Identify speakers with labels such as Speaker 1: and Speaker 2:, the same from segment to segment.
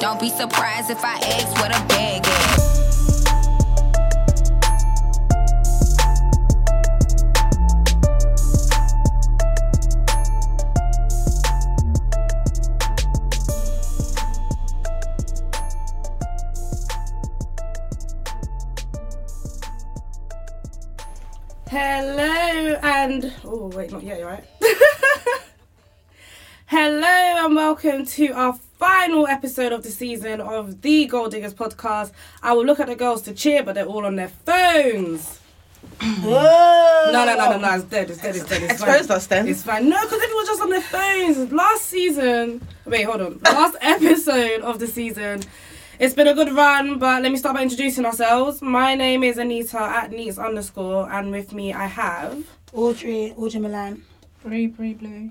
Speaker 1: Don't be surprised if I ask what a bag is.
Speaker 2: Hello and oh wait, not yet, you're right. Hello and welcome to our final episode of the season of the Gold Diggers podcast. I will look at the girls to cheer, but they're all on their phones. Whoa! No, no, no, no, no, it's dead, it's dead, it's dead. It's
Speaker 3: Exposed
Speaker 2: fine.
Speaker 3: us then.
Speaker 2: It's fine. No, because everyone's just on their phones. Last season, wait, hold on. Last episode of the season. It's been a good run, but let me start by introducing ourselves. My name is Anita at Neats underscore, and with me I have.
Speaker 4: Audrey, Audrey Milan.
Speaker 5: Bree Bree Blue.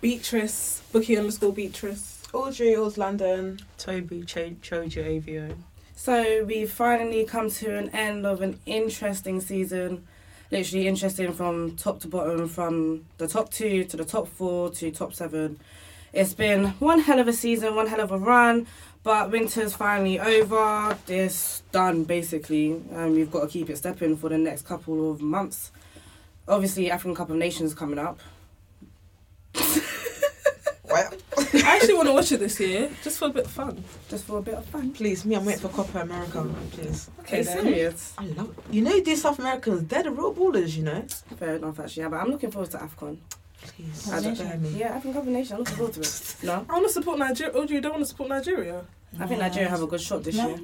Speaker 6: Beatrice, bookie underscore Beatrice. Audrey, Oz London.
Speaker 3: Toby Cho- Chojo Avio.
Speaker 2: So we finally come to an end of an interesting season. Literally interesting from top to bottom, from the top two to the top four to top seven. It's been one hell of a season, one hell of a run, but winter's finally over. It's done basically, and we've got to keep it stepping for the next couple of months. Obviously, African Cup of Nations coming up.
Speaker 6: I actually want to watch it this year, just for a bit of fun.
Speaker 2: Just for a bit of fun.
Speaker 3: Please, me, I'm waiting for Copa America, please.
Speaker 2: Okay, serious.
Speaker 3: I love it. You know these South Americans, they're the real ballers, you know.
Speaker 2: Fair enough, actually. Yeah, but I'm looking forward to AFCON.
Speaker 3: Please.
Speaker 2: I don't-
Speaker 3: spare me.
Speaker 2: Yeah, African Cup of Nations. I'm looking forward to it. No?
Speaker 6: I want to support Nigeria. Audrey, you don't want to support Nigeria?
Speaker 2: I think Nigeria have a good shot this year.
Speaker 6: No,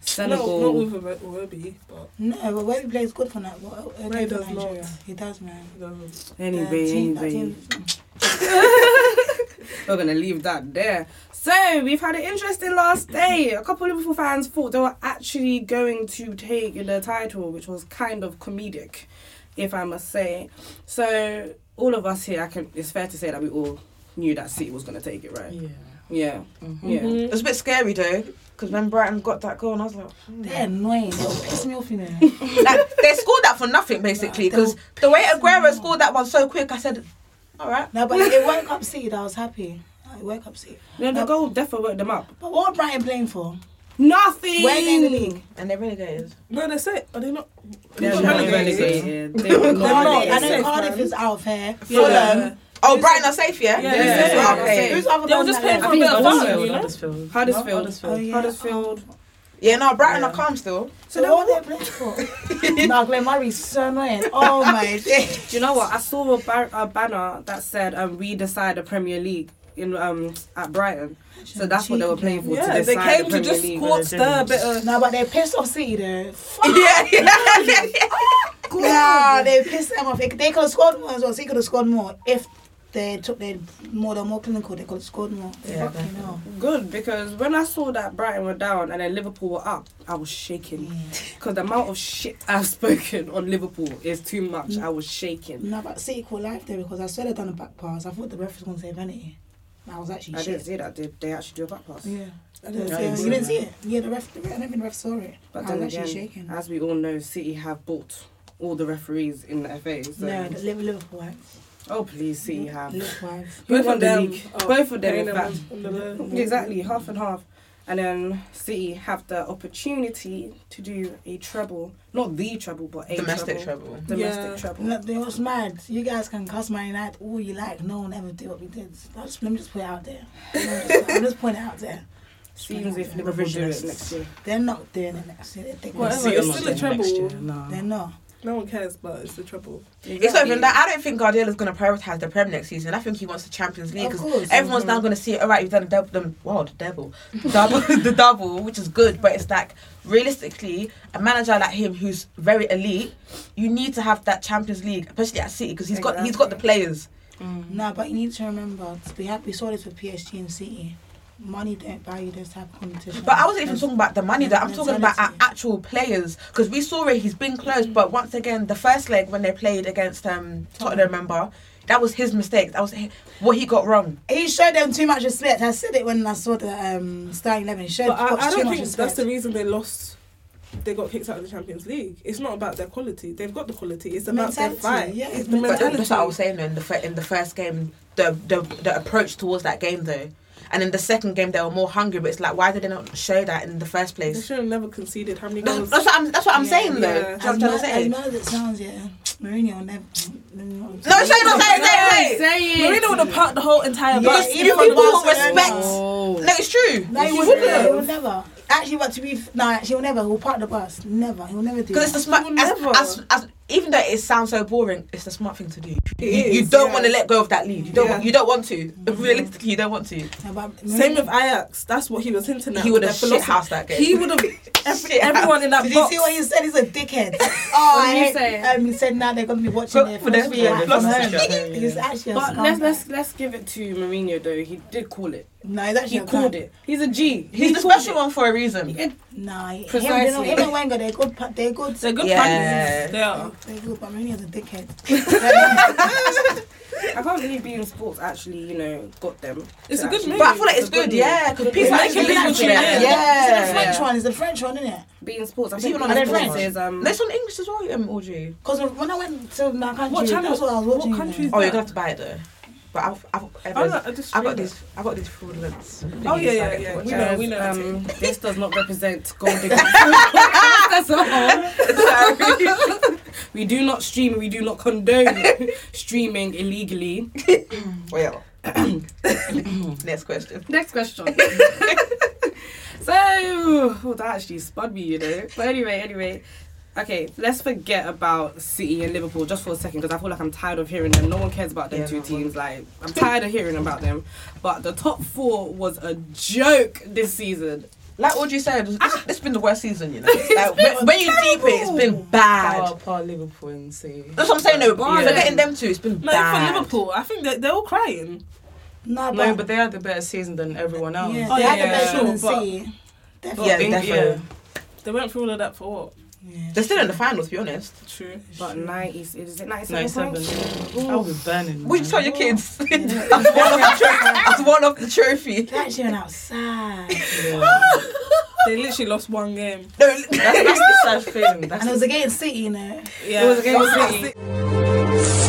Speaker 2: Senegal.
Speaker 6: not with Iwo- Iwobi, but
Speaker 4: No, but Webby plays good for that. What, uh,
Speaker 6: Webby
Speaker 4: good for
Speaker 6: does not.
Speaker 4: Nigeria. He does, man.
Speaker 6: you know.
Speaker 2: anyway,
Speaker 4: That Uh, team- that
Speaker 2: anyway.
Speaker 4: team-
Speaker 2: We're gonna leave that there. So we've had an interesting last day. A couple of Liverpool fans thought they were actually going to take the title, which was kind of comedic, if I must say. So all of us here, I can. It's fair to say that we all knew that City was gonna take it, right?
Speaker 3: Yeah.
Speaker 2: Yeah. Yeah.
Speaker 3: It was a bit scary though, because when Brighton got that goal, and I was like,
Speaker 4: They're annoying. They'll piss me off, you know.
Speaker 3: like they scored that for nothing basically, because the way Aguero scored that one so quick, I said, all right.
Speaker 4: no, but it woke up Seed. I was happy. It woke up Seed.
Speaker 2: No, the goal definitely worked them up.
Speaker 4: But what Brighton playing for?
Speaker 2: Nothing.
Speaker 4: Where are they in the league?
Speaker 3: And they're relegated.
Speaker 6: No, they say, are they not?
Speaker 2: They're
Speaker 6: not
Speaker 2: not
Speaker 6: relegated?
Speaker 2: relegated. They were
Speaker 6: They're
Speaker 2: not.
Speaker 6: not.
Speaker 4: Cardiff. I
Speaker 6: it's
Speaker 4: know
Speaker 6: safe,
Speaker 4: Cardiff
Speaker 6: man.
Speaker 4: is out of here.
Speaker 6: Yeah.
Speaker 4: Fulham.
Speaker 3: Oh, Brighton are safe, yeah?
Speaker 6: Yeah, they're safe.
Speaker 3: Yeah, okay.
Speaker 4: Who's other
Speaker 6: They were
Speaker 4: goals
Speaker 6: just
Speaker 4: that
Speaker 6: playing
Speaker 4: they
Speaker 6: for a
Speaker 4: have?
Speaker 6: bit of fun, you know?
Speaker 3: Huddersfield.
Speaker 2: Huddersfield.
Speaker 4: Oh, yeah.
Speaker 2: Huddersfield.
Speaker 3: Yeah, no, Brighton are calm still.
Speaker 4: So then what are they playing for? no, Glenn Murray's so annoying. Oh my days.
Speaker 2: Do you know what? I saw a, bar- a banner that said, um, "We decide the Premier League." In um at Brighton, so that's what they were playing for.
Speaker 6: Yeah,
Speaker 2: to
Speaker 6: they
Speaker 2: decide
Speaker 6: came
Speaker 2: the
Speaker 6: to
Speaker 2: Premier
Speaker 6: just
Speaker 2: League.
Speaker 6: squat uh, stir a bit of.
Speaker 4: No, but they pissed off City though. Fuck.
Speaker 3: yeah, yeah.
Speaker 4: Nah, they pissed them off. They could have scored more as well. He could have scored more if they took their more than more clinical. They could have scored more.
Speaker 3: Yeah,
Speaker 4: Fucking hell.
Speaker 2: Good because when I saw that Brighton were down and then Liverpool were up, I was shaking because the amount of shit I've spoken on Liverpool is too much.
Speaker 6: Mm.
Speaker 2: I was shaking.
Speaker 4: No, but City caught life there because I swear they done a back pass. I thought the ref was gonna say vanity. I was actually
Speaker 2: I didn't
Speaker 4: shit.
Speaker 2: see that. Did they actually do a back pass?
Speaker 4: Yeah. I didn't see it. You didn't see it. Yeah, the ref. I don't think the ref saw it.
Speaker 2: But
Speaker 4: I
Speaker 2: then
Speaker 4: was
Speaker 2: again,
Speaker 4: actually shaking.
Speaker 2: as we all know, City have bought all the referees in the FA. So.
Speaker 4: No, the Liv- Liverpool wife.
Speaker 2: Oh please, City have.
Speaker 4: Liverpool wife.
Speaker 2: Both
Speaker 6: Both
Speaker 2: of
Speaker 6: of
Speaker 2: them. oh,
Speaker 6: them.
Speaker 2: Both of them, in
Speaker 6: Oh,
Speaker 2: fact.
Speaker 6: and them.
Speaker 2: Exactly, half and half. And then City have the opportunity to do a treble, not the treble, but a
Speaker 3: Domestic
Speaker 2: treble.
Speaker 3: trouble.
Speaker 2: Domestic
Speaker 6: Yeah.
Speaker 2: treble.
Speaker 4: Look, they was mad. You guys can cuss Man United all you like. No one ever did what we did. That's, let me just put it out there. Let me just- I'm just putting it out there.
Speaker 2: Seems if Liverpool do it next year.
Speaker 4: They're not doing it next year. They- They're,
Speaker 6: Whatever, it's
Speaker 2: I'm
Speaker 6: still a
Speaker 2: not doing it next
Speaker 6: treble.
Speaker 2: year, nah.
Speaker 4: they're not.
Speaker 6: No one cares, but it's the trouble.
Speaker 3: It's not even that. I don't think Guardiola's going to prioritise the Prem next season. I think he wants the Champions League
Speaker 4: Of
Speaker 3: because
Speaker 4: course.
Speaker 3: everyone's now going to see it. All right, we've done a double, the, wow, the double, double, the double, which is good. But it's like realistically, a manager like him who's very elite, you need to have that Champions League, especially at City, because he's got he's got the players.
Speaker 4: No, but you need to remember to be happy. We saw this with PSG and City. Money don't buy you this type of competition.
Speaker 3: But I wasn't even talking about the money. That I'm talking about our
Speaker 4: Mentality.
Speaker 3: actual players because we saw it. He's been close, but once again, the first leg when they played against um, Tottenham, remember that was his mistake. That was hi- what he got wrong.
Speaker 4: He showed them too much respect. I said it when I saw the um, starting eleven. He showed
Speaker 6: But I,
Speaker 4: Poch
Speaker 6: I
Speaker 4: too
Speaker 6: don't
Speaker 4: much
Speaker 6: think that's
Speaker 4: respect.
Speaker 6: the reason they lost. They got kicked out of the Champions League. It's not about their quality. They've got the quality. It's about their
Speaker 4: Mentality,
Speaker 6: vibe.
Speaker 4: yeah,
Speaker 6: it's
Speaker 4: it's
Speaker 6: the
Speaker 3: But
Speaker 6: mentality.
Speaker 3: that's what I was saying though, in the fir- in the first game, the, the the approach towards that game though, and in the second game they were more hungry. But it's like why did they not show that in the first
Speaker 6: They
Speaker 3: place?
Speaker 6: should have never conceded how many
Speaker 3: That's,
Speaker 6: goals.
Speaker 3: that's what I'm that's what I'm
Speaker 4: Yeah,
Speaker 3: saying though.
Speaker 6: yeah.
Speaker 3: Do you know what
Speaker 4: As,
Speaker 3: I'm trying
Speaker 4: mad,
Speaker 3: to say.
Speaker 4: as
Speaker 3: No,
Speaker 4: mad as it sounds, yeah, Mourinho never. No,
Speaker 3: say it, no, say it, say it, say it.
Speaker 6: Mourinho would have parked the whole entire
Speaker 3: Because
Speaker 6: bus.
Speaker 4: Yeah,
Speaker 3: you
Speaker 4: even
Speaker 3: people
Speaker 4: with
Speaker 3: want respect.
Speaker 4: Barcelona.
Speaker 3: No, it's true.
Speaker 4: No, he
Speaker 3: You
Speaker 4: would
Speaker 3: wouldn't.
Speaker 4: never. He would never. Actually, but to be f- no, actually, he'll never. He'll park the bus. Never. He'll never do.
Speaker 3: Because it's
Speaker 4: that.
Speaker 3: the smart,
Speaker 6: People
Speaker 3: as,
Speaker 6: never.
Speaker 3: as, as, even though it sounds so boring, it's the smart thing to do. You,
Speaker 6: is,
Speaker 3: you don't
Speaker 6: yeah.
Speaker 3: want to let go of that lead. You don't.
Speaker 6: Yeah.
Speaker 3: Want, you don't want to. Realistically, you don't want to.
Speaker 4: No, but Mourinho-
Speaker 6: Same with Ajax. That's what he was hinting at.
Speaker 3: He
Speaker 6: with
Speaker 3: would have
Speaker 6: their philosophy.
Speaker 3: shithoused that game.
Speaker 6: He would have. Every,
Speaker 3: Shithoused.
Speaker 6: everyone in that
Speaker 4: Did you
Speaker 6: box.
Speaker 4: see what he said? He's a dickhead. Oh,
Speaker 5: What did
Speaker 4: I
Speaker 5: you
Speaker 4: hate-
Speaker 5: say?
Speaker 4: Um, he said now they're gonna be watching
Speaker 3: But-
Speaker 4: their
Speaker 3: but that's
Speaker 4: first
Speaker 3: weird.
Speaker 4: flight
Speaker 3: Plus
Speaker 4: from
Speaker 3: it's just-
Speaker 4: home. He's actually a
Speaker 2: But let's,
Speaker 4: scumbag.
Speaker 2: let's let's give it to Mourinho though. He did call it.
Speaker 4: No, he's actually
Speaker 2: He
Speaker 4: a
Speaker 2: called
Speaker 4: cunt.
Speaker 2: it. He's a G. He
Speaker 3: He's the
Speaker 2: called
Speaker 3: special
Speaker 2: it.
Speaker 3: one for a reason.
Speaker 4: No, him, you know,
Speaker 2: Precisely.
Speaker 4: him and Wenger, they're good. pa- They're good.
Speaker 6: They're good
Speaker 3: Yeah.
Speaker 6: pundits. They are.
Speaker 4: They're good, but Mourinho's a dickhead.
Speaker 2: I can't believe being sports actually, you know, got them.
Speaker 6: It's
Speaker 2: to
Speaker 6: a good
Speaker 2: actually-
Speaker 6: move.
Speaker 3: But I feel like it's good, yeah, because people
Speaker 6: It's
Speaker 3: actually
Speaker 6: making
Speaker 3: listen
Speaker 6: people
Speaker 3: to
Speaker 6: tune
Speaker 3: them.
Speaker 6: in.
Speaker 4: It's the
Speaker 3: Yeah.
Speaker 4: French one. It's the French one, isn't it?
Speaker 2: Being sports, I
Speaker 3: It's
Speaker 2: think
Speaker 3: even on
Speaker 2: being
Speaker 3: the
Speaker 2: sports
Speaker 3: French.
Speaker 2: is um.
Speaker 3: That's on English as well, um, Audrey.
Speaker 4: Because when I went to my country,
Speaker 6: What channel-
Speaker 4: that's what I was
Speaker 6: what
Speaker 4: watching.
Speaker 6: country is
Speaker 3: Oh,
Speaker 6: that?
Speaker 3: you're gonna have to buy it though. But I've, I've, I've,
Speaker 6: Oh, no, I just
Speaker 3: I've got
Speaker 6: read it.
Speaker 3: these, I've got these fraudulence.
Speaker 6: Oh, yeah,
Speaker 3: thingies,
Speaker 6: yeah,
Speaker 3: I get
Speaker 6: yeah.
Speaker 3: to watch
Speaker 6: We
Speaker 3: out.
Speaker 6: know, we know.
Speaker 2: Um, this does not represent gold diggers. we do not stream. We do not condone streaming illegally.
Speaker 3: Well, Oh, next question.
Speaker 5: Next question.
Speaker 2: So oh, that actually spun me, you know. But anyway, anyway. Okay, let's forget about City and Liverpool just for a second because I feel like I'm tired of hearing them. No one cares about them
Speaker 3: Yeah,
Speaker 2: two
Speaker 3: no one.
Speaker 2: teams. Like I'm tired of hearing about them. But the top four was a joke this season.
Speaker 3: Like Audrey said, this, this has been the worst season, you know. Like, when, when you deep it, it's been bad.
Speaker 7: Power Liverpool and see.
Speaker 3: That's what I'm saying though.
Speaker 6: Yeah.
Speaker 3: Forgetting them two, it's been
Speaker 6: No,
Speaker 3: bad.
Speaker 6: for Liverpool, I think that they're all crying.
Speaker 4: No,
Speaker 7: No,
Speaker 4: but,
Speaker 7: but they had the better season than everyone else.
Speaker 4: yeah,
Speaker 6: Oh,
Speaker 4: they
Speaker 6: yeah,
Speaker 4: had the
Speaker 6: yeah,
Speaker 4: best
Speaker 6: sure,
Speaker 4: one in
Speaker 6: but-
Speaker 4: City. Definitely.
Speaker 3: Yeah,
Speaker 7: Think-
Speaker 3: definitely.
Speaker 6: They went through all of that for what?
Speaker 3: They're still in the finals, to be honest.
Speaker 6: True.
Speaker 2: But 90, is it 97? points?
Speaker 7: 97. I'll be burning.
Speaker 3: Would you
Speaker 7: man.
Speaker 3: tell your kids? I've won off the trophy. I've won off the trophy.
Speaker 4: They actually went outside.
Speaker 6: They literally lost one game.
Speaker 3: No, li-
Speaker 7: That's, that's the sad thing.
Speaker 4: and it
Speaker 7: That's
Speaker 4: was against City, you know.
Speaker 6: Yeah. It was against City.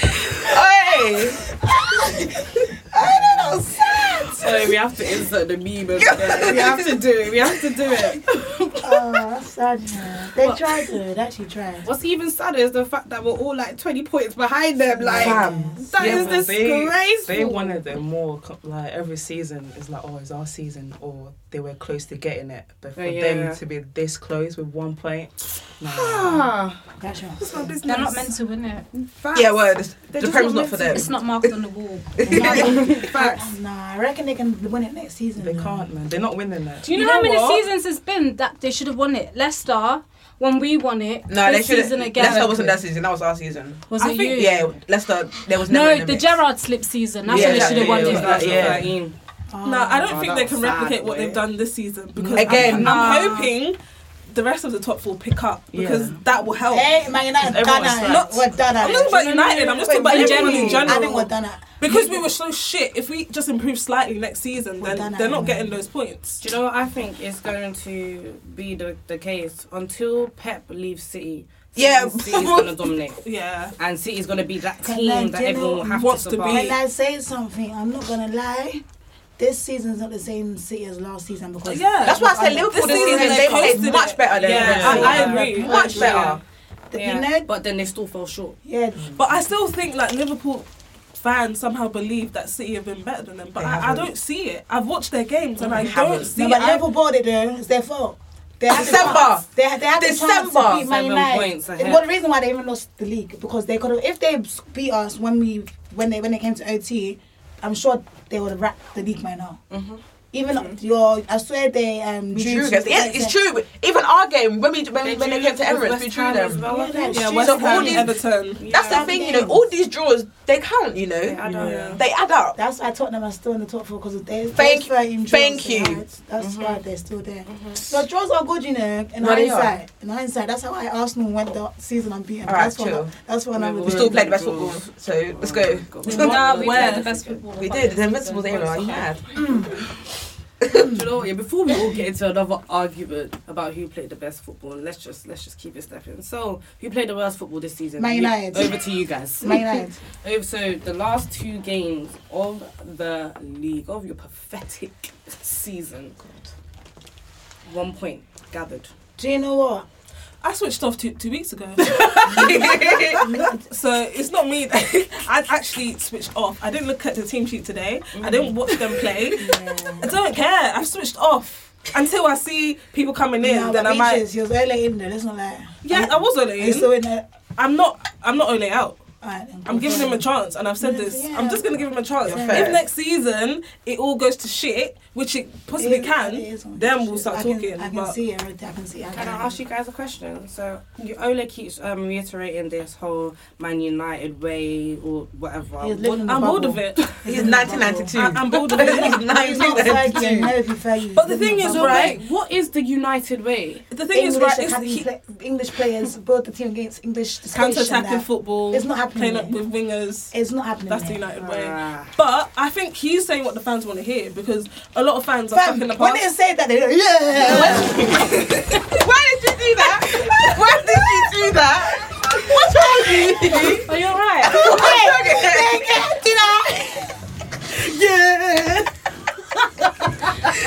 Speaker 3: Hey!
Speaker 2: So we have to insert the meme of that. We have to do it. We have to do it.
Speaker 4: Oh, that's sad, you know. They tried to, they actually tried.
Speaker 2: What's even sadder is the fact that we're all like 20 points behind them. Like, that
Speaker 3: Fam.
Speaker 2: is
Speaker 7: Yeah, but
Speaker 2: disgraceful.
Speaker 7: They wanted them more. co- Like every season is like, oh, it's our season, or they were close to getting it. But for
Speaker 2: Oh, yeah,
Speaker 7: them
Speaker 2: yeah.
Speaker 7: to be this close with one point, nah.
Speaker 2: Ah,
Speaker 4: That's right.
Speaker 5: They're not meant to win it.
Speaker 2: facts.
Speaker 3: Yeah, well, this,
Speaker 2: They're
Speaker 3: the
Speaker 2: just
Speaker 3: Prem's
Speaker 2: not
Speaker 3: not for them.
Speaker 2: meant
Speaker 5: It's not marked on the wall.
Speaker 2: Facts.
Speaker 4: Nah, I reckon they can win it next season.
Speaker 7: They
Speaker 4: though.
Speaker 7: can't, man. They're not winning that.
Speaker 5: Do you know,
Speaker 6: You
Speaker 5: how
Speaker 6: know
Speaker 5: many
Speaker 6: what?
Speaker 5: seasons it's been that they should have won it? Leicester, when we won it,
Speaker 3: No, they
Speaker 5: this
Speaker 3: should.
Speaker 5: season again.
Speaker 3: Leicester wasn't that season. That was our season.
Speaker 5: Was
Speaker 3: I
Speaker 5: it
Speaker 3: think,
Speaker 5: you?
Speaker 3: Yeah, Leicester. There was never
Speaker 5: No,
Speaker 3: in
Speaker 5: the
Speaker 3: mix.
Speaker 5: Gerrard slip season. That's
Speaker 3: Yeah,
Speaker 5: when they should have won
Speaker 7: yeah,
Speaker 5: it.
Speaker 7: yeah.
Speaker 6: No, I don't
Speaker 2: Oh,
Speaker 6: think
Speaker 2: that
Speaker 6: they can
Speaker 2: was sad,
Speaker 6: replicate what
Speaker 2: boy.
Speaker 6: they've done this season because
Speaker 3: Again,
Speaker 6: I'm,
Speaker 2: Ah.
Speaker 3: nah.
Speaker 6: I'm hoping the rest of the top four pick up because
Speaker 7: Yeah.
Speaker 6: that will help.
Speaker 4: Hey, Man United,
Speaker 7: Everyone's
Speaker 4: Ghana,
Speaker 7: like-
Speaker 4: we're done at
Speaker 6: I'm not
Speaker 4: it.
Speaker 6: talking about United. I'm just talking about
Speaker 5: in
Speaker 6: everyone in
Speaker 5: general.
Speaker 4: I think we're
Speaker 6: general.
Speaker 4: done at
Speaker 6: Because we were so shit. If we just improve slightly next season,
Speaker 4: We're
Speaker 6: then
Speaker 4: done
Speaker 6: they're
Speaker 4: at
Speaker 6: not
Speaker 4: it.
Speaker 6: getting those points.
Speaker 2: Do you know what I think is going to be the, the case? Until Pep leaves City,
Speaker 3: Yeah.
Speaker 2: City's gonna dominate,
Speaker 6: Yeah.
Speaker 2: and City's gonna be that
Speaker 4: Can
Speaker 2: team
Speaker 4: I
Speaker 2: that
Speaker 4: do
Speaker 2: everyone will
Speaker 4: it?
Speaker 2: have
Speaker 6: Wants
Speaker 2: to
Speaker 6: to
Speaker 2: survive.
Speaker 6: be.
Speaker 4: Can I say something? I'm not gonna lie. This season's not the same city as last season because
Speaker 6: Yeah.
Speaker 3: That's why I said
Speaker 6: This
Speaker 3: Liverpool this
Speaker 6: season
Speaker 3: season
Speaker 6: they
Speaker 3: they played
Speaker 6: hosted
Speaker 3: much
Speaker 6: it.
Speaker 3: better than
Speaker 6: Yeah,
Speaker 3: Liverpool.
Speaker 6: I- I agree.
Speaker 3: Much
Speaker 6: I
Speaker 3: better.
Speaker 4: the,
Speaker 2: Yeah.
Speaker 4: you know,
Speaker 2: but then they still fell short.
Speaker 4: yeah,
Speaker 6: But I still think like Liverpool fans somehow believe that City have been better than them. But I, I don't see it. I've watched their games and I don't see
Speaker 4: no,
Speaker 6: it.
Speaker 4: but
Speaker 6: I-
Speaker 4: Liverpool bought it though. It's their fault. They had the
Speaker 3: December.
Speaker 4: chance- They had, they had the chance
Speaker 3: December.
Speaker 4: to beat Man
Speaker 2: Seven
Speaker 4: United.
Speaker 2: points ahead.
Speaker 4: It's one reason why they even lost the league because they could have. If they beat us when we when they when they came to OT, I'm sure they would have wrapped the league by now.
Speaker 2: Mm-hmm.
Speaker 4: Even your, I swear they um.
Speaker 3: We
Speaker 4: drew
Speaker 3: drew
Speaker 4: to-
Speaker 3: against. Yeah, it's true. Even our game when we when they, when they came to Emirates, we drew them.
Speaker 4: well, I think.
Speaker 6: yeah,
Speaker 4: So
Speaker 6: West Ham,
Speaker 3: all these-
Speaker 6: Everton.
Speaker 3: That's the
Speaker 4: Yeah.
Speaker 3: thing, you know. All these draws, they count. You know,
Speaker 2: I don't know.
Speaker 3: they add up.
Speaker 4: That's why Tottenham are still in the top four because they.
Speaker 3: Thank-
Speaker 4: those thirteen draws
Speaker 3: thank
Speaker 4: they
Speaker 3: you.
Speaker 4: had, That's
Speaker 6: Mm-hmm.
Speaker 4: why they're still there. Your draws are good, you know. In
Speaker 3: No, they are.
Speaker 4: hindsight, in hindsight, that's how I Arsenal went the season unbeaten.
Speaker 3: All right,
Speaker 4: that's
Speaker 3: chill.
Speaker 4: what. That's what I'm.
Speaker 3: We still played the best football, so let's go.
Speaker 5: No, we played the best football.
Speaker 3: We did. The Invincibles era. Are you mad?
Speaker 2: Do you know what? Yeah, before we all get into another argument about who played the best football, let's just let's just keep it stepping. So, who played the worst football this season?
Speaker 4: Man
Speaker 2: You-
Speaker 4: United.
Speaker 2: Over to you guys.
Speaker 4: Man United.
Speaker 2: Over- So, the last two games of the league of your pathetic season. One point gathered.
Speaker 4: Do you know what?
Speaker 6: I switched off two, two weeks ago. so it's not me. that- I actually switched off. I didn't look at the team sheet today. I didn't watch them play. I don't care. I've switched off until I see people coming in.
Speaker 4: No,
Speaker 6: then
Speaker 4: but
Speaker 6: I might.
Speaker 4: Beaches, you was early in there. Let's not lie.
Speaker 6: Yeah, I was Ole
Speaker 4: You still
Speaker 6: in.
Speaker 4: in there?
Speaker 6: I'm not. I'm not Ole out.
Speaker 4: Alright, then
Speaker 6: I'm
Speaker 4: go
Speaker 6: giving
Speaker 4: for
Speaker 6: him
Speaker 4: it.
Speaker 6: a chance, and I've said
Speaker 4: Yeah,
Speaker 6: this.
Speaker 4: Mm-hmm. yeah.
Speaker 6: I'm just gonna give him a chance.
Speaker 3: Yeah, fair.
Speaker 6: If next season it all goes to shit, which it possibly
Speaker 4: It is- it
Speaker 6: can,
Speaker 4: is on
Speaker 6: then
Speaker 4: the
Speaker 6: we'll
Speaker 4: shit.
Speaker 6: start
Speaker 4: I can,
Speaker 6: talking.
Speaker 4: I can
Speaker 6: but
Speaker 4: see it. already, I can see. it.
Speaker 2: Can I ask you guys a question? So you- Ola keeps um, reiterating this whole Man United way or whatever.
Speaker 4: He's living in the
Speaker 6: I'm bored
Speaker 4: bubble.
Speaker 6: of it.
Speaker 3: He's 1992.
Speaker 6: I, am bored of it.
Speaker 3: He's
Speaker 4: He's not
Speaker 3: 1992.
Speaker 4: Fergie. no, he's Fergie.
Speaker 6: But the
Speaker 4: He's
Speaker 6: thing
Speaker 4: in the
Speaker 6: is,
Speaker 2: So
Speaker 4: bubble.
Speaker 6: Right.
Speaker 2: wait, what is the United way?
Speaker 6: The thing
Speaker 4: English
Speaker 6: is, right, is
Speaker 4: academy
Speaker 6: he-
Speaker 4: play, English players build the team against English.
Speaker 6: counter-attacking
Speaker 4: discrimination,
Speaker 6: football.
Speaker 4: It's not happening
Speaker 6: Playing up
Speaker 4: there.
Speaker 6: with wingers.
Speaker 4: that- It's not happening.
Speaker 6: That's the
Speaker 4: there.
Speaker 6: United way.
Speaker 2: Ah.
Speaker 6: But I think he's saying what the fans want to hear because a lot of fans are stuck in
Speaker 4: Fam,
Speaker 6: the
Speaker 4: when they
Speaker 6: past.
Speaker 4: say that, they go, yeah.
Speaker 3: Why did you do that? Why did you do that? What's wrong with you?
Speaker 5: Are you alright?
Speaker 3: Yeah.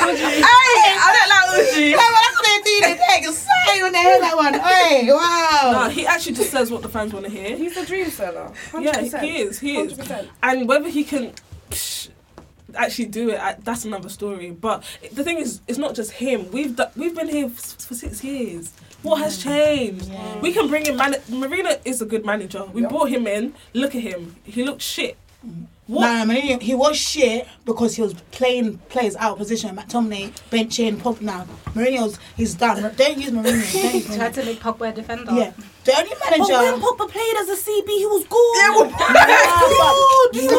Speaker 3: I don't like Uzi.
Speaker 4: Yeah, but that's what they do. They take a sigh when they hear that one. Oi, wow.
Speaker 3: Oh.
Speaker 6: No, he actually just says what the fans want to hear.
Speaker 2: He's a dream seller.
Speaker 6: Yeah, he is. He is. And whether he can psh, actually do it, I, that's another story. But the thing is, it's not just him. We've do, we've been here f- for six years. What has changed? We can bring in man. Marina is a good manager. We brought him in. Look at him. He looked shit. What?
Speaker 4: Nah, man, he, he was shit because he was playing players out of position. McTominay benching Pop now. Mourinho's he's done. Don't use Mourinho. Don't use
Speaker 5: Tried
Speaker 4: Mourinho.
Speaker 5: to make Pogba a defender.
Speaker 4: Yeah, the only
Speaker 2: But when
Speaker 4: manager.
Speaker 2: Pogba played as a CB, he was good.
Speaker 4: Good, good.
Speaker 3: Do you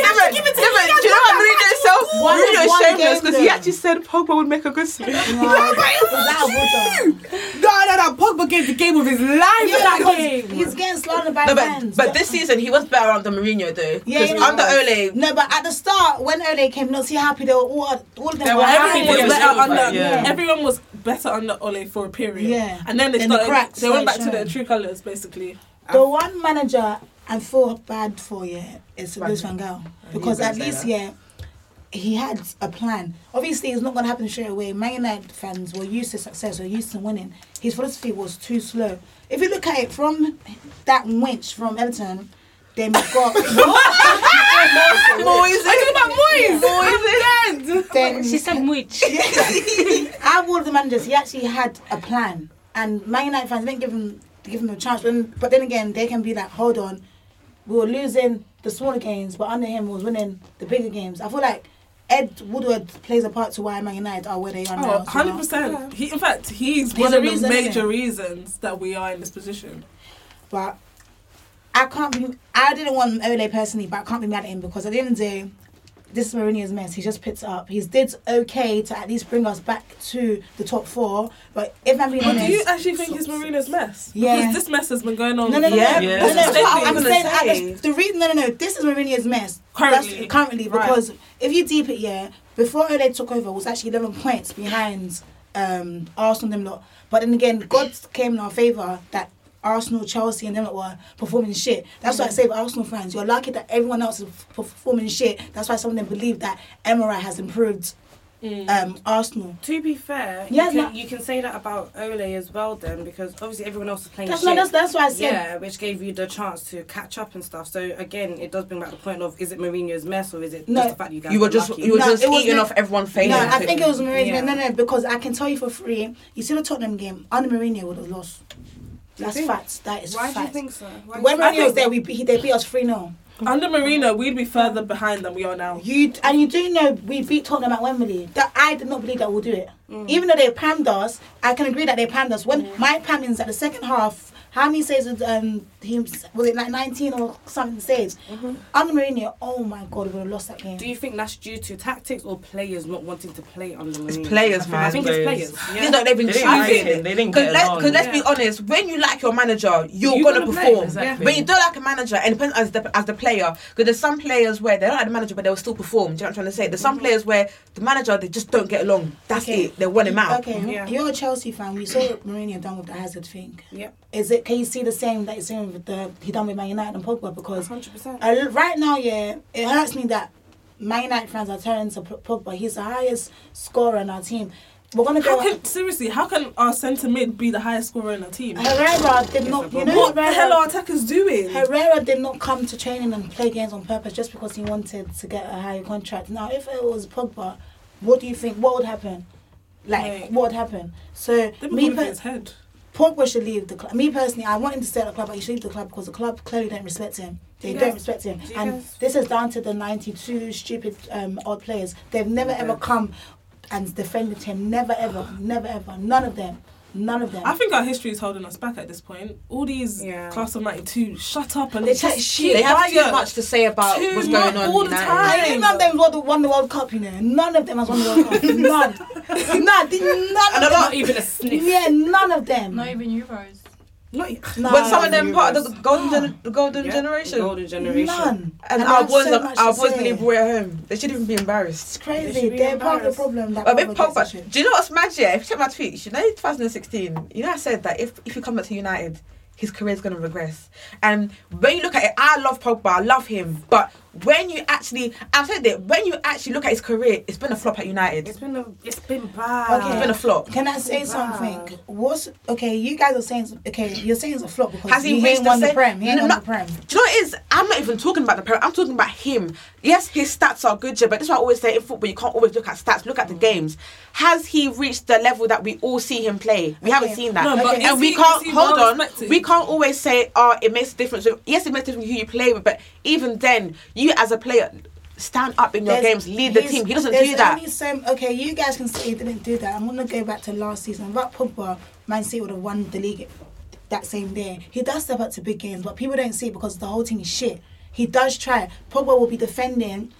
Speaker 3: know what Mourinho himself?
Speaker 4: One-
Speaker 3: Mourinho is
Speaker 4: one
Speaker 3: shameless
Speaker 4: game
Speaker 3: because he
Speaker 4: though.
Speaker 3: actually said Pogba would make a good save.
Speaker 4: No,
Speaker 2: No, no, no. Pogba gave the game of his life
Speaker 4: He's getting slandered by
Speaker 3: No, but,
Speaker 4: fans.
Speaker 3: but this season he was better under Mourinho though.
Speaker 4: Yeah,
Speaker 3: Because
Speaker 4: yeah,
Speaker 3: under Ole,
Speaker 4: No, but at the start, when Ole came, not see happy, they were all, all of them
Speaker 6: They
Speaker 4: were
Speaker 6: were-
Speaker 4: happy.
Speaker 6: everything was
Speaker 3: Yeah.
Speaker 6: better under.
Speaker 3: Yeah.
Speaker 6: Everyone was better under Ole for a period.
Speaker 4: Yeah.
Speaker 6: And then they
Speaker 4: Then the
Speaker 6: started.
Speaker 4: cracks
Speaker 6: they went
Speaker 4: started
Speaker 6: back to their
Speaker 4: showing.
Speaker 6: true colours, basically.
Speaker 4: The one manager I feel bad for, yeah, is Luis Van Gaal. Because
Speaker 3: gonna
Speaker 4: at
Speaker 3: say
Speaker 4: least,
Speaker 3: that.
Speaker 4: yeah, he had a plan. Obviously, it's not going to happen straight away. Man United fans were used to success, were used to winning. His philosophy was too slow. If you look at it from that winch from Everton, they got
Speaker 3: Moyes. Moyes.
Speaker 4: then
Speaker 5: She said which.
Speaker 4: out of all the managers, he actually had a plan, and Man United fans didn't give him give him a chance. But, but then again, they can be like, hold on, we were losing the smaller games, but under him we was winning the bigger games. I feel like Ed Woodward plays a part to why Man United are where they are now.
Speaker 6: Oh,
Speaker 4: as well.
Speaker 6: 100%. He, in fact, he's,
Speaker 4: He's
Speaker 6: one
Speaker 4: a
Speaker 6: of the
Speaker 4: reason, isn't
Speaker 6: major
Speaker 4: he?
Speaker 6: reasons that we are in this position.
Speaker 4: But I can't be. I didn't want Ole personally, but I can't be mad at him because at the end of the day, this is Mourinho's mess. He just picked it up. He's did okay to at least bring us back to the top four. But if I'm being
Speaker 6: But
Speaker 4: honest,
Speaker 6: do you actually think it's Marina's mess?
Speaker 4: Yeah.
Speaker 6: Because this mess has been going on.
Speaker 4: No, no, no, no.
Speaker 3: Yeah, yeah.
Speaker 4: no, no,
Speaker 3: That's
Speaker 4: no,
Speaker 3: what
Speaker 4: I'm
Speaker 3: I'm
Speaker 4: saying
Speaker 3: gonna
Speaker 4: at
Speaker 3: say.
Speaker 4: the, the reason. No, no, no. This is Mourinho's mess.
Speaker 6: Currently.
Speaker 4: That's currently
Speaker 6: Right.
Speaker 4: E because if you deep it, yeah. Before Ole took over, it was actually 11 points behind um, Arsenal them lot. But then again, God came in our favour that Arsenal, Chelsea, and them lot were performing shit. That's why I say, with Arsenal fans, you're lucky that everyone else is p- performing shit. That's why some of them believe that Emery has improved um, Arsenal.
Speaker 2: To be fair,
Speaker 4: Yeah,
Speaker 2: you,
Speaker 4: no-
Speaker 2: can, you can say that about Ole as well then, because obviously everyone else is playing
Speaker 4: That's
Speaker 2: shit.
Speaker 4: why that's, that's why I said.
Speaker 2: yeah, which gave you the chance to catch up and stuff. So again, it does bring back the point of is it Mourinho's mess or is it
Speaker 4: No.
Speaker 2: just the fact you guys
Speaker 3: You were just
Speaker 2: lucky?
Speaker 3: you were
Speaker 4: No,
Speaker 3: just
Speaker 4: it was
Speaker 3: eating
Speaker 4: not-
Speaker 3: off everyone's face.
Speaker 4: No, I think it was Mourinho.
Speaker 2: Yeah.
Speaker 4: No, no, no, because I can tell you for free, you see the Tottenham game, under Mourinho would have lost. That's
Speaker 2: think?
Speaker 4: facts. That is
Speaker 2: Why do you
Speaker 4: facts.
Speaker 2: think so? Why do
Speaker 4: When
Speaker 2: you- I
Speaker 4: Mourinho
Speaker 2: think-
Speaker 4: was there, we beat, they beat us 3 0.
Speaker 6: Under Marina, we'd be further behind than we are now.
Speaker 4: You and you do know we beat Tottenham at Wembley. That I did not believe that we'll do it.
Speaker 2: Mm.
Speaker 4: Even though they pammed us, I can agree that they pammed us. When my pammings at the second half, how many saves did um he was it like nineteen or something saves?
Speaker 2: Mm-hmm.
Speaker 4: Under Mourinho, oh my god, we would have lost that game.
Speaker 2: Do you think that's due to tactics or players not wanting to play under Mourinho?
Speaker 3: players, man.
Speaker 2: I think it's
Speaker 7: Players.
Speaker 2: players.
Speaker 3: You know, they've been
Speaker 7: They didn't
Speaker 3: choosing
Speaker 7: like him.
Speaker 3: it.
Speaker 7: They didn't
Speaker 3: Because
Speaker 7: get
Speaker 3: let,
Speaker 7: along.
Speaker 3: because let's be
Speaker 2: Yeah.
Speaker 3: honest, when you like your manager, you're
Speaker 2: You're
Speaker 3: gonna,
Speaker 2: gonna play,
Speaker 3: perform.
Speaker 7: exactly.
Speaker 3: When you don't like a manager, and it depends as the as the player, because there's some players where they don't like the manager, but they'll still perform. Do you know what I'm trying to say? There's some players where the manager they just don't get along. That's
Speaker 4: Okay.
Speaker 3: it. They want him out.
Speaker 4: Okay,
Speaker 2: Yeah.
Speaker 4: you're a Chelsea fan. We saw what Mourinho done with the Hazard thing.
Speaker 2: Yep.
Speaker 4: Is it? Can you see the same that he's doing with the he done with Man United and Pogba? Because
Speaker 2: 100%.
Speaker 4: uh, right now, yeah, it hurts me that Man United fans are turning to P- Pogba. He's the highest scorer on our team. We're gonna
Speaker 6: How
Speaker 4: go.
Speaker 6: can seriously? How can our centre mid be the highest scorer in our team?
Speaker 4: Herrera did not. You know
Speaker 6: What the
Speaker 4: Herrera,
Speaker 6: hell are attackers doing?
Speaker 4: Herrera did not come to training and play games on purpose just because he wanted to get a higher contract. Now, if it was Pogba, what do you think? What would happen? Like,
Speaker 6: Right.
Speaker 4: what would happen? So
Speaker 6: They
Speaker 4: me
Speaker 6: put
Speaker 4: per-
Speaker 6: his head.
Speaker 4: Pogba should leave the club. Me personally, I want him to stay at the club, but he should leave the club because the club clearly don't respect him. They
Speaker 2: you
Speaker 4: don't
Speaker 2: guys-
Speaker 4: respect him,
Speaker 2: do you
Speaker 4: and
Speaker 2: guys-
Speaker 4: this is down to the ninety-two stupid um, odd players. They've never ever come and defended him. Never ever, never ever. None of them. None of them.
Speaker 6: I think our history is holding us back at this point. All these
Speaker 2: Yeah.
Speaker 6: class of '92, shut up and
Speaker 4: They
Speaker 6: just
Speaker 4: chat shit.
Speaker 6: keep
Speaker 3: They have too
Speaker 6: quiet.
Speaker 3: much to say about
Speaker 6: Too
Speaker 3: what's
Speaker 6: much
Speaker 3: going on.
Speaker 6: all the
Speaker 3: United.
Speaker 6: time.
Speaker 4: And none of them won the, won the World Cup, you know. None of them has won the World Cup. None. none. None of them.
Speaker 2: Not even a sniff.
Speaker 4: Yeah, none of them.
Speaker 8: Not even Euros.
Speaker 2: Not
Speaker 4: None.
Speaker 3: But some of them part of the golden gen- the golden
Speaker 2: Yeah,
Speaker 3: generation.
Speaker 2: Golden generation.
Speaker 4: None.
Speaker 3: And,
Speaker 4: I
Speaker 3: our
Speaker 4: have
Speaker 3: boys,
Speaker 4: so much to
Speaker 3: our boys
Speaker 4: say.
Speaker 3: believe we're at home. They shouldn't even be embarrassed.
Speaker 4: It's crazy.
Speaker 2: They should be
Speaker 4: They're part of the
Speaker 2: embarrassed.
Speaker 4: problem. That
Speaker 3: But with
Speaker 4: Pogba gets
Speaker 3: Pogba,
Speaker 4: it.
Speaker 3: do you know what's mad? Yeah, if you check my tweets, you know, 2016. You know, I said that if if he comes back to United, his career's gonna regress. And when you look at it, I love Pogba, I love him, but when you actually, I said that when you actually look at his career, it's been a flop at United.
Speaker 2: It's been a, it's been bad.
Speaker 4: Okay.
Speaker 3: it's been a flop.
Speaker 4: Can I
Speaker 3: Oh,
Speaker 4: say something? What's okay? You guys are saying okay. You're saying it's a flop because
Speaker 3: Has he,
Speaker 4: he,
Speaker 3: reached
Speaker 4: ain't won the
Speaker 3: same-
Speaker 4: prem. He ain't
Speaker 3: No,
Speaker 4: won the
Speaker 3: no-
Speaker 4: prem.
Speaker 3: Do you know what it is? I'm not even talking about the prem. I'm talking about him. Yes, his stats are good, yeah, but that's why I always say in football you can't always look at stats. Look at the games. Has he reached the level that we all see him play? We haven't seen that.
Speaker 6: No, but
Speaker 3: and
Speaker 6: is
Speaker 3: we
Speaker 6: he-
Speaker 3: can't
Speaker 6: is he
Speaker 3: hold
Speaker 6: well
Speaker 3: on.
Speaker 6: respected?
Speaker 3: We can't always say, "Oh, it makes a difference." Yes, it makes a difference who you play with, but even then, you as a player. Stand up in your
Speaker 4: There's-
Speaker 3: games, lead the
Speaker 4: he's-
Speaker 3: team. He doesn't
Speaker 4: there's
Speaker 3: do that.
Speaker 4: Only some, okay, you guys can say he didn't do that. I'm gonna go back to last season. Without Pogba, Man City would have won the league that same day. He does step up to big games, but people don't see it because the whole team is shit. He does try. Pogba will be defending.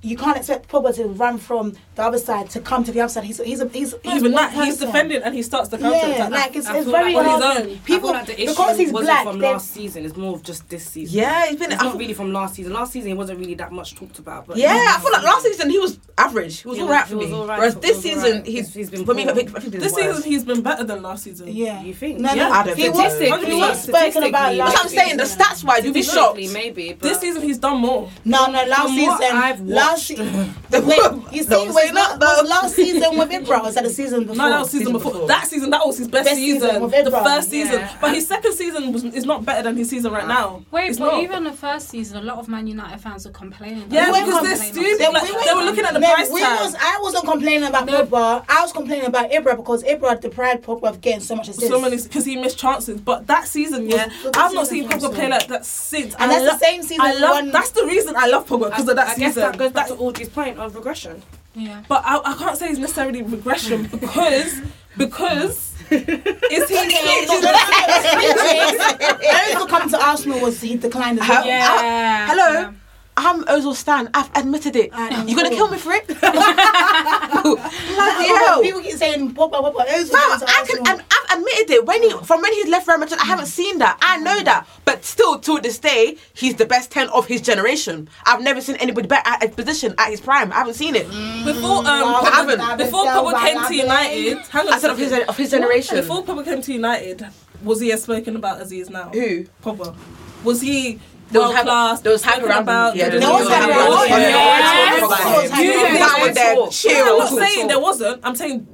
Speaker 4: You can't expect Pogba to run from the other side to come to the other side. He's he's a, he's
Speaker 6: Not even
Speaker 4: one
Speaker 6: that, he's
Speaker 4: person.
Speaker 6: defending and he starts the counter
Speaker 4: Yeah,
Speaker 6: attack.
Speaker 4: like it's,
Speaker 2: I
Speaker 4: it's
Speaker 2: feel
Speaker 4: very
Speaker 2: like
Speaker 6: on his
Speaker 4: hard.
Speaker 6: own. I
Speaker 4: People
Speaker 2: I feel like the issue
Speaker 4: because he's
Speaker 2: wasn't
Speaker 4: black.
Speaker 2: from
Speaker 4: they're-
Speaker 2: last season. It's more of just this season.
Speaker 3: Yeah, he's been.
Speaker 2: It's
Speaker 3: I,
Speaker 2: not really from last season. Last season, it wasn't really that much talked about. But
Speaker 3: yeah, I feel like last season he was average. He was
Speaker 2: He
Speaker 3: all
Speaker 2: was-
Speaker 3: right
Speaker 2: he
Speaker 3: for
Speaker 2: was
Speaker 3: me.
Speaker 2: all right,
Speaker 3: Whereas
Speaker 2: he was
Speaker 3: this
Speaker 2: all
Speaker 3: season,
Speaker 2: right.
Speaker 3: he's,
Speaker 2: He's been
Speaker 3: for me. I
Speaker 2: poor.
Speaker 3: think, I think he's
Speaker 6: This
Speaker 3: worse.
Speaker 6: season he's been better than last season.
Speaker 4: Yeah.
Speaker 2: You think?
Speaker 4: No,
Speaker 6: Yeah,
Speaker 4: no.
Speaker 6: I
Speaker 3: don't
Speaker 4: he
Speaker 3: think
Speaker 4: was,
Speaker 3: so.
Speaker 4: he was
Speaker 2: Statistically,
Speaker 4: spoken about
Speaker 2: that's
Speaker 4: last
Speaker 3: That's what I'm saying. The
Speaker 4: season.
Speaker 3: stats wise, you'll be shocked.
Speaker 2: statistically, maybe. But
Speaker 6: This season he's done more.
Speaker 4: No, no, last
Speaker 2: From
Speaker 4: season.
Speaker 2: what I've
Speaker 4: last
Speaker 2: watched.
Speaker 4: se- wait, you see,
Speaker 3: Don't
Speaker 4: it
Speaker 3: say
Speaker 4: was,
Speaker 3: that,
Speaker 4: not,
Speaker 3: though.
Speaker 4: was last season with Ibra, or was that the season before?
Speaker 6: No, that was season, before. That season, that was his best,
Speaker 4: Best season
Speaker 6: season.
Speaker 4: with
Speaker 6: the
Speaker 4: Abraham,
Speaker 6: first season,
Speaker 2: yeah. Ah.
Speaker 6: but his second season was, is not better than his season right now.
Speaker 5: Wait,
Speaker 6: it's
Speaker 5: but
Speaker 6: not.
Speaker 5: even the first season, a lot of Man United fans were complaining. about
Speaker 6: Yeah,
Speaker 5: it.
Speaker 4: We were
Speaker 6: because they're
Speaker 4: complaining.
Speaker 6: stupid.
Speaker 4: They-
Speaker 6: like,
Speaker 4: we were-
Speaker 6: they were looking at the
Speaker 4: No,
Speaker 6: price
Speaker 4: we
Speaker 6: tag.
Speaker 4: was, I wasn't complaining about Pogba. I was complaining about Ibra because Ibra deprived Pogba of getting so much assists.
Speaker 6: so many because he missed chances. But that season, yeah,
Speaker 4: Look at
Speaker 6: I've not
Speaker 4: season from
Speaker 6: seen Pogba play
Speaker 4: season.
Speaker 6: like that since.
Speaker 4: And
Speaker 6: I
Speaker 4: that's the same season
Speaker 6: I love.
Speaker 4: one-
Speaker 6: That's the reason I love Pogba because of that
Speaker 2: I
Speaker 6: season.
Speaker 2: guess that goes back to Audrey's point of regression.
Speaker 5: Yeah.
Speaker 6: but I, I can't say it's necessarily regression because because is he?
Speaker 4: So that's what it is. Only to come to Arsenal was he declined as well.
Speaker 3: Yeah. Hello, I'm Ozil Stan. I've admitted it.
Speaker 4: I
Speaker 3: You're
Speaker 4: know.
Speaker 3: gonna kill me for it? Bloody
Speaker 4: That's what
Speaker 3: hell!
Speaker 4: People keep saying Pogba, Pogba. Ozil came
Speaker 3: Fam,
Speaker 4: to
Speaker 3: I can,
Speaker 4: Arsenal.
Speaker 3: and I've admitted did it when he from when he left Real Madrid. I haven't seen that. I know that, but still, to this day, he's the best ten of his generation. I've never seen anybody better at a position at his prime. I haven't seen it.
Speaker 6: Before um,
Speaker 3: I haven't.
Speaker 6: Pogba, before Pogba came to United, hang on
Speaker 3: I
Speaker 6: a
Speaker 3: said of his
Speaker 6: second.
Speaker 3: of his generation.
Speaker 6: Before Pogba came to United, was he as spoken about as he is now?
Speaker 3: Who?
Speaker 6: Pogba. Was he
Speaker 3: There was
Speaker 6: world
Speaker 3: hype-
Speaker 6: class?
Speaker 3: there was hype
Speaker 6: spoken
Speaker 3: around him.
Speaker 6: about?
Speaker 3: Yeah, there
Speaker 4: No
Speaker 3: was
Speaker 4: one's
Speaker 3: hype
Speaker 4: had
Speaker 3: around him.
Speaker 4: around him.
Speaker 3: Yeah.
Speaker 4: No one's had
Speaker 3: Yes.
Speaker 4: around him.
Speaker 3: You
Speaker 4: Yes.
Speaker 3: guys were there
Speaker 6: Yeah, I'm not
Speaker 3: cheering.
Speaker 6: saying there wasn't. I'm saying,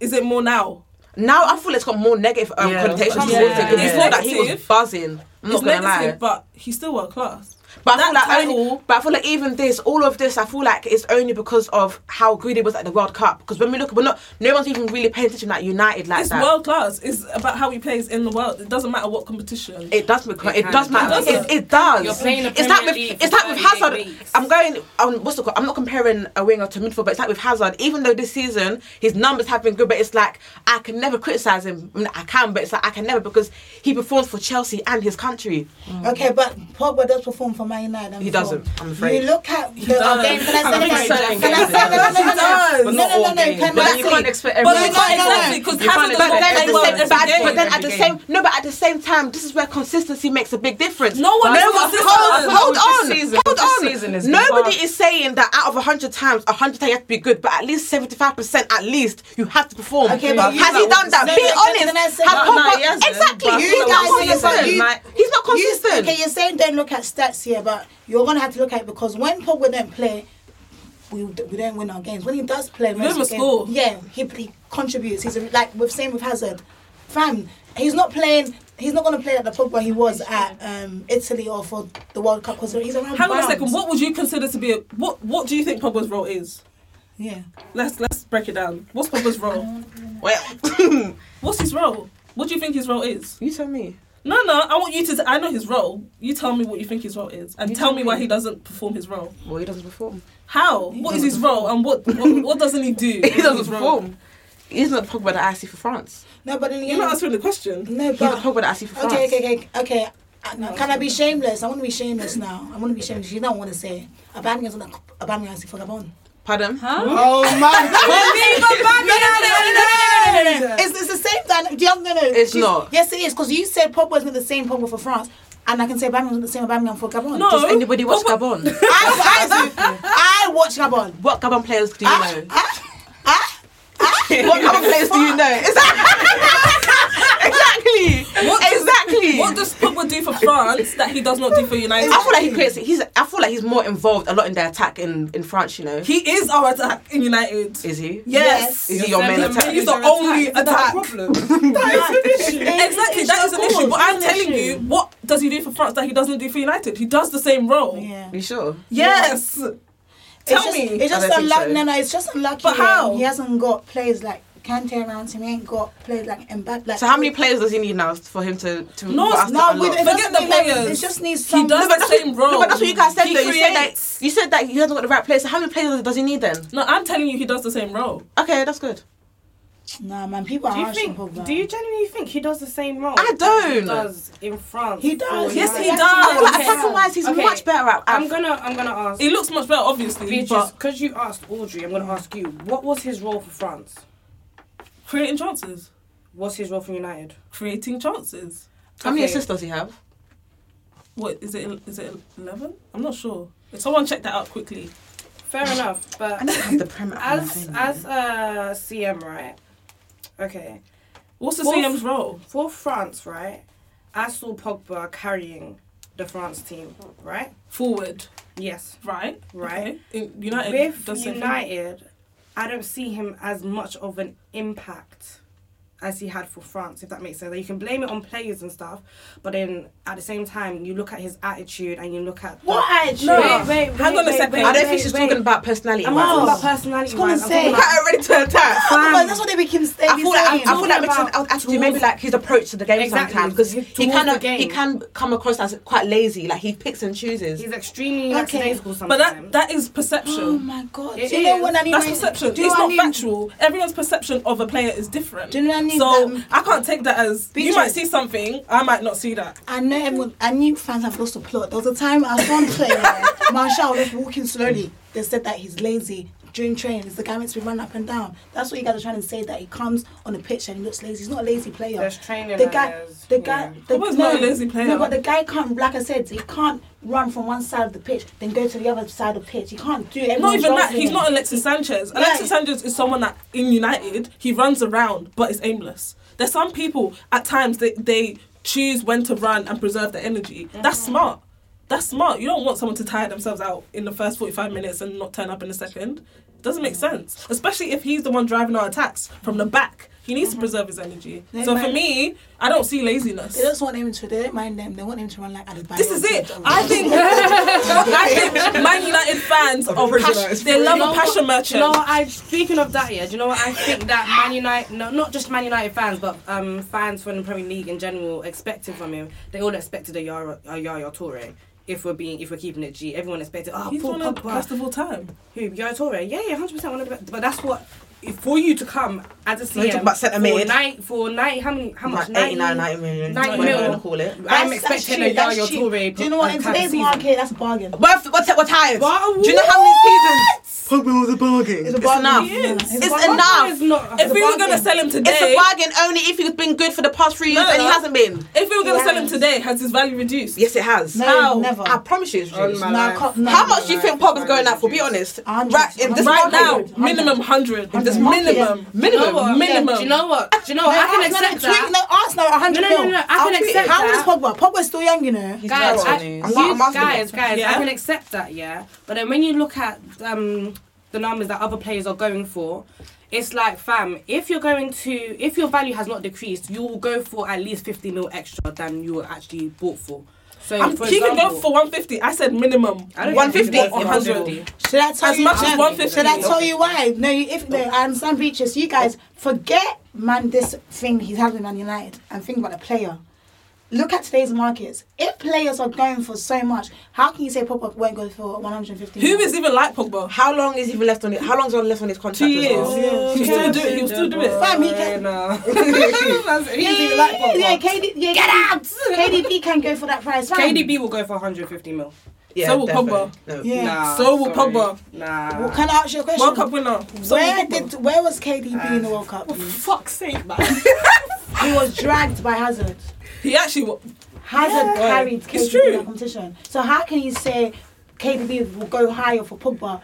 Speaker 6: is it more now?
Speaker 3: Now I feel it's got more negative um,
Speaker 7: Yeah.
Speaker 3: connotations
Speaker 7: Yeah.
Speaker 3: towards it because
Speaker 6: It's
Speaker 3: you know that he was
Speaker 6: negative.
Speaker 3: buzzing. I'm not
Speaker 6: it's
Speaker 3: gonna
Speaker 6: negative,
Speaker 3: lie.
Speaker 6: but he's still world class.
Speaker 3: But I, feel
Speaker 6: That
Speaker 3: like only-
Speaker 6: title-
Speaker 3: but I feel like even this, all of this, I feel like it's only because of how good he was at the World Cup. Because when we look, we're not, no one's even really paying attention at United like
Speaker 6: It's
Speaker 3: that.
Speaker 6: world class. It's about how he plays in the world. It doesn't matter what competition.
Speaker 3: It does matter. It,
Speaker 8: kinda
Speaker 3: does matter.
Speaker 6: does.
Speaker 3: It, it does.
Speaker 8: You're playing the
Speaker 3: it's like
Speaker 8: Premier
Speaker 3: with
Speaker 8: League
Speaker 3: it's
Speaker 8: for
Speaker 3: like with
Speaker 8: 38
Speaker 3: Hazard.
Speaker 8: weeks.
Speaker 3: I'm going. Um, what's the call? I'm not comparing a winger to midfield, but it's like with Hazard. Even though this season his numbers have been good, but it's like I can never criticize him. I, mean, I can, but it's like I can never because he performs for Chelsea and his country.
Speaker 4: Okay, but Pogba does perform for Man United. and
Speaker 3: He
Speaker 4: before.
Speaker 3: doesn't, I'm afraid.
Speaker 4: You look at the other game. Can I say
Speaker 7: I'm
Speaker 4: that?
Speaker 7: afraid.
Speaker 4: Can I say that?
Speaker 6: does.
Speaker 4: No, no, no, no, no. Can
Speaker 7: But
Speaker 4: I
Speaker 7: you can't
Speaker 4: say?
Speaker 7: expect
Speaker 6: But
Speaker 7: everyone.
Speaker 6: you
Speaker 4: no,
Speaker 6: can't
Speaker 4: no, no.
Speaker 6: exactly because
Speaker 7: You can't
Speaker 6: Hazard
Speaker 3: But
Speaker 7: expect
Speaker 6: doesn't
Speaker 3: then, at
Speaker 6: play
Speaker 3: the
Speaker 6: well
Speaker 3: same,
Speaker 6: every
Speaker 3: but, at-
Speaker 6: game.
Speaker 3: but then at the
Speaker 8: Every
Speaker 3: same no, but at the same time, this is where consistency makes a big difference.
Speaker 6: No one is
Speaker 3: hold,
Speaker 6: consistent.
Speaker 7: With
Speaker 3: hold
Speaker 7: this
Speaker 3: on,
Speaker 7: season- with
Speaker 3: hold
Speaker 7: this
Speaker 3: on.
Speaker 7: season has been
Speaker 3: Nobody
Speaker 7: hard.
Speaker 3: is saying that out of hundred times, hundred times you have to be good, but at least seventy-five percent, at least you have to perform.
Speaker 4: Okay, but you
Speaker 3: has he
Speaker 4: lot-
Speaker 3: done that?
Speaker 4: no,
Speaker 3: be
Speaker 4: no, can-
Speaker 3: honest.
Speaker 4: can I say-
Speaker 3: Have
Speaker 4: No,
Speaker 7: no,
Speaker 3: Pogba-
Speaker 7: he hasn't,
Speaker 3: exactly.
Speaker 7: but
Speaker 3: He's
Speaker 4: you
Speaker 3: not
Speaker 4: guys say it's
Speaker 3: consistent.
Speaker 4: like
Speaker 7: you-
Speaker 3: He's not
Speaker 4: You,
Speaker 3: consistent.
Speaker 4: okay, you're saying don't look at stats here, but you're gonna have to look at it because when Pogba don't play, we, we don't win our games. When he does play, most
Speaker 6: Liverpool
Speaker 4: of the game-
Speaker 6: score.
Speaker 4: Yeah, he, he contributes. He's a, like we're same with Hazard, fam. He's not playing. He's not gonna play at the Pogba he was at um, Italy or for the World Cup because he's around.
Speaker 6: Hang on a
Speaker 4: bounds.
Speaker 6: second. What would you consider to be a what? What do you think Pogba's role is?
Speaker 4: Yeah.
Speaker 6: Let's let's break it down. What's Pogba's role?
Speaker 3: Well,
Speaker 6: What's his role? What do you think his role is?
Speaker 3: you tell me.
Speaker 6: No, no. I want you to. I know his role. You tell me what you think his role is, and tell me why he doesn't perform his role.
Speaker 3: Well, he doesn't perform.
Speaker 6: How? What is his role, and what what, what doesn't he do?
Speaker 3: He doesn't
Speaker 6: His role.
Speaker 3: perform. He's not the Pogba that I see for France.
Speaker 4: No, but then
Speaker 6: You're not answering the question.
Speaker 4: No,
Speaker 3: He's the
Speaker 4: but
Speaker 3: Pogba that I see for France.
Speaker 4: Okay, okay, okay, okay. Uh, no, Can I be shameless? I want to be shameless now. I want to be shameless. You don't want to say Aubameyang's on a Aubameyang's for Gabon.
Speaker 3: Pardon?
Speaker 8: Oh my
Speaker 4: It's, it's the same dynamic. Do you no, no,
Speaker 3: It's
Speaker 4: she's-
Speaker 3: not.
Speaker 4: Yes, it is because you said Pogba's not the same Pogba for France, and I can say Aubameyang's not the same Aubameyang for Gabon.
Speaker 6: No.
Speaker 3: Does anybody watch
Speaker 6: Pogba-
Speaker 3: Gabon?
Speaker 4: I, I, I watch Gabon.
Speaker 3: What Gabon players do you know?
Speaker 4: Ah,
Speaker 3: what Gabon players do you know? Exactly.
Speaker 6: What does-
Speaker 3: exactly.
Speaker 6: What does Pogba do for France that he does not do for United?
Speaker 3: I feel like he creates. He's. I feel like he's more involved a lot in their attack in in France. You know.
Speaker 6: He is our attack in United.
Speaker 3: is he?
Speaker 6: Yes.
Speaker 3: Is he your main attack?
Speaker 6: He's the only attack. Exactly, that is an
Speaker 4: Of
Speaker 6: issue. But
Speaker 4: course,
Speaker 6: I'm
Speaker 4: it's an
Speaker 6: telling
Speaker 4: issue.
Speaker 6: you, what does he do for France that he doesn't do for United? He does the same role.
Speaker 4: yeah.
Speaker 3: You sure?
Speaker 6: Yes. Tell
Speaker 4: it's just,
Speaker 6: me.
Speaker 4: It's
Speaker 3: I
Speaker 4: just
Speaker 3: don't think
Speaker 4: unlucky.
Speaker 3: so.
Speaker 4: No, no, it's just unlucky.
Speaker 6: But how?
Speaker 4: that He hasn't got players like Kante around him. He ain't got players like Mbappe. Like,
Speaker 3: So how many players does he need now for him to to?
Speaker 6: No,
Speaker 3: for us to
Speaker 4: No, we,
Speaker 3: unlock?
Speaker 4: it
Speaker 6: Forget
Speaker 4: doesn't
Speaker 6: the
Speaker 4: need levels.
Speaker 6: players.
Speaker 4: It just needs
Speaker 6: He
Speaker 4: some.
Speaker 6: does the same role.
Speaker 3: No, but that's what you guys said.
Speaker 6: He
Speaker 3: Though. You said that
Speaker 6: creates.
Speaker 3: you said that he hasn't got the right players. So how many players does he need then?
Speaker 6: No, I'm telling you, he does the same role.
Speaker 4: Oh,
Speaker 3: Okay, that's good.
Speaker 4: Nah, man, people
Speaker 8: Do
Speaker 4: are
Speaker 8: you
Speaker 4: harsh on
Speaker 8: think?
Speaker 4: Pogba.
Speaker 8: Do you genuinely think he does the same role?
Speaker 3: I
Speaker 8: that he
Speaker 3: don't.
Speaker 8: does in France.
Speaker 4: He does.
Speaker 8: for
Speaker 6: Yes, he
Speaker 8: United?
Speaker 6: does.
Speaker 3: I feel like
Speaker 8: Okay.
Speaker 3: attacking wise, he's
Speaker 8: Okay.
Speaker 3: much better at.
Speaker 2: Ah.
Speaker 8: I'm gonna. I'm gonna ask.
Speaker 6: He looks much better, obviously,
Speaker 8: Beatrice,
Speaker 6: but
Speaker 8: because you asked Audrey, I'm gonna ask you. What was his role for France?
Speaker 6: creating chances,
Speaker 8: What's his role for United?
Speaker 6: creating chances.
Speaker 3: How many
Speaker 8: Okay.
Speaker 3: assists does he have?
Speaker 6: What is it? Is it eleven? I'm not sure. If someone check that out quickly.
Speaker 8: Fair enough, but
Speaker 3: have the Prem.
Speaker 8: as as a CM, right? Okay,
Speaker 6: What's the
Speaker 8: Fourth.
Speaker 6: CM's role?
Speaker 8: for France, right? I saw Pogba carrying the France team, right?
Speaker 6: Forward,
Speaker 8: Yes.
Speaker 6: right?
Speaker 8: Right.
Speaker 6: Okay. In United does
Speaker 8: With
Speaker 6: the same
Speaker 8: United, I don't see him as much of an impact as he had for France, if that makes sense. Like, you can blame it on players and stuff, but then at the same time, you look at his attitude and you look at the-
Speaker 4: What I
Speaker 6: No.
Speaker 8: Wait, wait, wait,
Speaker 6: Hang on a
Speaker 8: wait,
Speaker 6: second.
Speaker 8: wait,
Speaker 3: I don't
Speaker 8: wait,
Speaker 3: think she's
Speaker 8: wait.
Speaker 3: talking about personality.
Speaker 8: I'm not talking about
Speaker 3: wise.
Speaker 8: personality.
Speaker 4: I was gonna
Speaker 8: wise, I'm
Speaker 4: say.
Speaker 8: talking
Speaker 3: Look
Speaker 8: about-
Speaker 3: at her ready to attack.
Speaker 4: But that's what they became saying.
Speaker 3: I feel like I, I feel like
Speaker 8: Talking
Speaker 3: because
Speaker 8: about
Speaker 3: actually maybe like his approach to the game
Speaker 8: Exactly.
Speaker 3: sometimes because he
Speaker 8: Towards
Speaker 3: kind
Speaker 8: the
Speaker 3: of
Speaker 8: game.
Speaker 3: he can come across as quite lazy. Like he picks and chooses.
Speaker 8: He's extremely
Speaker 4: Okay.
Speaker 8: lackadaisical
Speaker 6: But
Speaker 8: sometimes.
Speaker 6: that that is perception.
Speaker 4: Oh my god!
Speaker 8: It
Speaker 4: do you know
Speaker 8: is.
Speaker 4: what I need?
Speaker 6: That's
Speaker 4: my-
Speaker 6: perception.
Speaker 4: Do you
Speaker 6: it's
Speaker 4: know
Speaker 6: not
Speaker 4: what I need-
Speaker 6: factual. Everyone's perception of a player is different.
Speaker 4: Do you know what I mean?
Speaker 6: so
Speaker 4: Um,
Speaker 6: I can't take that as you
Speaker 4: Beatrice-
Speaker 6: might see something, I might not see that.
Speaker 4: I know everyone. I knew fans have lost the plot. There was a time I was on player. Marshall was walking slowly. They said that he's lazy. during training is the guy meant to be running up and down. That's what you guys are trying to say that he comes on the pitch and he looks lazy. He's not a lazy player.
Speaker 2: There's training
Speaker 4: The guy,
Speaker 2: hours,
Speaker 4: the
Speaker 2: yeah.
Speaker 4: guy, the,
Speaker 6: But he's not a lazy player.
Speaker 4: No, but the guy can't. Like I said, he can't run from one side of the pitch then go to the other side of the pitch. He can't do.
Speaker 6: Not
Speaker 4: everyone's
Speaker 6: even
Speaker 4: roles
Speaker 6: that.
Speaker 4: with
Speaker 6: He's
Speaker 4: him.
Speaker 6: not Alexis Sanchez. Alexis Sanchez is someone that in United he runs around but is aimless. There's some people at times they they choose when to run and preserve their energy. That's
Speaker 2: Mm-hmm.
Speaker 6: smart. That's smart. You don't want someone to tire themselves out in the first 45 minutes and not turn up in the second. Doesn't make
Speaker 2: Mm-hmm.
Speaker 6: sense. Especially if he's the one driving our attacks from the back. He needs
Speaker 2: Mm-hmm.
Speaker 6: to preserve his energy.
Speaker 4: They
Speaker 6: so for
Speaker 4: might-
Speaker 6: me, I don't see laziness.
Speaker 4: They just want him to. They don't mind them. They want him to run like Adebayo.
Speaker 6: This is it. I think I think Man United fans are passion, they love a passion merchant.
Speaker 2: You know what? I speaking of that, yeah. Do you know what? I think that Man United, no, not just Man United fans, but um, fans from the Premier League in general, expected from him. They all expected a Yaya, a Yaya Toure. If we're being, if we're keeping it G, everyone expected. Oh,
Speaker 6: He's
Speaker 2: Paul
Speaker 6: one of the
Speaker 2: Pogba.
Speaker 6: best of all time.
Speaker 2: Who? Yaya Toure? Yeah, yeah, hundred percent one of the best. But that's what if- for you to come as a CM.
Speaker 3: talking about centre
Speaker 2: For
Speaker 3: mid.
Speaker 2: nine, for nine, how many? How much?
Speaker 3: Like 89, 90 million.
Speaker 2: 90
Speaker 3: whatever you
Speaker 2: mil.
Speaker 3: wanna call it.
Speaker 2: I'm
Speaker 4: That's- that's
Speaker 2: expecting a
Speaker 4: cheap, that's
Speaker 2: Yaya
Speaker 4: cheap.
Speaker 2: Toure.
Speaker 4: Do you know what? In
Speaker 2: kind of
Speaker 4: today's
Speaker 2: season.
Speaker 4: market, that's a bargain.
Speaker 3: What, what, what times?
Speaker 2: But
Speaker 3: Do you know how many seasons? Pogba was a bargain.
Speaker 4: It's
Speaker 3: It's,
Speaker 4: a bargain.
Speaker 3: enough.
Speaker 4: He is.
Speaker 3: It's,
Speaker 4: It's a bargain.
Speaker 3: enough.
Speaker 2: It's not.
Speaker 6: If we were gonna sell him
Speaker 3: It's
Speaker 6: today,
Speaker 3: a bargain only if he's been good for the past three years
Speaker 6: No.
Speaker 3: and he hasn't been.
Speaker 6: if we were gonna sell him
Speaker 4: Yes.
Speaker 6: today, has his value reduced?
Speaker 3: Yes, it has.
Speaker 4: No,
Speaker 3: How?
Speaker 4: never.
Speaker 3: I promise you, it's reduced.
Speaker 4: No, I can't- no.
Speaker 3: How much do you think Pogba's going out for? Be honest.
Speaker 4: Hundred.
Speaker 3: Right, in this
Speaker 6: Right
Speaker 3: market,
Speaker 6: now,
Speaker 4: Hundred.
Speaker 6: minimum hundred.
Speaker 4: Hundred.
Speaker 6: This
Speaker 4: Market,
Speaker 6: minimum,
Speaker 4: yeah.
Speaker 6: minimum, minimum.
Speaker 2: Do you know what? Do you know what? I can
Speaker 4: Arsenal,
Speaker 2: accept that.
Speaker 4: tweet, No, Arsenal, 100
Speaker 2: No, no, no,
Speaker 4: mil.
Speaker 2: no, I
Speaker 4: I'll
Speaker 2: can
Speaker 4: tweet.
Speaker 2: accept
Speaker 4: How old is
Speaker 2: that.
Speaker 4: Pogba? Pogba's still young, you know.
Speaker 2: guys,
Speaker 3: not
Speaker 2: I, you
Speaker 3: Chinese. I'm not- I'm asking
Speaker 2: guys, guys,
Speaker 6: Yeah.
Speaker 2: I can accept that, yeah. But then when you look at um, the numbers that other players are going for, it's like, fam, if you're going to, if your value has not decreased, you will go for at least 50 mil extra than you were actually bought for. So,
Speaker 6: I'm-
Speaker 2: for
Speaker 6: he
Speaker 2: example,
Speaker 6: can go for 150. I said minimum.
Speaker 2: I don't think
Speaker 6: 150
Speaker 2: he's
Speaker 6: or
Speaker 2: gonna go for
Speaker 6: 100.
Speaker 2: 150.
Speaker 4: Should I tell
Speaker 6: As
Speaker 4: you?
Speaker 6: much as
Speaker 4: should-
Speaker 6: 150.
Speaker 4: Should I tell you why? No, you, if no, I understand breaches. You guys forget man this thing he's having Man United and think about the player. Look at today's markets. If players are going for so much, how can you say Pogba won't go for 150?
Speaker 6: Who is even like Pogba?
Speaker 3: How long is he even left on it? How long's on left on his contract?
Speaker 6: Two
Speaker 3: as
Speaker 6: years.
Speaker 3: well?
Speaker 6: He'll still do it. He'll still do it.
Speaker 4: Fam, he can. Yeah, yeah, yeah, yeah, KD, yeah, Get out! KDB can go for that price. Fam.
Speaker 2: KDB will go for 150 mil.
Speaker 3: Yeah,
Speaker 6: So will
Speaker 3: definitely.
Speaker 6: Pogba.
Speaker 3: No.
Speaker 4: Yeah.
Speaker 2: Nah,
Speaker 6: So will
Speaker 2: sorry.
Speaker 6: Pogba.
Speaker 2: Nah.
Speaker 4: Well, can I ask you a question?
Speaker 6: World Cup winner. So
Speaker 4: where
Speaker 6: will Pogba.
Speaker 4: did where was KDB in the World Cup? he
Speaker 6: fuck's sake, man?
Speaker 4: was dragged by Hazard.
Speaker 6: he actually. wa-
Speaker 4: Hazard
Speaker 6: Yeah.
Speaker 4: carried
Speaker 6: It's
Speaker 4: KDB in
Speaker 6: true.
Speaker 4: that competition. So how can you say KDB will go higher for Pogba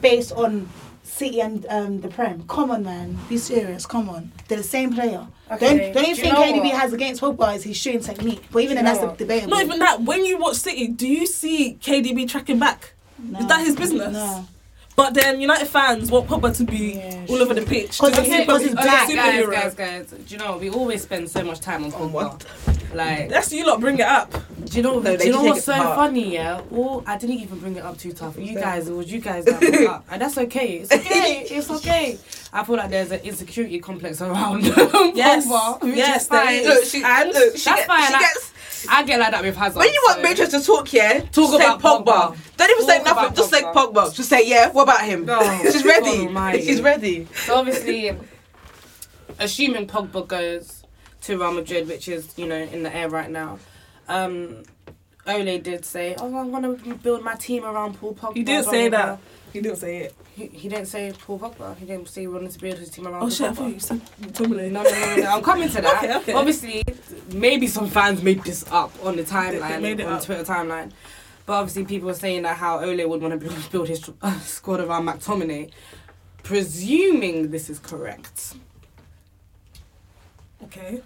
Speaker 4: based on City and um, the Prem? Come on, man. Be serious. Come on. They're the same player.
Speaker 2: Okay.
Speaker 4: Don't, don't
Speaker 2: Do
Speaker 4: you
Speaker 2: you
Speaker 4: think
Speaker 2: know
Speaker 4: KDB
Speaker 2: what?
Speaker 4: has against Pogba is his shooting technique? But even then,
Speaker 2: know
Speaker 4: that's
Speaker 2: what?
Speaker 4: debatable.
Speaker 6: Not even that. When you watch City, do you see KDB tracking back? Is that his business?
Speaker 4: No.
Speaker 6: But then United fans want Pogba to be
Speaker 4: Yeah,
Speaker 6: all over the pitch.
Speaker 4: 'Cause
Speaker 6: to be
Speaker 4: it's-
Speaker 6: super-
Speaker 4: 'cause it's
Speaker 6: to be
Speaker 4: black,
Speaker 2: guys,
Speaker 6: superhero.
Speaker 2: guys, guys. Do you know we always spend so much time on Pogba?
Speaker 3: what?
Speaker 2: Like,
Speaker 6: That's you lot. Bring it up.
Speaker 2: do you know?
Speaker 3: No, they
Speaker 2: do you know
Speaker 3: take
Speaker 2: what's
Speaker 3: it
Speaker 2: so
Speaker 3: apart.
Speaker 2: funny? Yeah. Well, I didn't even bring it up too tough. You guys, it was you guys that brought it up, and that's okay. It's okay. It's okay. I feel like there's an insecurity complex around
Speaker 6: Yes.
Speaker 2: Pogba, which
Speaker 6: Yes,
Speaker 2: is
Speaker 6: there
Speaker 2: fine.
Speaker 6: is.
Speaker 3: Look, she,
Speaker 2: and
Speaker 3: look,
Speaker 2: that's
Speaker 3: she, get-
Speaker 2: fine.
Speaker 3: she
Speaker 2: I-
Speaker 3: gets.
Speaker 2: I get like that with Hazard.
Speaker 3: When you want
Speaker 2: so-
Speaker 3: Beatrice to talk, yeah,
Speaker 2: Talk
Speaker 3: say
Speaker 2: about
Speaker 3: Pogba.
Speaker 2: Pogba.
Speaker 3: Don't even say
Speaker 2: Talk about
Speaker 3: nothing. Just say
Speaker 2: Pogba.
Speaker 3: Pogba. Just say yeah. What about him?
Speaker 2: No,
Speaker 3: She's
Speaker 2: God
Speaker 3: ready.
Speaker 2: almighty.
Speaker 3: She's ready.
Speaker 2: So obviously, assuming Pogba goes to Real Madrid, which is you know in the air right now, um, Ole did say, "Oh, I'm gonna build my team around Paul Pogba."
Speaker 6: You didn't
Speaker 2: blah,
Speaker 6: say
Speaker 2: blah,
Speaker 6: that.
Speaker 2: blah."
Speaker 6: You didn't say it.
Speaker 2: He, he didn't say Paul Pogba. He didn't say he wanted to build his team around.
Speaker 6: Oh
Speaker 2: Paul
Speaker 6: shit! I
Speaker 2: Pogba.
Speaker 6: thought you said Timberlake.
Speaker 2: No, no, no, no, no. I'm coming to that.
Speaker 6: Okay, okay.
Speaker 2: Obviously, maybe some fans made this up on the timeline,
Speaker 6: made it
Speaker 2: on
Speaker 6: up.
Speaker 2: Twitter timeline. But obviously, people were saying that how Ole would want to build, build his uh, squad around McTominay, presuming this is correct.
Speaker 6: Okay.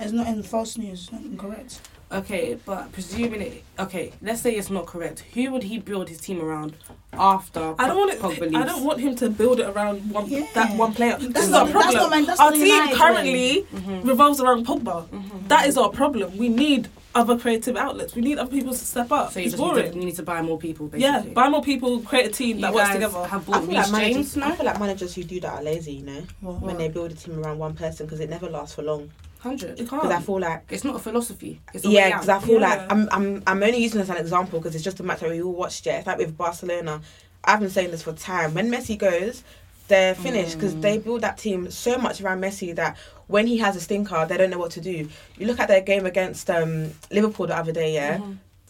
Speaker 4: It's not in false news. Not incorrect.
Speaker 2: Okay, but presuming it. Okay, let's say it's not correct. Who would he build his team around after?
Speaker 6: I don't want it.
Speaker 2: Pogba leaves?
Speaker 6: I don't want him to build it around one
Speaker 4: Yeah.
Speaker 6: that one player. This
Speaker 4: That's
Speaker 6: is
Speaker 4: not-
Speaker 6: our
Speaker 4: that's
Speaker 6: problem.
Speaker 4: not man- that's
Speaker 6: our
Speaker 4: not
Speaker 6: team
Speaker 4: United
Speaker 6: currently
Speaker 2: Mm-hmm.
Speaker 6: revolves around Pogba. That is our problem. We need other creative outlets. We need other people to step up.
Speaker 2: So you
Speaker 6: it's
Speaker 2: just need to,
Speaker 6: boring.
Speaker 2: you need to buy more people.
Speaker 6: Yeah,
Speaker 2: Basically.
Speaker 6: buy more people, create a team
Speaker 2: You
Speaker 6: that works
Speaker 2: guys
Speaker 6: together.
Speaker 2: Have
Speaker 3: I
Speaker 2: bought
Speaker 3: feel,
Speaker 2: Reece
Speaker 3: like
Speaker 2: James
Speaker 3: managers, I
Speaker 2: now.
Speaker 3: feel like managers who do that are lazy, you know, when they build a team around one person because it never lasts for long.
Speaker 6: You
Speaker 2: Hundred.
Speaker 6: can't.
Speaker 3: Because I feel like
Speaker 2: It's not a philosophy. It's a
Speaker 3: Yeah,
Speaker 2: way out.
Speaker 3: because I feel
Speaker 6: Yeah.
Speaker 3: like I'm, I'm I'm only using this as an example because it's just a match that we all watched. Yeah, it's like with Barcelona. I've been saying this for time. When Messi goes, they're finished because they
Speaker 2: Mm.
Speaker 3: build that team so much around Messi that when
Speaker 2: Mm-hmm.
Speaker 3: he has a stinker, they don't know what to do. You look at their game against um, Liverpool the other day. Yeah,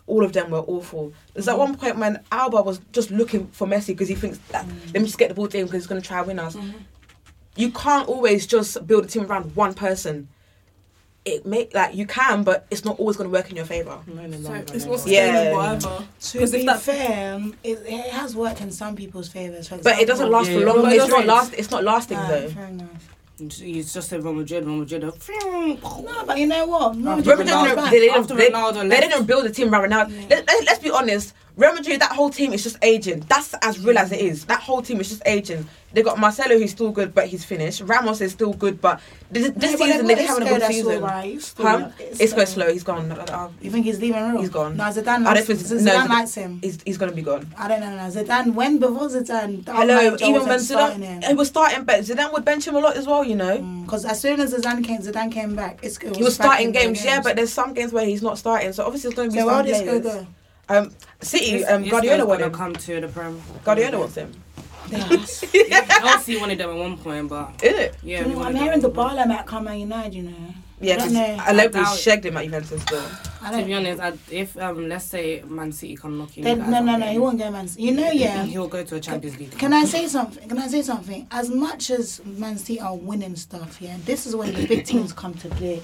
Speaker 3: all of them were awful. There's at one point when Alba was just looking for Messi because he thinks that
Speaker 2: Mm.
Speaker 3: let me just get the ball to him because he's going to try and win us.
Speaker 2: Mm-hmm.
Speaker 3: You can't always just build a team around one person. It make like you can, but it's not always going to work in your favor.
Speaker 6: It's not
Speaker 3: Yeah.
Speaker 6: sustainable either.
Speaker 4: To
Speaker 6: 'Cause if
Speaker 4: be
Speaker 6: that-
Speaker 4: fair, um, it, it has worked in some people's favours. for
Speaker 3: But it doesn't
Speaker 4: example.
Speaker 3: last
Speaker 2: Yeah.
Speaker 3: for long.
Speaker 2: Well,
Speaker 3: It's
Speaker 2: it
Speaker 3: not
Speaker 2: does.
Speaker 3: last. It's not lasting
Speaker 4: Ah,
Speaker 3: though.
Speaker 4: fair enough.
Speaker 2: He's just said Real Madrid, Real Madrid.
Speaker 4: No, but you know what? Real Madrid were
Speaker 3: Real Madrid
Speaker 4: last
Speaker 3: didn't-
Speaker 4: back.
Speaker 3: they, didn't-
Speaker 2: After
Speaker 3: they-
Speaker 2: Ronaldo
Speaker 3: they
Speaker 2: left.
Speaker 3: didn't build a team around Ronaldo. Let, let, let's be honest. Real Madrid, that whole team is just aging. That's as real as it is. That whole team is just aging. They got Marcelo, who's still good, but he's finished. Ramos is still good, but
Speaker 4: Yeah,
Speaker 3: this, this
Speaker 4: but
Speaker 3: season
Speaker 4: they've
Speaker 3: they're
Speaker 4: got
Speaker 3: having
Speaker 4: Isco
Speaker 3: a good
Speaker 4: that's
Speaker 3: season.
Speaker 4: alright.
Speaker 3: Huh?
Speaker 4: It's
Speaker 3: It's going
Speaker 4: slow.
Speaker 3: slow. He's gone. No, no, no.
Speaker 4: You think he's leaving Real?
Speaker 3: He's gone.
Speaker 4: No, Zidane,
Speaker 3: I
Speaker 4: likes,
Speaker 3: don't think
Speaker 4: Zidane
Speaker 3: no, Zidane-
Speaker 4: likes him.
Speaker 3: He's, he's going to be gone.
Speaker 4: I don't know. No, Zidane, when before Zidane, the
Speaker 3: Hello,
Speaker 4: online Joe
Speaker 3: even when
Speaker 4: wasn't starting
Speaker 3: Zidane, he was starting, but Zidane would bench him a lot as well, you know.
Speaker 4: Because as soon as Zidane came, Zidane came back. It's good.
Speaker 3: He was starting games, yeah, but there's some games where he's not starting, so obviously it's going to be
Speaker 4: so where
Speaker 3: some
Speaker 4: did Isco
Speaker 3: players.
Speaker 4: go?
Speaker 3: Um, City, um, Guardiola
Speaker 2: want
Speaker 3: wanted
Speaker 2: to
Speaker 3: him.
Speaker 2: come to the Prem.
Speaker 3: Guardiola wants him.
Speaker 2: Elsie wanted them at one point, but
Speaker 3: Is it?
Speaker 2: yeah.
Speaker 4: You
Speaker 2: we
Speaker 4: know, I'm
Speaker 2: wanted
Speaker 4: hearing the
Speaker 2: them.
Speaker 4: Barla might come out United. You know,
Speaker 3: Yeah,
Speaker 4: I
Speaker 3: because
Speaker 4: don't know.
Speaker 3: Allegri
Speaker 2: I doubt it.
Speaker 3: shagged him at Juventus though.
Speaker 4: I
Speaker 2: To be
Speaker 4: don't.
Speaker 2: honest, I, if um, let's say Man City come knocking,
Speaker 4: Then,
Speaker 2: guys,
Speaker 4: no,
Speaker 2: I'm
Speaker 4: no, no.
Speaker 2: getting-
Speaker 4: He won't go Man. City. You know, yeah.
Speaker 2: He'll go to a Champions League.
Speaker 4: Can I say something? Can I say something? As much as Man City are winning stuff, yeah, this is when the big teams come to play.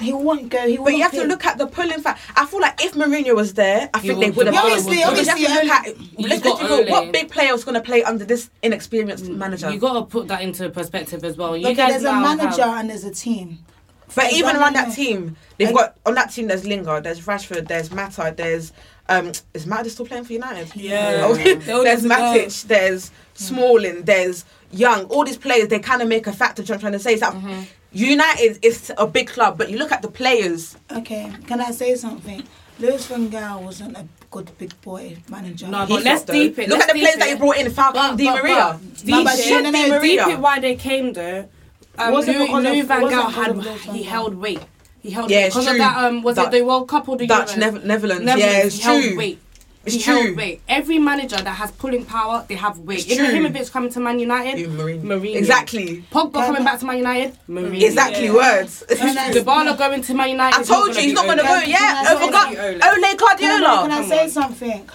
Speaker 4: He won't go. He will
Speaker 3: But you have to look at the pulling fact. I feel like if Mourinho was there, I think they would have.
Speaker 4: Yeah, obviously,
Speaker 3: you have to
Speaker 4: obviously,
Speaker 3: look at
Speaker 2: you
Speaker 3: let's
Speaker 2: got
Speaker 3: let's go,
Speaker 2: Ole.
Speaker 3: what big player was going to play under this inexperienced
Speaker 4: Mm.
Speaker 3: manager.
Speaker 2: You gotta put that into perspective as well. You
Speaker 4: Look,
Speaker 2: guys
Speaker 4: there's a
Speaker 2: now
Speaker 4: manager
Speaker 2: have-
Speaker 4: and there's a team.
Speaker 3: but
Speaker 4: For
Speaker 3: even
Speaker 4: example,
Speaker 3: around that
Speaker 4: yeah.
Speaker 3: team, they've
Speaker 4: And-
Speaker 3: got on that team. There's Lingard, there's Rashford, there's Mata, there's um, is Mata still playing for United?
Speaker 6: Yeah.
Speaker 3: Oh,
Speaker 6: They all
Speaker 3: there's
Speaker 6: just go.
Speaker 3: Matic, there's Mm. Smalling, there's Young. All these players, they kind of make a factor. do you know what I'm trying to say is that
Speaker 2: Mm-hmm.
Speaker 3: United is a big club, but you look at the players.
Speaker 4: Okay, can I say something? Luis van Gaal wasn't a good big boy manager.
Speaker 2: No,
Speaker 3: He
Speaker 2: but let's
Speaker 3: sucked, though.
Speaker 2: deep it.
Speaker 3: Look
Speaker 2: let's
Speaker 3: at the players
Speaker 2: deep
Speaker 3: that
Speaker 2: it.
Speaker 3: you brought in: Falcon, Di Maria.
Speaker 4: No, but
Speaker 2: Deep
Speaker 4: you
Speaker 2: it.
Speaker 4: know, no,
Speaker 2: Deep
Speaker 3: Maria.
Speaker 2: it why they came though. Um,
Speaker 4: Wasn't
Speaker 2: Lou,
Speaker 4: because
Speaker 2: Lou
Speaker 4: of-
Speaker 2: Van
Speaker 4: wasn't
Speaker 2: Gaal
Speaker 4: because
Speaker 2: had
Speaker 4: of Lou Van
Speaker 2: he
Speaker 4: Gaal.
Speaker 2: held weight. He held
Speaker 3: Yeah,
Speaker 2: weight
Speaker 3: it's
Speaker 2: because of
Speaker 3: true.
Speaker 2: that. Um, was
Speaker 3: Dutch-
Speaker 2: it the World Cup or the
Speaker 3: Dutch
Speaker 2: Euros?
Speaker 3: Nev- Netherlands.
Speaker 2: Netherlands,
Speaker 3: Yeah, it's
Speaker 2: he
Speaker 3: true.
Speaker 2: held weight.
Speaker 3: It's
Speaker 2: he
Speaker 3: true.
Speaker 2: held weight. Every manager that has pulling power, they have weight.
Speaker 3: It's
Speaker 2: Even
Speaker 3: true.
Speaker 2: him if it's coming to Man United,
Speaker 3: You, Mourinho.
Speaker 2: Mourinho.
Speaker 3: Exactly.
Speaker 2: Pogba coming back to Man United, Mourinho.
Speaker 3: Exactly. Words.
Speaker 2: Dybala going to Man United.
Speaker 3: I told you he's not going to go.
Speaker 4: Ole.
Speaker 3: Yeah,
Speaker 4: Ole.
Speaker 3: over Gu-
Speaker 2: Ole.
Speaker 3: Ole
Speaker 4: Can I, can I
Speaker 3: Guardiola.
Speaker 4: say something?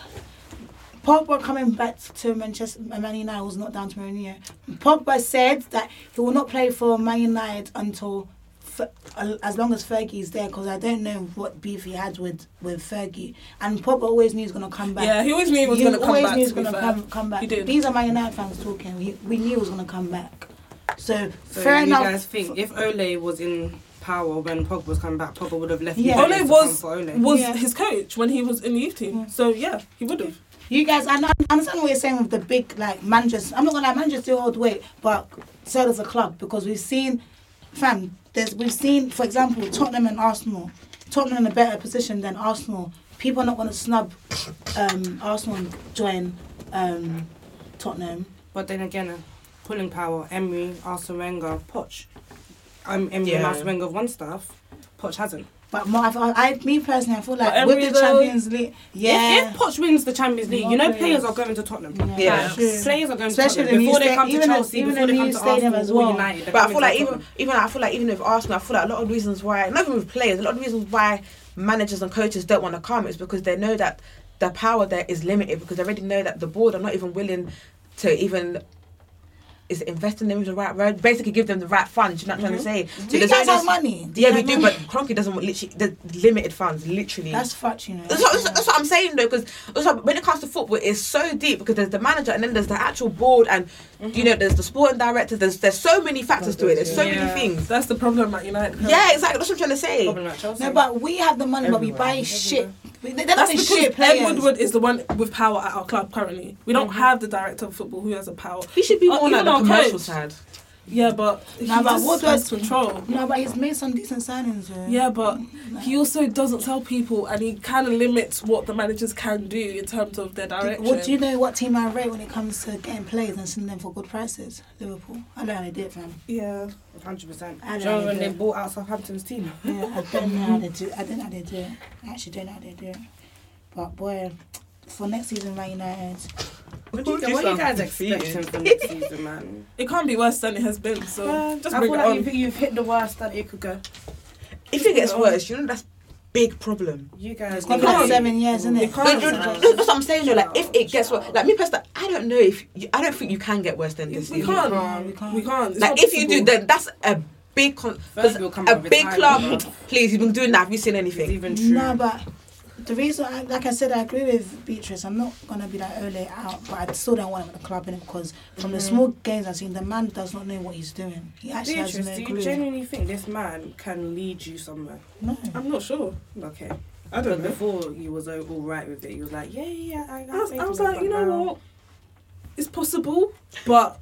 Speaker 4: Pogba coming back to Manchester Man United was not down to Mourinho. Pogba said that he will not play for Man United until F- as long as Fergie's there because I don't know what beef he had with, with Fergie. And Pogba always knew he was going to come back.
Speaker 6: Yeah, he always knew he was
Speaker 4: You
Speaker 6: gonna come
Speaker 4: always Knew
Speaker 6: back,
Speaker 4: he was
Speaker 6: to be
Speaker 4: gonna
Speaker 6: fair.
Speaker 4: come, come back.
Speaker 6: He did.
Speaker 4: These are Man United fans talking. We, we knew he was going to come back. So,
Speaker 2: So
Speaker 4: fair
Speaker 2: you
Speaker 4: enough.
Speaker 2: guys think if Ole was in power when Pogba was coming back, Pogba would have left.
Speaker 4: Yeah.
Speaker 2: Juventus to
Speaker 6: Ole
Speaker 2: come
Speaker 6: was
Speaker 2: for Ole.
Speaker 6: was
Speaker 4: Yeah.
Speaker 6: his coach when he was in the youth team. So yeah, he would have.
Speaker 4: You guys, I know- I understand what you're saying with the big like managers. I'm not gonna lie, managers do hold weight, but so does the club because we've seen, fam. There's we've seen, for example, Tottenham and Arsenal. Tottenham in a better position than Arsenal. People are not gonna snub um, Arsenal and join um, Tottenham.
Speaker 2: But then again, uh, pulling power, Emery, Arsene Wenger, Poch. Um, Emery and
Speaker 3: Yeah.
Speaker 2: Arsene Wenger have won stuff. Poch hasn't.
Speaker 4: But my, I, I, me personally, I feel like
Speaker 6: But
Speaker 4: with
Speaker 6: Emery
Speaker 4: the
Speaker 6: though-
Speaker 4: Champions League, yeah,
Speaker 2: If, if Poch wins the Champions League, you know
Speaker 4: players.
Speaker 2: players are going to Tottenham.
Speaker 3: Yeah.
Speaker 4: True.
Speaker 2: Players are going
Speaker 4: Especially
Speaker 2: to Tottenham
Speaker 4: the new
Speaker 2: before they
Speaker 4: sta-
Speaker 2: come to
Speaker 4: even the-
Speaker 2: Chelsea,
Speaker 4: even
Speaker 2: before
Speaker 4: the
Speaker 2: they
Speaker 4: new
Speaker 2: come to
Speaker 4: stadium
Speaker 2: Arsenal
Speaker 4: as
Speaker 2: or
Speaker 4: well.
Speaker 2: United. they're
Speaker 3: But I
Speaker 2: coming
Speaker 3: feel
Speaker 2: to
Speaker 3: like even
Speaker 2: Tottenham.
Speaker 3: even I feel like even with Arsenal, I feel like a lot of reasons why not even with players, a lot of reasons why managers and coaches don't want to come is because they know that the power there is limited because they already know that the board are not even willing to even is it invest in them is the right word. Basically, give them the right funds. You know what I'm trying to say? So
Speaker 4: Mm-hmm. Do you
Speaker 3: there's
Speaker 4: guys
Speaker 3: only-
Speaker 4: have money? Do you
Speaker 3: yeah, we
Speaker 4: have
Speaker 3: do,
Speaker 4: money?
Speaker 3: but Cronky doesn't want literally the limited funds. Literally,
Speaker 4: that's fact, you know.
Speaker 3: that's what, that's what I'm saying though, because when it comes to football, it's so deep because there's the manager and then there's the actual board and you know there's the sporting director. There's there's so many factors to it. There's so
Speaker 6: Yeah.
Speaker 3: many things.
Speaker 6: That's the problem at United. currently.
Speaker 3: Yeah, exactly. That's what I'm trying to say.
Speaker 2: Problem at Chelsea.
Speaker 4: No, but we have the money, but we buy shit. We- They're not
Speaker 6: That's
Speaker 4: even
Speaker 6: because
Speaker 4: shit
Speaker 6: Ed
Speaker 4: players.
Speaker 6: Woodward is the one with power at our club currently. We don't have the director of football who has a power.
Speaker 3: He should be
Speaker 6: Uh,
Speaker 3: more on like
Speaker 6: even
Speaker 3: the
Speaker 6: our
Speaker 3: commercial
Speaker 6: coach.
Speaker 3: side.
Speaker 6: Yeah, but he
Speaker 4: Nah, but
Speaker 6: just
Speaker 4: what
Speaker 6: has
Speaker 4: does-
Speaker 6: control.
Speaker 4: No, but he's made some decent signings. Yeah.
Speaker 6: Yeah, but he also doesn't tell people, and he kind of limits what the managers can do in terms of their direction.
Speaker 4: What do you know what team I rate when it comes to getting players and selling them for good prices? Liverpool. I know how they do it, fam.
Speaker 6: Yeah,
Speaker 2: 100%.
Speaker 4: I
Speaker 2: Do
Speaker 4: don't
Speaker 2: you remember when
Speaker 4: know.
Speaker 2: they bought out Southampton's team?
Speaker 4: Yeah, I don't know how they do. I don't know how they do it. I actually don't know how they do it. But boy, for next season, Man United.
Speaker 3: What
Speaker 2: What are you guys expecting from next season, man?
Speaker 6: it can't be worse than it has been. So
Speaker 2: Uh,
Speaker 6: just
Speaker 2: I
Speaker 6: bring
Speaker 2: feel
Speaker 6: it
Speaker 2: like
Speaker 6: on.
Speaker 2: you've, you've hit the worst that it could go.
Speaker 3: If it gets worse, you know that's big problem.
Speaker 9: You guys,
Speaker 4: It's been like seven years, isn't it?
Speaker 3: But you- that's what I'm saying. You're like, if it gets worse, like me personally, I don't know if you, I don't think you can get worse than this.
Speaker 6: We
Speaker 3: you know?
Speaker 4: we
Speaker 6: can't. we
Speaker 4: can't.
Speaker 6: can't. We can't. It's
Speaker 3: Like
Speaker 6: not
Speaker 3: if you do,
Speaker 6: possible.
Speaker 3: then that's a big con- 'cause
Speaker 9: we'll come
Speaker 3: a
Speaker 9: up with
Speaker 3: big
Speaker 9: time,
Speaker 3: club.
Speaker 9: bruh.
Speaker 3: Please, you've been doing that. Have you seen
Speaker 9: it's
Speaker 3: anything?
Speaker 9: even true.
Speaker 4: No, but the reason, I, like I said, I agree with Beatrice. I'm not gonna be like Ole out, but I still don't want him at the club in because from
Speaker 9: Mm.
Speaker 4: the small games I've seen, the man does not know what he's doing. He actually
Speaker 9: Beatrice,
Speaker 4: has no
Speaker 9: do you
Speaker 4: clue.
Speaker 9: genuinely think this man can lead you somewhere?
Speaker 4: no.
Speaker 6: I'm not sure.
Speaker 9: Okay.
Speaker 6: I
Speaker 9: But
Speaker 6: don't know.
Speaker 9: before you was all all right with it. You was like, yeah, yeah, I,
Speaker 6: I was,
Speaker 9: think
Speaker 6: I was
Speaker 9: it
Speaker 6: like, you know
Speaker 9: now.
Speaker 6: what? It's possible, but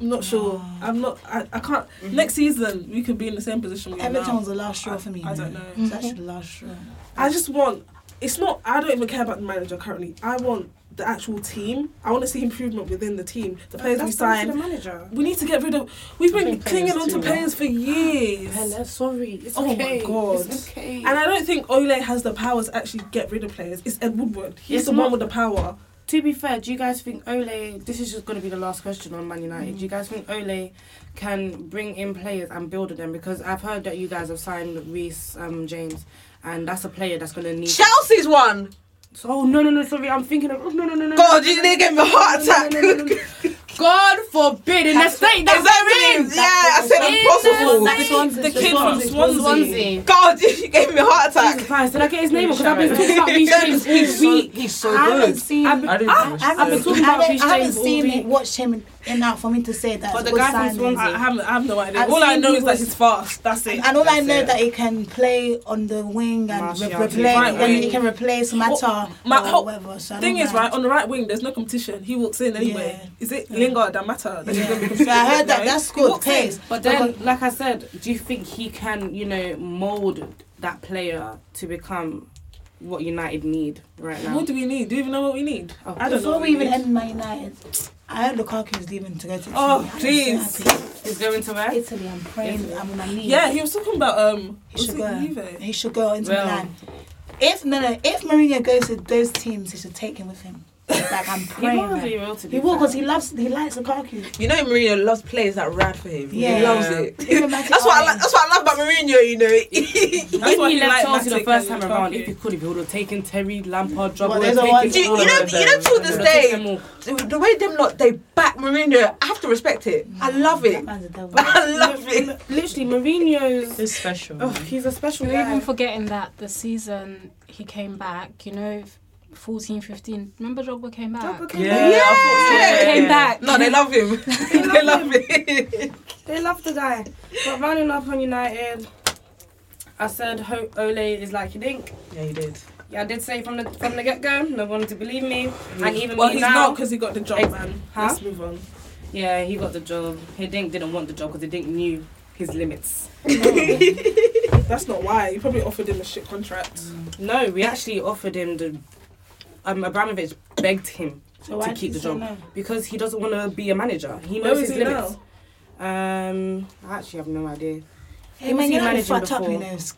Speaker 6: I'm not sure. I'm not. I, I can't. Next season we could be in the same position. We are
Speaker 4: Everton
Speaker 6: now.
Speaker 4: was the last straw for me.
Speaker 6: I
Speaker 4: you
Speaker 6: don't know.
Speaker 4: It's actually the last straw.
Speaker 6: I just want. It's not. I don't even care about the manager currently. I want the actual team. I want to see improvement within the team. The players we
Speaker 9: That's down to the
Speaker 6: sign.
Speaker 9: manager.
Speaker 6: We need to get rid of. We've been
Speaker 2: think
Speaker 6: clinging
Speaker 2: players
Speaker 6: on to
Speaker 2: too,
Speaker 6: players for years.
Speaker 2: sorry. It's
Speaker 6: Oh my
Speaker 2: okay.
Speaker 6: God.
Speaker 2: It's okay.
Speaker 6: And I don't think Ole has the power to actually get rid of players. It's Ed Woodward. He's
Speaker 2: It's
Speaker 6: the
Speaker 2: not-
Speaker 6: one with the power.
Speaker 2: To be fair, do you guys think Ole? This is just going to be the last question on Man
Speaker 6: Mm.
Speaker 2: United. Do you guys think Ole can bring in players and build on them? Because I've heard that you guys have signed Reese um, James, and that's a player that's going to need.
Speaker 3: Chelsea's one.
Speaker 2: So- oh no no no! Sorry, I'm thinking of oh, no no no no.
Speaker 3: God,
Speaker 2: no,
Speaker 3: you
Speaker 2: no,
Speaker 3: didn't
Speaker 2: no,
Speaker 3: give me a heart
Speaker 2: no, no,
Speaker 3: attack.
Speaker 2: no, no, no, no, no. God forbid! In the state, that's
Speaker 3: Is that really? Yeah, I said impossible.
Speaker 6: The kid from Swansea.
Speaker 5: Swansea.
Speaker 3: God, you gave me a heart attack.
Speaker 2: Surprised. Did I get his name? Because I've been talking about Reece James
Speaker 3: He's
Speaker 2: all week.
Speaker 3: He's
Speaker 4: I haven't seen.
Speaker 2: I've been-
Speaker 4: I
Speaker 10: I didn't finish.
Speaker 4: haven't,
Speaker 2: been talking
Speaker 4: I
Speaker 2: about
Speaker 4: haven't-
Speaker 2: these
Speaker 4: I haven't
Speaker 2: chains all
Speaker 4: seen
Speaker 2: week.
Speaker 4: it, watched him enough for me to say that.
Speaker 2: But
Speaker 4: it's
Speaker 2: the
Speaker 4: good
Speaker 2: guy from
Speaker 4: signing.
Speaker 2: Swansea-
Speaker 6: I have, I have no idea.
Speaker 4: I've
Speaker 6: All I
Speaker 4: seen
Speaker 6: know is that
Speaker 4: was-
Speaker 6: he's fast. That's it.
Speaker 4: And all I
Speaker 6: That's
Speaker 4: know
Speaker 6: it.
Speaker 4: that he can play on the wing and re-
Speaker 2: Martial,
Speaker 4: replace,
Speaker 6: right
Speaker 4: and he
Speaker 6: wing.
Speaker 4: can replace Mata
Speaker 6: my
Speaker 4: or
Speaker 6: whole
Speaker 4: whatever. So I
Speaker 6: thing
Speaker 4: don't
Speaker 6: is,
Speaker 4: know.
Speaker 6: right, on the right wing, there's no competition. He walks in anyway.
Speaker 4: Yeah.
Speaker 6: Is it Lingard that matter? That he's gonna be
Speaker 4: So I heard that
Speaker 6: right?
Speaker 4: that's
Speaker 6: He
Speaker 4: good
Speaker 6: walks in.
Speaker 4: pace.
Speaker 2: But then, like I said, do you think he can, you know, mold that player to become what United need right now?
Speaker 6: What do we need? Do you even know what we need?
Speaker 2: Oh,
Speaker 6: I don't know.
Speaker 4: Before
Speaker 6: what
Speaker 4: we even
Speaker 6: need.
Speaker 4: end Man United, I heard Lukaku is leaving to go to Italy.
Speaker 6: Oh,
Speaker 4: I'm so
Speaker 6: please.
Speaker 4: happy.
Speaker 2: He's going to where?
Speaker 4: Italy, I'm praying. I'm on my knees.
Speaker 6: yeah, he was talking about um.
Speaker 4: he should
Speaker 6: was it
Speaker 4: go.
Speaker 6: Juve?
Speaker 4: He should go into
Speaker 2: Well.
Speaker 4: Milan. If no, no, if Mourinho goes to those teams, he should take him with him. Like I'm
Speaker 2: He
Speaker 4: praying.
Speaker 2: probably
Speaker 4: man.
Speaker 2: will to be
Speaker 4: He will
Speaker 2: fair.
Speaker 4: because he loves he likes Lukaku.
Speaker 3: You know Mourinho loves players that ride for him.
Speaker 4: Yeah.
Speaker 3: He loves it.
Speaker 4: Even Matic
Speaker 3: That's what I like.
Speaker 4: Arnold.
Speaker 3: That's what I love about Mourinho. You know.
Speaker 6: That's why
Speaker 2: If he
Speaker 6: he
Speaker 2: left
Speaker 6: liked
Speaker 2: Chelsea the
Speaker 6: Matic
Speaker 2: first
Speaker 6: and
Speaker 2: time around,
Speaker 6: Lukaku.
Speaker 2: if he could, he would have taken Terry Lampard, Drogba.
Speaker 4: But
Speaker 2: would have
Speaker 4: there's a one-
Speaker 2: taken
Speaker 3: Do you, you
Speaker 2: all
Speaker 3: know,
Speaker 2: of
Speaker 3: you know,
Speaker 2: them.
Speaker 3: to this
Speaker 2: Would've taken
Speaker 3: day,
Speaker 2: them all.
Speaker 3: the, the way them lot they back Mourinho, I have to respect it. I love it.
Speaker 4: That man's a devil.
Speaker 3: I love
Speaker 2: Li-
Speaker 3: it.
Speaker 2: li- Literally, Mourinho's.
Speaker 10: It's special.
Speaker 2: Oh, he's a special
Speaker 5: We're even
Speaker 2: guy.
Speaker 5: forgetting that the season he came back, you know, 14, 15. Remember Drogba came back?
Speaker 2: Drogba came
Speaker 10: Yeah.
Speaker 2: back.
Speaker 5: Drogba came back.
Speaker 3: No, they love him. they love it.
Speaker 2: They love the guy. But rounding up on United, I said Ho- Ole is like you think.
Speaker 3: Yeah, he did.
Speaker 2: Yeah, I did say from the from the get go, no one wanted to believe me, and even
Speaker 6: Well,
Speaker 2: me
Speaker 6: he's
Speaker 2: now.
Speaker 6: not because he got the job,
Speaker 2: Ex-
Speaker 6: man.
Speaker 2: Huh?
Speaker 6: Let's move on.
Speaker 2: yeah, he got the job. He didn't didn't want the job because he didn't knew his limits.
Speaker 6: That's not why. You probably offered him a shit contract.
Speaker 2: No, we actually offered him the. Um, Abramovich begged him
Speaker 4: So why
Speaker 2: to
Speaker 4: did
Speaker 2: keep
Speaker 4: he
Speaker 2: the
Speaker 4: say
Speaker 2: job
Speaker 4: no?
Speaker 2: because he doesn't want to be a manager. He
Speaker 6: Where
Speaker 2: knows
Speaker 6: is
Speaker 2: his
Speaker 6: he
Speaker 2: limits.
Speaker 6: now?
Speaker 2: Um, I actually have no idea.
Speaker 4: Hey,
Speaker 2: was
Speaker 4: man,
Speaker 2: he
Speaker 4: you know
Speaker 2: managing
Speaker 4: fucked up,
Speaker 2: before?
Speaker 4: you know, s-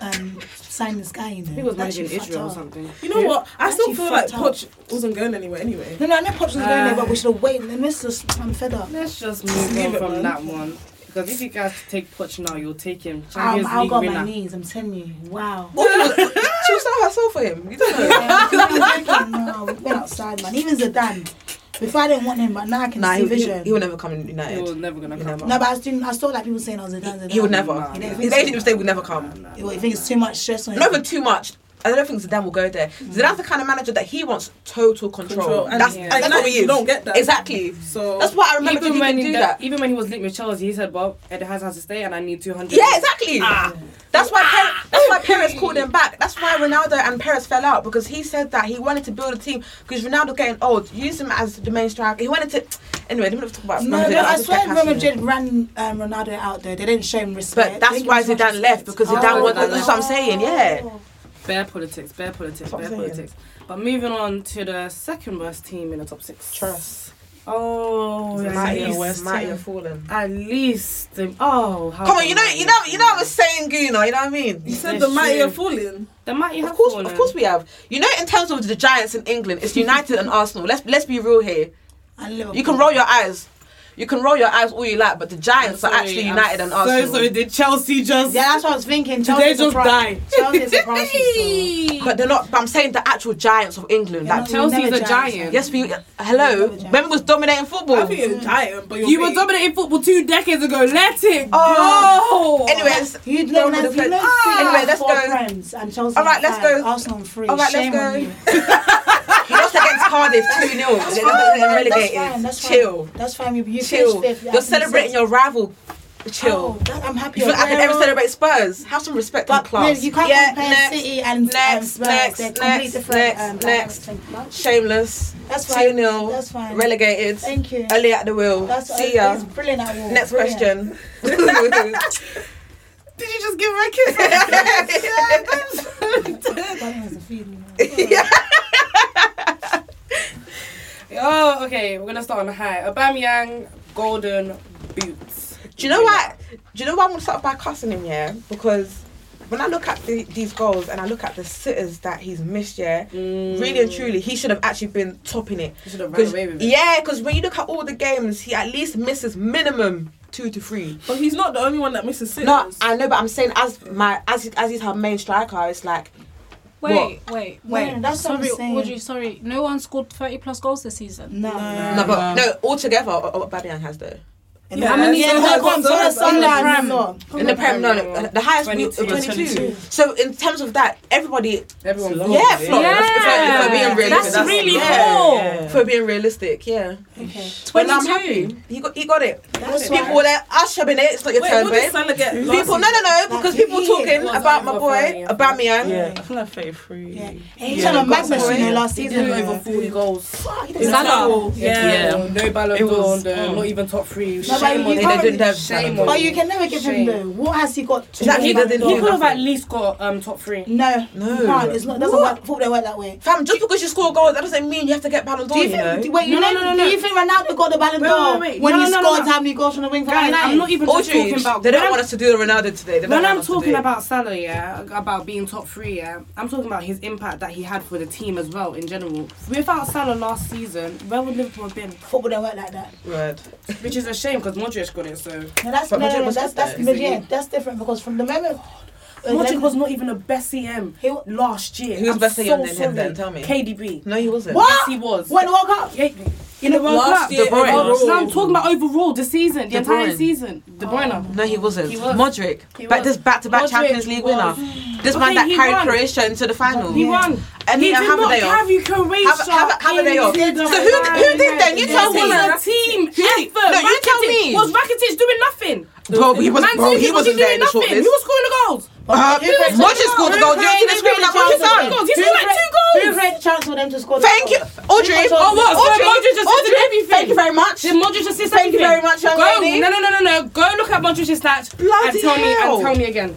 Speaker 4: um, signing this guy, you know.
Speaker 2: He was
Speaker 4: That
Speaker 2: managing
Speaker 4: shit fucked
Speaker 2: Israel or
Speaker 4: up.
Speaker 2: something.
Speaker 6: You know what? I still
Speaker 4: Actually
Speaker 6: feel like
Speaker 4: fucked up.
Speaker 6: Poch wasn't going anywhere anyway.
Speaker 4: No, no, I know Pops was going there,
Speaker 2: Uh,
Speaker 4: but we should have waited. And this is, I'm fed up.
Speaker 2: Let's just move
Speaker 6: leave
Speaker 2: on
Speaker 6: it,
Speaker 2: from
Speaker 6: man.
Speaker 2: that one because if you guys take Poch now, you'll take him.
Speaker 4: Um,
Speaker 2: Champions
Speaker 4: I'll
Speaker 2: League
Speaker 4: go on
Speaker 2: winner.
Speaker 4: my knees, I'm telling you. Wow.
Speaker 3: she was so herself for him. You don't know.
Speaker 4: Yeah, I'm joking. no, we went outside, man. Even Zidane. Before I didn't want him, but now I can
Speaker 3: Nah,
Speaker 4: see
Speaker 3: he, he,
Speaker 4: vision.
Speaker 3: he will never come in
Speaker 2: He was
Speaker 3: United.
Speaker 2: never gonna
Speaker 3: You
Speaker 2: come.
Speaker 3: never.
Speaker 2: up.
Speaker 4: no, but I, was doing, I saw like people saying I was Zidane, Zidane.
Speaker 3: He would never.
Speaker 2: Nah, nah.
Speaker 3: His agent mistake would never come.
Speaker 4: What, you think it's too much stress on him?
Speaker 3: Not even too much. I don't think Zidane will go there. Zidane's the kind of manager that he wants total control.
Speaker 6: Control. And-
Speaker 3: That's,
Speaker 6: yeah.
Speaker 3: that's
Speaker 6: And
Speaker 3: what he
Speaker 6: you
Speaker 3: is.
Speaker 6: don't get that.
Speaker 3: Exactly.
Speaker 6: So
Speaker 3: That's what I remember.
Speaker 2: even
Speaker 3: Even
Speaker 2: when
Speaker 3: can
Speaker 2: he
Speaker 3: do
Speaker 2: that,
Speaker 3: that.
Speaker 2: even when he was linked with Chelsea, he said, "Well, Ed Hazard has to stay, and I need 200.
Speaker 3: Yeah, exactly. That's why per- that's why Perez called him back. That's why Ronaldo and Perez fell out because he said that he wanted to build a team because Ronaldo getting old, use him as the main striker. He wanted to. Anyway, don't have to talk about.
Speaker 4: No,
Speaker 3: Madrid.
Speaker 4: no, I
Speaker 3: just get
Speaker 4: swear Real
Speaker 3: passionate.
Speaker 4: Madrid ran um, Ronaldo out there. They didn't show him respect.
Speaker 3: But
Speaker 4: They
Speaker 3: that's
Speaker 4: didn't
Speaker 3: why
Speaker 4: give him much
Speaker 3: Zidane left
Speaker 4: respect.
Speaker 3: because
Speaker 4: Oh,
Speaker 3: Zidane wanted.
Speaker 2: Zidane
Speaker 3: That's what I'm saying. Yeah.
Speaker 2: Bare politics, bare politics,
Speaker 3: That's
Speaker 2: bare
Speaker 3: what I'm saying.
Speaker 2: politics. But moving on to the second worst team in the top six.
Speaker 3: Trust.
Speaker 2: Oh, at
Speaker 3: Mighty,
Speaker 2: least,
Speaker 3: mighty have fallen.
Speaker 2: at least the oh. How
Speaker 3: Come on, you know, you know, you know. I was saying, Guna. You know what I mean?
Speaker 6: you said
Speaker 2: That's
Speaker 6: the mighty
Speaker 2: true.
Speaker 6: are falling.
Speaker 2: The mighty have
Speaker 3: Of course,
Speaker 2: fallen.
Speaker 3: of course we have. You know, in terms of the giants in England, it's United and Arsenal. Let's let's be real here.
Speaker 4: And Liverpool.
Speaker 3: You can roll your eyes. You can roll your eyes all you like, but the Giants are actually United and Arsenal.
Speaker 11: So sorry, did Chelsea just?
Speaker 4: Yeah, that's what I was thinking.
Speaker 11: Did they
Speaker 4: Chelsea's
Speaker 11: just
Speaker 4: a
Speaker 11: die?
Speaker 4: problem. Chelsea's a problem. still.
Speaker 3: But they're not. But I'm saying the actual giants of England.
Speaker 4: They're
Speaker 3: Like
Speaker 4: not- they're
Speaker 2: Chelsea's
Speaker 4: never
Speaker 2: a
Speaker 4: giants,
Speaker 2: giant.
Speaker 4: man.
Speaker 3: yes, we. Hello. When we was dominating football.
Speaker 6: I think it's giant, but you're
Speaker 11: You were
Speaker 6: big.
Speaker 11: dominating football two decades ago. Let it
Speaker 3: Oh.
Speaker 11: go.
Speaker 3: Anyways,
Speaker 4: You
Speaker 3: don't
Speaker 4: know,
Speaker 3: wanna
Speaker 4: you
Speaker 3: play-
Speaker 4: know,
Speaker 3: anyway, let's
Speaker 4: four
Speaker 3: go.
Speaker 4: friends and Chelsea.
Speaker 3: All right,
Speaker 4: are
Speaker 3: let's
Speaker 4: five,
Speaker 3: go.
Speaker 4: Arsenal three.
Speaker 3: All right, let's
Speaker 4: Shame
Speaker 3: go.
Speaker 4: on you.
Speaker 3: He lost against Cardiff 2 0. They're not
Speaker 4: That's
Speaker 3: getting
Speaker 4: fine,
Speaker 3: relegated.
Speaker 4: that's fine.
Speaker 3: Chill.
Speaker 4: That's fine. You, you
Speaker 3: Chill.
Speaker 4: finished fifth.
Speaker 3: You're celebrating your rival. Chill.
Speaker 4: Oh, that, I'm happy.
Speaker 3: You feel
Speaker 4: you're
Speaker 3: like I can
Speaker 4: there.
Speaker 3: ever celebrate Spurs? Have some respect and
Speaker 4: But no,
Speaker 3: class.
Speaker 4: you can't
Speaker 3: Yeah,
Speaker 4: compare
Speaker 3: next,
Speaker 4: City and and
Speaker 3: next,
Speaker 4: Spurs.
Speaker 3: next,
Speaker 4: They're completely
Speaker 3: next,
Speaker 4: different.
Speaker 3: next,
Speaker 4: um,
Speaker 3: next.
Speaker 4: dynamics.
Speaker 3: Shameless.
Speaker 4: That's
Speaker 3: 2
Speaker 4: fine.
Speaker 3: 0.
Speaker 4: That's fine.
Speaker 3: Relegated.
Speaker 4: Thank you.
Speaker 3: Early at the wheel.
Speaker 4: That's uh,
Speaker 3: See ya.
Speaker 4: It's brilliant at war.
Speaker 3: Next
Speaker 4: brilliant.
Speaker 3: question.
Speaker 11: Did you just give her a kiss?
Speaker 4: That was a feeling.
Speaker 2: Oh, okay. We're gonna start on a high. Aubameyang, golden boots.
Speaker 3: Do you know why? Do you know why I'm gonna start by cussing him? Yeah, because when I look at the, these goals and I look at the sitters that he's missed, yeah, really and truly, he should have actually been topping it.
Speaker 2: Mm. He should have run
Speaker 3: 'Cause-
Speaker 2: away with it.
Speaker 3: Yeah, because when you look at all the games, he at least misses minimum two to three.
Speaker 6: But he's not the only one that misses six.
Speaker 3: No, I know, but I'm saying as my as he- as he's our main striker, it's like
Speaker 5: Wait, wait, wait.
Speaker 4: No, that's what I'm
Speaker 5: sorry,
Speaker 4: saying.
Speaker 5: Audrey, sorry. No one scored 30 plus goals this season.
Speaker 4: No.
Speaker 3: no, but no, altogether, uh, uh, what Babian has though
Speaker 6: Yeah.
Speaker 4: Yeah, no,
Speaker 6: So-
Speaker 4: come on,
Speaker 6: so-
Speaker 4: tell us
Speaker 6: so-
Speaker 4: something
Speaker 6: so-
Speaker 4: that's not.
Speaker 3: in the Prem, no, no, uh, the highest we- uh,
Speaker 2: 22.
Speaker 3: 22. So in terms of that, everybody
Speaker 2: Everyone loves
Speaker 3: Yeah,
Speaker 2: it.
Speaker 3: flawless. If we're being realistic,
Speaker 5: that's really
Speaker 3: yeah.
Speaker 5: poor.
Speaker 3: If we're being realistic, yeah.
Speaker 4: Okay.
Speaker 3: But no, I'm happy. He got, he got it.
Speaker 4: That's
Speaker 3: people were like, "Us shoving it. It's not your
Speaker 6: Wait,
Speaker 3: turn,
Speaker 6: what did
Speaker 3: babe."
Speaker 6: Salah get? last
Speaker 3: People, no, no, no, because
Speaker 4: he-
Speaker 3: people
Speaker 4: he
Speaker 3: talking
Speaker 2: was
Speaker 3: about my
Speaker 2: over
Speaker 3: boy
Speaker 2: 30, I
Speaker 3: Aubameyang.
Speaker 12: Yeah, I feel like 33.
Speaker 4: Yeah.
Speaker 12: Yeah.
Speaker 4: And he's on a madness, you know, last
Speaker 2: He's
Speaker 4: season.
Speaker 2: doing
Speaker 4: yeah.
Speaker 2: over 40 goals.
Speaker 6: season? Salah. Yeah.
Speaker 2: Yeah. No Ballon
Speaker 12: It was-
Speaker 2: d'Or, no, not even top three.
Speaker 4: No, but
Speaker 2: Shame on
Speaker 4: you
Speaker 3: They,
Speaker 2: him.
Speaker 3: they
Speaker 4: can't-
Speaker 3: didn't have
Speaker 2: Shame
Speaker 3: Salah.
Speaker 4: But you can never give him
Speaker 2: Shame.
Speaker 4: though. What has he got? To
Speaker 3: Exactly, he
Speaker 4: give
Speaker 3: doesn't-
Speaker 4: him?
Speaker 2: He could have at
Speaker 3: nothing.
Speaker 2: least got um top three.
Speaker 4: No,
Speaker 3: No.
Speaker 4: you can't. It's not. Doesn't work. Football don't work that way.
Speaker 3: Fam, just because you score goals, that doesn't mean you have to get Ballon d'Or.
Speaker 4: Do you
Speaker 3: You,
Speaker 4: think?
Speaker 3: know.
Speaker 4: do- Wait, you
Speaker 2: No,
Speaker 4: know,
Speaker 2: no, no, no,
Speaker 4: do
Speaker 2: no.
Speaker 4: you think Ronaldo got the Ballon
Speaker 2: Wait, wait,
Speaker 4: d'or
Speaker 2: wait, wait.
Speaker 4: when
Speaker 2: No,
Speaker 4: he
Speaker 2: no, no,
Speaker 4: scored
Speaker 2: no.
Speaker 4: how many goals from the wing for
Speaker 2: Guys,
Speaker 4: United?
Speaker 2: I'm not even just
Speaker 3: Audrey,
Speaker 2: talking about.
Speaker 3: they don't
Speaker 2: when
Speaker 3: want
Speaker 2: I'm-
Speaker 3: us to do the Ronaldo today. They don't
Speaker 2: When
Speaker 3: want
Speaker 2: I'm
Speaker 3: us to do
Speaker 2: talking
Speaker 3: it.
Speaker 2: about Salah, yeah, about being top three, yeah, I'm talking about his impact that he had for the team as well in general. Without Salah last season, where would Liverpool have been?
Speaker 4: Football don't work like that.
Speaker 3: Word.
Speaker 2: Which is a shame because Modric got it, so
Speaker 4: No, that's no,
Speaker 3: But
Speaker 4: no,
Speaker 3: Madrid
Speaker 4: no,
Speaker 3: was
Speaker 4: that's
Speaker 3: good
Speaker 4: that's
Speaker 3: though,
Speaker 4: but yeah, that's different because from the moment.
Speaker 2: Modric was not even a best CM
Speaker 4: He wa-
Speaker 2: last year.
Speaker 3: Who was
Speaker 2: I'm
Speaker 3: best
Speaker 2: so
Speaker 3: CM than him
Speaker 2: sorry.
Speaker 3: then? Tell me.
Speaker 2: KDB.
Speaker 3: No, he wasn't.
Speaker 4: What?
Speaker 2: Yes, he was.
Speaker 4: When the World Cup?
Speaker 2: Yeah, in the World
Speaker 3: Last
Speaker 2: Cup.
Speaker 3: year, De Bruyne.
Speaker 2: Overall. No, I'm talking about overall the season, the
Speaker 3: De
Speaker 2: entire
Speaker 3: Bruyne. Oh,
Speaker 2: season. De Bruyne.
Speaker 3: No, he wasn't.
Speaker 2: He was.
Speaker 3: Modric.
Speaker 2: He
Speaker 3: back
Speaker 2: was.
Speaker 3: this back-to-back
Speaker 2: Modric
Speaker 3: Champions League winner.
Speaker 2: was.
Speaker 3: This
Speaker 2: Okay,
Speaker 3: man that
Speaker 2: he
Speaker 3: carried
Speaker 2: won.
Speaker 3: Croatia into the final.
Speaker 2: He won.
Speaker 3: And
Speaker 2: he
Speaker 3: he
Speaker 2: did
Speaker 3: have a
Speaker 2: not
Speaker 3: day off.
Speaker 2: carry Croatia.
Speaker 3: Have a- have a- have a day
Speaker 2: in
Speaker 3: off.
Speaker 2: the
Speaker 3: So who- who did then? You
Speaker 2: It
Speaker 3: tell
Speaker 2: was
Speaker 3: me.
Speaker 2: a team effort.
Speaker 3: No, you tell
Speaker 2: Rakitic-
Speaker 3: me.
Speaker 2: Was Rakitic doing nothing?
Speaker 3: Bro, he was-
Speaker 2: Man
Speaker 3: bro,
Speaker 2: City
Speaker 3: he wasn't there
Speaker 2: doing
Speaker 3: in the
Speaker 2: nothing.
Speaker 3: shortlist.
Speaker 2: Who was scoring the goals?
Speaker 3: Uh, Modric scored the goal. Do you see the
Speaker 4: Who
Speaker 3: screen?
Speaker 4: created
Speaker 3: Like, what you
Speaker 4: the chances?
Speaker 3: done?
Speaker 2: He scored like two goals.
Speaker 4: Who created the chance for them to score? the
Speaker 3: Thank you,
Speaker 4: goal?
Speaker 3: Audrey. Oh,
Speaker 4: Who got
Speaker 2: what?
Speaker 3: Audrey,
Speaker 2: So Modric just did
Speaker 3: Audrey,
Speaker 2: everything.
Speaker 3: Thank you very much.
Speaker 2: Did Modric assist
Speaker 3: Thank you
Speaker 2: anything?
Speaker 3: very much, young
Speaker 2: Go.
Speaker 3: lady.
Speaker 2: No, no, no, no, no. Go look at Modric's stats
Speaker 3: Bloody
Speaker 2: and tell me
Speaker 3: hell.
Speaker 2: and tell me again.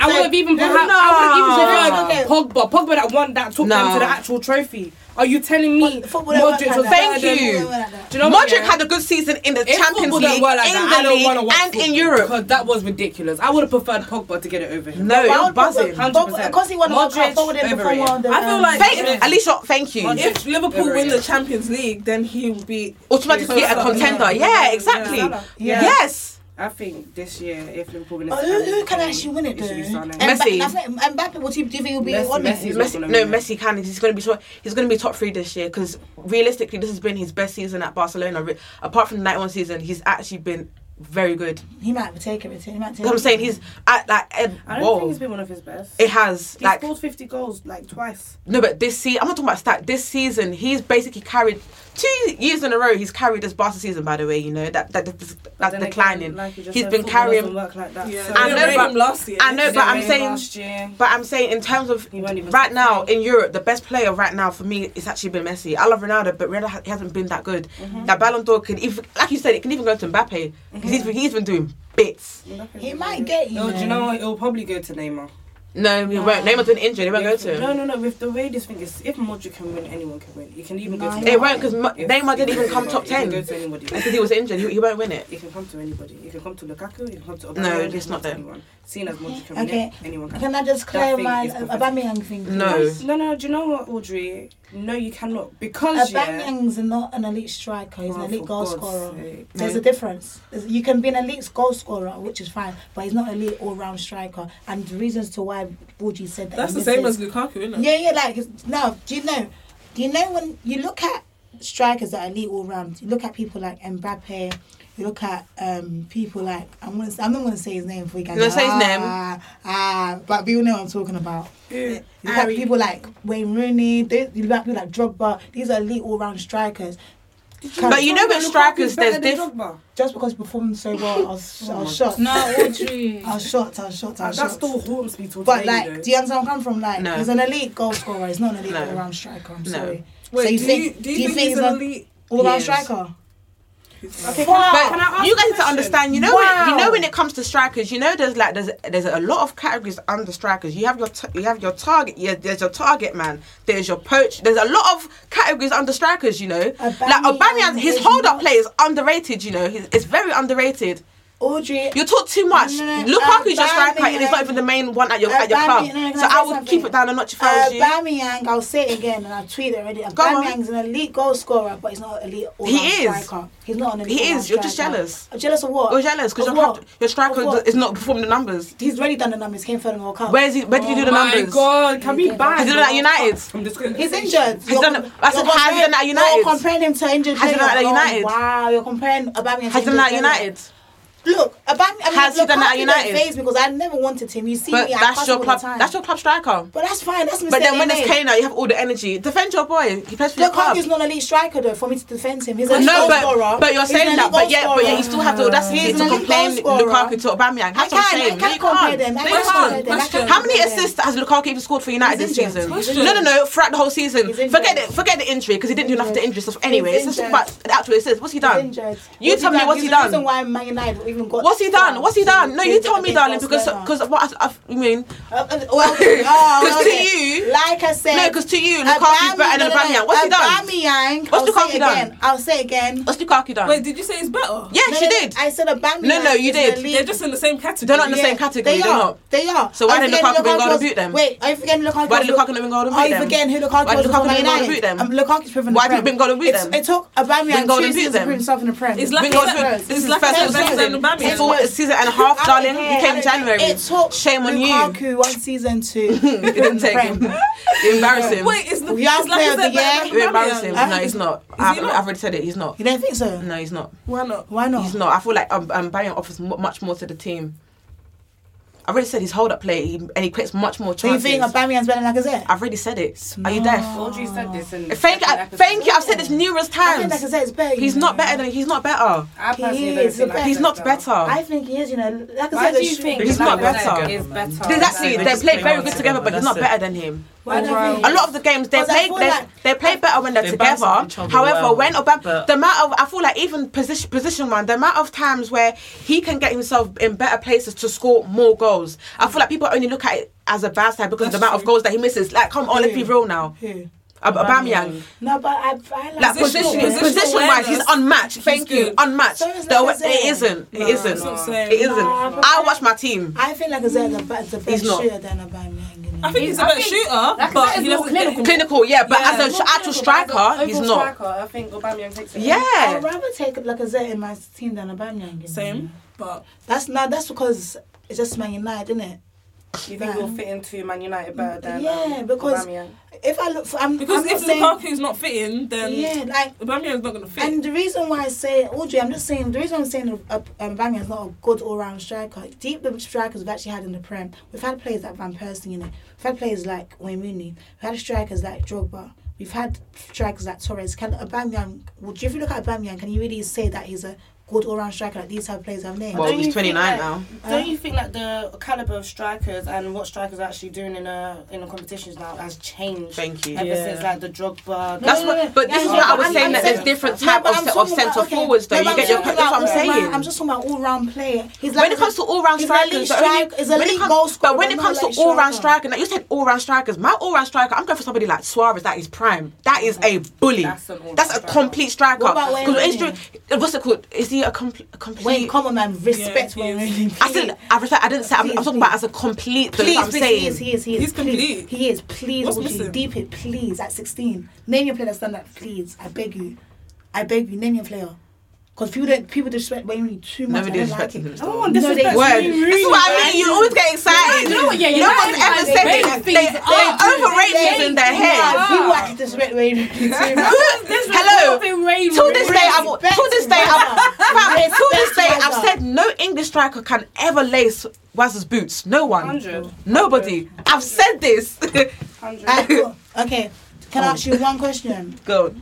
Speaker 2: I would have even
Speaker 3: no.
Speaker 2: perhaps, I would have
Speaker 4: Okay.
Speaker 2: even preferred Pogba. Pogba that won that took them
Speaker 3: No.
Speaker 2: to the actual trophy. Are you telling me
Speaker 4: Football don't work
Speaker 2: Modric
Speaker 4: like
Speaker 2: was
Speaker 4: that.
Speaker 3: Thank
Speaker 2: better than-
Speaker 3: you.
Speaker 4: Football don't work like that.
Speaker 2: Do you know what,
Speaker 3: Modric
Speaker 2: yeah?
Speaker 3: had a good season in the
Speaker 2: If
Speaker 3: Champions
Speaker 2: football
Speaker 3: League,
Speaker 2: don't work like
Speaker 3: in
Speaker 2: that, I
Speaker 3: the
Speaker 2: don't
Speaker 3: league,
Speaker 2: wanna watch
Speaker 3: and in
Speaker 2: football,
Speaker 3: Europe.
Speaker 2: Because that was ridiculous. I would have preferred Pogba to get it over him.
Speaker 3: No,
Speaker 4: Why
Speaker 3: you're
Speaker 4: would
Speaker 3: buzzing.
Speaker 4: Pogba-
Speaker 2: 100%.
Speaker 4: Because he won the World Cup.
Speaker 2: Modric
Speaker 4: Pogba didn't perform
Speaker 2: overrated.
Speaker 4: well. in the,
Speaker 6: I feel
Speaker 4: um,
Speaker 6: like
Speaker 3: Thank, at least, you're- thank you.
Speaker 2: Modric.
Speaker 6: If Liverpool
Speaker 2: Never
Speaker 6: win the
Speaker 2: again.
Speaker 6: Champions League, then he will be
Speaker 3: Automatically
Speaker 6: Yeah.
Speaker 3: a contender. Yeah, Oh, exactly.
Speaker 2: Salah. Yeah.
Speaker 3: Yes.
Speaker 2: I think this year, if Liverpool win the
Speaker 4: But who,
Speaker 2: Champions
Speaker 4: who
Speaker 2: League,
Speaker 4: can actually win it
Speaker 2: should be
Speaker 4: though?
Speaker 2: Salah.
Speaker 4: And
Speaker 3: Messi.
Speaker 4: Ba- I think- and Mbappe, what team do you think will be
Speaker 2: Messi-
Speaker 4: on it?
Speaker 2: Messi. He's not
Speaker 3: Messi,
Speaker 2: gonna
Speaker 3: no,
Speaker 2: win it.
Speaker 3: Messi can. He's going to be top- he's going to be top three this year because realistically, this has been his best season at Barcelona. Re- Apart from the ninety-one season, he's actually been very good.
Speaker 4: He might take it. He might take
Speaker 3: I'm
Speaker 4: it.
Speaker 3: saying he's at like Ed,
Speaker 2: I don't think
Speaker 3: whoa.
Speaker 2: he's been one of his best.
Speaker 3: It has
Speaker 2: He
Speaker 3: like
Speaker 2: scored 50 goals like twice.
Speaker 3: No, but this season, I'm not talking about stat. This season, he's basically carried two years in a row. He's carried this Barca season, by the way. You know that that, that's
Speaker 2: Then again,
Speaker 3: declining.
Speaker 2: like you just
Speaker 3: he's
Speaker 2: said,
Speaker 3: been
Speaker 2: football doesn't
Speaker 3: carrying.
Speaker 2: Work like that,
Speaker 6: Yeah,
Speaker 2: so-
Speaker 3: I
Speaker 6: they
Speaker 3: know,
Speaker 6: rated
Speaker 3: but-
Speaker 6: him last year.
Speaker 3: I know,
Speaker 2: Didn't
Speaker 3: but I'm
Speaker 2: win
Speaker 3: saying.
Speaker 2: last year.
Speaker 3: But I'm saying in terms of
Speaker 2: He won't even
Speaker 3: right
Speaker 2: stop
Speaker 3: now in Europe, the best player right now for me is actually been Messi. I love Ronaldo, but Ronaldo ha- he hasn't been that good.
Speaker 2: Mm-hmm.
Speaker 3: That Ballon d'Or can even, like you said, it can even go to Mbappe because
Speaker 2: Mm-hmm.
Speaker 3: he's, been- he's been doing bits.
Speaker 4: He might get you.
Speaker 2: Oh, No, do you know what? It'll probably go to Neymar.
Speaker 3: No, we won't. Neymar's been injured. They won't go
Speaker 8: With-
Speaker 3: to him.
Speaker 8: No, no, no. With the way this thing is, if Modric can win, anyone can win. You can even go to.
Speaker 3: It won't because
Speaker 8: If-
Speaker 3: Neymar didn't even come top
Speaker 8: You can
Speaker 3: ten
Speaker 8: go
Speaker 3: because
Speaker 8: to anybody.
Speaker 3: he was injured. He, he won't win it.
Speaker 8: You can come to anybody. You can come to Lukaku. You can come to. Aubameyang,
Speaker 3: No,
Speaker 8: you can
Speaker 3: it's
Speaker 8: come
Speaker 3: not
Speaker 8: to
Speaker 3: them.
Speaker 8: anyone. Seeing as Modric can win,
Speaker 4: Okay.
Speaker 8: it, anyone can.
Speaker 4: Can I just
Speaker 8: That
Speaker 4: clear
Speaker 8: thing
Speaker 4: my
Speaker 8: is
Speaker 4: uh,
Speaker 8: pathetic.
Speaker 4: Aubameyang thing? please?
Speaker 8: No,
Speaker 3: No.
Speaker 8: no. Do you know what, Audrey? No, you cannot because yeah.
Speaker 4: Aubameyang's not an elite striker. He's
Speaker 8: Oh,
Speaker 4: an elite
Speaker 8: for
Speaker 4: goal
Speaker 8: God's
Speaker 4: scorer.
Speaker 8: sake.
Speaker 4: There's a difference. There's- You can be an elite goal scorer, which is fine, but he's not an elite all-round striker. And the reasons to why Borgi said that.
Speaker 6: That's
Speaker 4: he
Speaker 6: the same
Speaker 4: misses-
Speaker 6: as Lukaku, isn't it?
Speaker 4: Yeah, yeah. Like it's- no. Do you know? Do you know when you look at strikers that are elite all-round? You look at people like Mbappe. You look at um, people like I'm gonna. I'm not gonna say his name for you guys.
Speaker 3: You're gonna say his name?
Speaker 4: Ah, ah, but people know what I'm talking about.
Speaker 8: Yeah.
Speaker 4: You look at people like Wayne Rooney, they, you look at people like Drogba, these are elite all round strikers.
Speaker 3: But you know, with strikers, there's diff-
Speaker 8: different.
Speaker 4: Just because he performed so well, I was,
Speaker 3: Oh
Speaker 4: I was shocked.
Speaker 5: No, Audrey.
Speaker 4: I was shocked, I was shocked, I was
Speaker 8: That's
Speaker 4: shocked.
Speaker 8: still Holmes people.
Speaker 4: but like, do you understand where I'm coming from? Like,
Speaker 3: No.
Speaker 4: he's an elite goal scorer, he's not an elite
Speaker 3: No.
Speaker 4: all round striker, I'm
Speaker 3: No.
Speaker 4: sorry.
Speaker 6: Wait,
Speaker 4: so you
Speaker 6: do,
Speaker 4: think,
Speaker 6: you, do you think, he's
Speaker 4: an
Speaker 6: an elite?
Speaker 4: all round
Speaker 3: Yes.
Speaker 4: striker?
Speaker 8: Okay,
Speaker 4: Fuck.
Speaker 3: But
Speaker 8: Can I ask
Speaker 3: you
Speaker 8: a
Speaker 3: guys need to
Speaker 8: question?
Speaker 3: understand. You know, when, you
Speaker 4: Wow.
Speaker 3: know when it comes to strikers, you know there's like there's there's a lot of categories under strikers. You have your t- you have your target. Yeah, there's your target man. There's your poach. There's a lot of categories under strikers. You know, like
Speaker 4: Aubameyang
Speaker 3: Aubameyang, his
Speaker 4: is
Speaker 3: hold up
Speaker 4: not-
Speaker 3: play is underrated. You know, He's- it's very underrated.
Speaker 4: Audrey,
Speaker 3: You talk too much.
Speaker 4: No, no, no.
Speaker 3: Lukaku is your striker, and it's not
Speaker 4: Aubameyang-
Speaker 3: even the main one at your at your
Speaker 4: Aubameyang-
Speaker 3: club.
Speaker 4: no, no, can
Speaker 3: so
Speaker 4: I say
Speaker 3: I would keep
Speaker 4: something?
Speaker 3: it down a notch if I was you.
Speaker 4: Aubameyang, I'll say it again, and I tweeted already.
Speaker 3: Go on.
Speaker 4: Aubameyang's an elite goal scorer, but he's not an elite all-round
Speaker 3: He is.
Speaker 4: striker. He's not an elite
Speaker 3: He
Speaker 4: all-round
Speaker 3: is. You're just
Speaker 4: striker.
Speaker 3: jealous.
Speaker 4: I'm jealous of what?
Speaker 3: You're jealous because
Speaker 4: Of
Speaker 3: your,
Speaker 4: what?
Speaker 3: cap- your striker
Speaker 4: Of what?
Speaker 3: is not performing the numbers.
Speaker 4: He's already done the numbers. He came third in the World Cup.
Speaker 3: Where is he? Where did you do the numbers?
Speaker 8: God, can we
Speaker 4: He's
Speaker 8: buy?
Speaker 3: Has he done it at United?
Speaker 8: From this
Speaker 4: He's injured.
Speaker 3: He's done it- I said,
Speaker 4: you're
Speaker 3: has he done it at
Speaker 4: comparing-
Speaker 3: United?
Speaker 4: You're comparing him to injured
Speaker 3: Has he done it at
Speaker 4: players. Oh,
Speaker 3: United?
Speaker 4: Wow, you're comparing Aubameyang.
Speaker 3: Has
Speaker 4: to
Speaker 3: he done that at
Speaker 4: injured players.
Speaker 3: United?
Speaker 4: Look, Aubameyang. I mean,
Speaker 3: Has he done it at
Speaker 4: Lukaku
Speaker 3: United?
Speaker 4: don't faze me Because I never wanted him. You see
Speaker 3: But
Speaker 4: me. I
Speaker 3: that's
Speaker 4: cuss
Speaker 3: your
Speaker 4: all
Speaker 3: club.
Speaker 4: The time.
Speaker 3: That's your club striker.
Speaker 4: But that's fine. That's a
Speaker 3: But
Speaker 4: mistake
Speaker 3: then
Speaker 4: they
Speaker 3: when it's
Speaker 4: made.
Speaker 3: Kane out, you have all the energy. Defend your boy. He plays for your club.
Speaker 4: Lukaku's not an elite striker though. For me to defend him, he's an elite
Speaker 3: No,
Speaker 4: goal
Speaker 3: but
Speaker 4: scorer.
Speaker 3: but you're
Speaker 4: He's an
Speaker 3: saying that.
Speaker 4: elite
Speaker 3: But
Speaker 4: goal
Speaker 3: yeah, but yeah, you still have the audacity
Speaker 4: He's an
Speaker 3: to
Speaker 4: elite goal
Speaker 3: complain
Speaker 4: scorer.
Speaker 3: Lukaku to Aubameyang. That's
Speaker 4: I
Speaker 3: what I'm
Speaker 4: can't- I
Speaker 3: saying. No,
Speaker 4: can't
Speaker 3: you
Speaker 4: compare them. I
Speaker 3: No, you
Speaker 4: can't
Speaker 3: can't.
Speaker 4: compare them. I
Speaker 3: Question.
Speaker 4: can't
Speaker 3: How many
Speaker 4: compare them.
Speaker 3: assists has Lukaku even scored for United
Speaker 4: He's
Speaker 3: this
Speaker 4: injured.
Speaker 3: season?
Speaker 4: He's
Speaker 3: No, no, no. Throughout the whole season.
Speaker 4: He's injured.
Speaker 3: Forget it. Forget the injury because he didn't do enough to injure stuff anyway. It's just
Speaker 4: injured.
Speaker 3: about the actual assists. What's he done?
Speaker 4: injured.
Speaker 3: You
Speaker 4: What's
Speaker 3: tell me what's he
Speaker 4: He's The reason
Speaker 3: done.
Speaker 4: why Man United even got.
Speaker 3: What's he done? What's he done? No, you tell me, darling, because
Speaker 4: because
Speaker 3: because what I, I mean.
Speaker 4: Uh, well,
Speaker 3: 'Cause to
Speaker 4: okay.
Speaker 3: you-
Speaker 4: like I said,
Speaker 3: No, 'cause to you, Lukaku's better than
Speaker 4: Aubameyang-
Speaker 3: Aubameyang. What's he done?
Speaker 4: Aubameyang,
Speaker 3: What's
Speaker 4: I'll say
Speaker 3: Lukaku done?
Speaker 4: again. I'll say again.
Speaker 3: What's Lukaku done?
Speaker 6: Wait, did you say he's better?
Speaker 3: yeah,
Speaker 4: No,
Speaker 3: she
Speaker 4: no, no,
Speaker 3: did.
Speaker 4: I said Aubameyang.
Speaker 3: No, no, you
Speaker 4: is an
Speaker 3: did.
Speaker 4: elite-
Speaker 6: They're just in the same category.
Speaker 3: They're not in the
Speaker 4: Yeah,
Speaker 3: same category,
Speaker 4: They
Speaker 3: they're
Speaker 4: are.
Speaker 3: not.
Speaker 4: They are.
Speaker 3: So why
Speaker 4: Are you
Speaker 3: didn't
Speaker 4: forgetting
Speaker 3: Lukaku and Ronaldo
Speaker 4: was-
Speaker 3: boot them?
Speaker 4: Wait, are you forgetting Lukaku?
Speaker 3: Why did
Speaker 4: was-
Speaker 3: Lukaku and Ronaldo boot
Speaker 4: Are you
Speaker 3: them?
Speaker 4: forgetting who
Speaker 3: Why
Speaker 4: Lukaku
Speaker 3: did
Speaker 4: was
Speaker 3: Lukaku and
Speaker 4: with Man
Speaker 3: Ronaldo
Speaker 4: United?
Speaker 3: boot them?
Speaker 4: Um, Lukaku's proven the
Speaker 3: Why didn't
Speaker 4: Prem.
Speaker 3: Ronaldo boot
Speaker 4: It's-
Speaker 3: them?
Speaker 4: It took
Speaker 3: Didn't
Speaker 4: Aubameyang
Speaker 3: Ronaldo
Speaker 4: two
Speaker 3: boot
Speaker 4: seasons to
Speaker 3: them?
Speaker 4: prove himself in the Prem.
Speaker 6: It's like
Speaker 3: Been going
Speaker 6: it's-
Speaker 3: through-
Speaker 6: it's
Speaker 3: this
Speaker 6: like
Speaker 3: is
Speaker 6: it's
Speaker 3: first
Speaker 6: better
Speaker 3: season.
Speaker 6: than Aubameyang.
Speaker 3: It's all- it's season and a half,
Speaker 4: I don't
Speaker 3: darling.
Speaker 4: care.
Speaker 3: You came
Speaker 4: I
Speaker 3: in
Speaker 4: don't
Speaker 3: January.
Speaker 4: care. It took
Speaker 3: Shame on
Speaker 4: Lukaku
Speaker 3: you.
Speaker 4: one season to prove
Speaker 3: It didn't take
Speaker 4: Prem.
Speaker 3: him. Embarrassing.
Speaker 6: Wait, it's the
Speaker 4: We are
Speaker 6: it's like
Speaker 4: player
Speaker 6: it's
Speaker 4: of the
Speaker 6: better than
Speaker 4: year.
Speaker 3: You're embarrassing.
Speaker 6: Aubameyang.
Speaker 3: No, he's not.
Speaker 6: he
Speaker 3: I've,
Speaker 6: not?
Speaker 3: I've already said it. He's not.
Speaker 4: You don't think so?
Speaker 3: No, he's not.
Speaker 6: Why not?
Speaker 4: Why not?
Speaker 3: He's not. I feel like um, um, Bayern offers mu- much more to the team. I already said his hold up play, he- and he creates much more
Speaker 4: Do you
Speaker 3: chances.
Speaker 4: think Aubameyang's better than Lacazette?
Speaker 3: I've already said it. Are you deaf?
Speaker 8: Audrey said this in.
Speaker 3: Thank you.
Speaker 8: second
Speaker 3: Thank you.
Speaker 8: episode.
Speaker 3: I've said this numerous
Speaker 4: I think
Speaker 3: times.
Speaker 4: Lacazette is better. you
Speaker 3: He's
Speaker 4: know.
Speaker 3: not better than. He's not better.
Speaker 8: I personally
Speaker 4: He
Speaker 8: don't
Speaker 4: is
Speaker 8: feel
Speaker 4: the
Speaker 8: like
Speaker 4: best.
Speaker 3: He's not
Speaker 4: I
Speaker 3: better.
Speaker 4: think he is. You know,
Speaker 8: Why
Speaker 4: Lacazette
Speaker 8: do
Speaker 4: is
Speaker 8: you
Speaker 4: a
Speaker 8: think
Speaker 4: shooter.
Speaker 3: He's not better.
Speaker 8: Is better.
Speaker 3: Exactly. They
Speaker 7: Just
Speaker 3: play
Speaker 7: play
Speaker 3: very
Speaker 7: well
Speaker 3: good together, but he's not
Speaker 7: together,
Speaker 3: better than him.
Speaker 4: Why do you
Speaker 8: Overall.
Speaker 4: think-
Speaker 3: A lot of the games they
Speaker 4: Because I
Speaker 3: play
Speaker 4: feel
Speaker 3: they,
Speaker 4: like-
Speaker 3: they play better when they're
Speaker 7: They bounce
Speaker 3: together.
Speaker 7: off each other
Speaker 3: However,
Speaker 7: well,
Speaker 3: when Obama,
Speaker 7: but-
Speaker 3: the amount of I feel like even position position one, the amount of times where he can get himself in better places to score more goals. I feel like people only look at it as a bad side because of the amount of goals that he misses. Like, come on, let's be real now.
Speaker 4: Who?
Speaker 3: Ab- Aubameyang,
Speaker 4: No, but I, I like
Speaker 3: like
Speaker 6: Position-
Speaker 3: position,
Speaker 6: position
Speaker 3: position wise,
Speaker 6: awareness.
Speaker 3: he's unmatched. Thank you,
Speaker 6: good.
Speaker 3: unmatched.
Speaker 4: So is
Speaker 3: Though
Speaker 4: Lacazette.
Speaker 3: it isn't, it isn't,
Speaker 6: it's not the same.
Speaker 3: it isn't.
Speaker 4: Nah, but
Speaker 3: I watch my team.
Speaker 4: I feel like Lacazette is a better, the best
Speaker 3: He's not.
Speaker 4: shooter than Aubameyang. You know?
Speaker 6: I think he's a better shooter, but he doesn't get it.
Speaker 3: Clinical, yeah, but
Speaker 6: Yeah.
Speaker 3: as an actual striker, he's not.
Speaker 8: Striker, I think Aubameyang takes it.
Speaker 3: Yeah.
Speaker 4: I'd rather take Lacazette in my team than Aubameyang. You know?
Speaker 6: Same, but
Speaker 4: That's not. That's because it's just Man United, isn't it?
Speaker 8: You think he'll fit into Man United better than
Speaker 4: Yeah,
Speaker 8: um,
Speaker 4: because-
Speaker 8: Aubameyang?
Speaker 4: If I look for, I'm,
Speaker 6: because
Speaker 4: I'm
Speaker 6: if
Speaker 4: not saying,
Speaker 6: Lukaku's not fitting, then
Speaker 4: yeah, like
Speaker 6: Aubameyang's not gonna fit.
Speaker 4: And the reason why I say Audrey, I'm just saying the reason I'm saying uh, um, Aubameyang is not a good all-round striker. Deep the strikers we've actually had in the Prem, we've had players like Van Persie, you know, we've had players like Wayne Rooney, we've had strikers like Drogba, we've had strikers like Torres. Can Aubameyang? Would you, if you look at Aubameyang, can you really say that he's a good all round striker like these type of players have named.
Speaker 3: Well,
Speaker 8: Don't
Speaker 3: he's
Speaker 8: you think that-
Speaker 3: 29 now.
Speaker 8: Don't you think that the caliber of strikers and what strikers are actually doing in the in the competitions now has changed?
Speaker 3: Thank you.
Speaker 8: Ever
Speaker 6: Yeah.
Speaker 8: since like the drug bar.
Speaker 3: That's
Speaker 4: no, no, no.
Speaker 3: what, but this
Speaker 4: Yeah,
Speaker 3: is
Speaker 4: yeah,
Speaker 3: what I
Speaker 4: but
Speaker 3: was
Speaker 4: I'm-
Speaker 3: saying
Speaker 4: I'm
Speaker 3: that there's
Speaker 4: saying-
Speaker 3: different
Speaker 4: No,
Speaker 3: type
Speaker 4: but
Speaker 3: of,
Speaker 4: I'm
Speaker 3: se- of
Speaker 4: talking
Speaker 3: centre
Speaker 4: about- okay,
Speaker 3: forwards though.
Speaker 4: no, but
Speaker 3: you
Speaker 4: I'm
Speaker 3: get your
Speaker 4: talking
Speaker 3: that's what I'm
Speaker 4: about all
Speaker 3: saying.
Speaker 4: round- I'm just talking about all round player. He's
Speaker 3: when it comes to all round
Speaker 4: he's an elite
Speaker 3: strikers, the only-
Speaker 4: striker- he's an
Speaker 3: when it
Speaker 4: elite
Speaker 3: comes-
Speaker 4: goal scorer,
Speaker 3: but when
Speaker 4: but
Speaker 3: it
Speaker 4: not
Speaker 3: comes to
Speaker 4: elite
Speaker 3: all
Speaker 4: striker.
Speaker 3: round striker, now you said all round strikers. My all round striker, I'm going for somebody like Suarez, that is prime. That is a bully. That's,
Speaker 8: That's an all-round
Speaker 3: a
Speaker 8: striker.
Speaker 3: complete striker.
Speaker 4: What about Wayne
Speaker 3: Because when
Speaker 4: Rooney?
Speaker 3: it's doing- what's it called? Is he a, compl- a complete?
Speaker 4: Wait, come on, man. Respect
Speaker 6: Yeah,
Speaker 4: yeah,
Speaker 6: please.
Speaker 3: I said I, respect, I didn't say. I'm, I'm talking about as a complete. though,
Speaker 4: Please,
Speaker 3: that's what I'm
Speaker 4: please,
Speaker 3: saying.
Speaker 4: he is, he is, he is.
Speaker 6: He's
Speaker 4: please.
Speaker 6: complete.
Speaker 4: He is, please.
Speaker 6: What's
Speaker 4: What's
Speaker 6: missing?
Speaker 4: Deep it, please. At 16, name your player that's done that, please. I beg you, I beg you, name your player. Because people don't, people disrespect Wayne Rooney too much.
Speaker 3: Nobody
Speaker 4: I don't like
Speaker 3: disrespected
Speaker 4: it.
Speaker 3: him.
Speaker 4: No one disrespects
Speaker 3: Word.
Speaker 4: Wayne
Speaker 3: That's
Speaker 4: Rooney,
Speaker 3: what I
Speaker 4: man.
Speaker 3: mean. You always get excited.
Speaker 5: You know what, yeah, you're
Speaker 3: no
Speaker 5: right.
Speaker 3: one's ever
Speaker 5: They
Speaker 3: said
Speaker 5: make
Speaker 3: that. They,
Speaker 5: things
Speaker 3: they
Speaker 5: up.
Speaker 3: overrate things
Speaker 4: They-
Speaker 3: in their head.
Speaker 4: Nah, people actually disrespect Wayne Rooney too much.
Speaker 3: Hello. To this day, I will. To this day, I To this day, I've said no English striker can ever lace Waz's boots. No one.
Speaker 8: 100.
Speaker 3: Nobody. I've said this.
Speaker 4: Alright, cool. Okay, can I
Speaker 3: Oh.
Speaker 4: ask you one question?
Speaker 3: Go.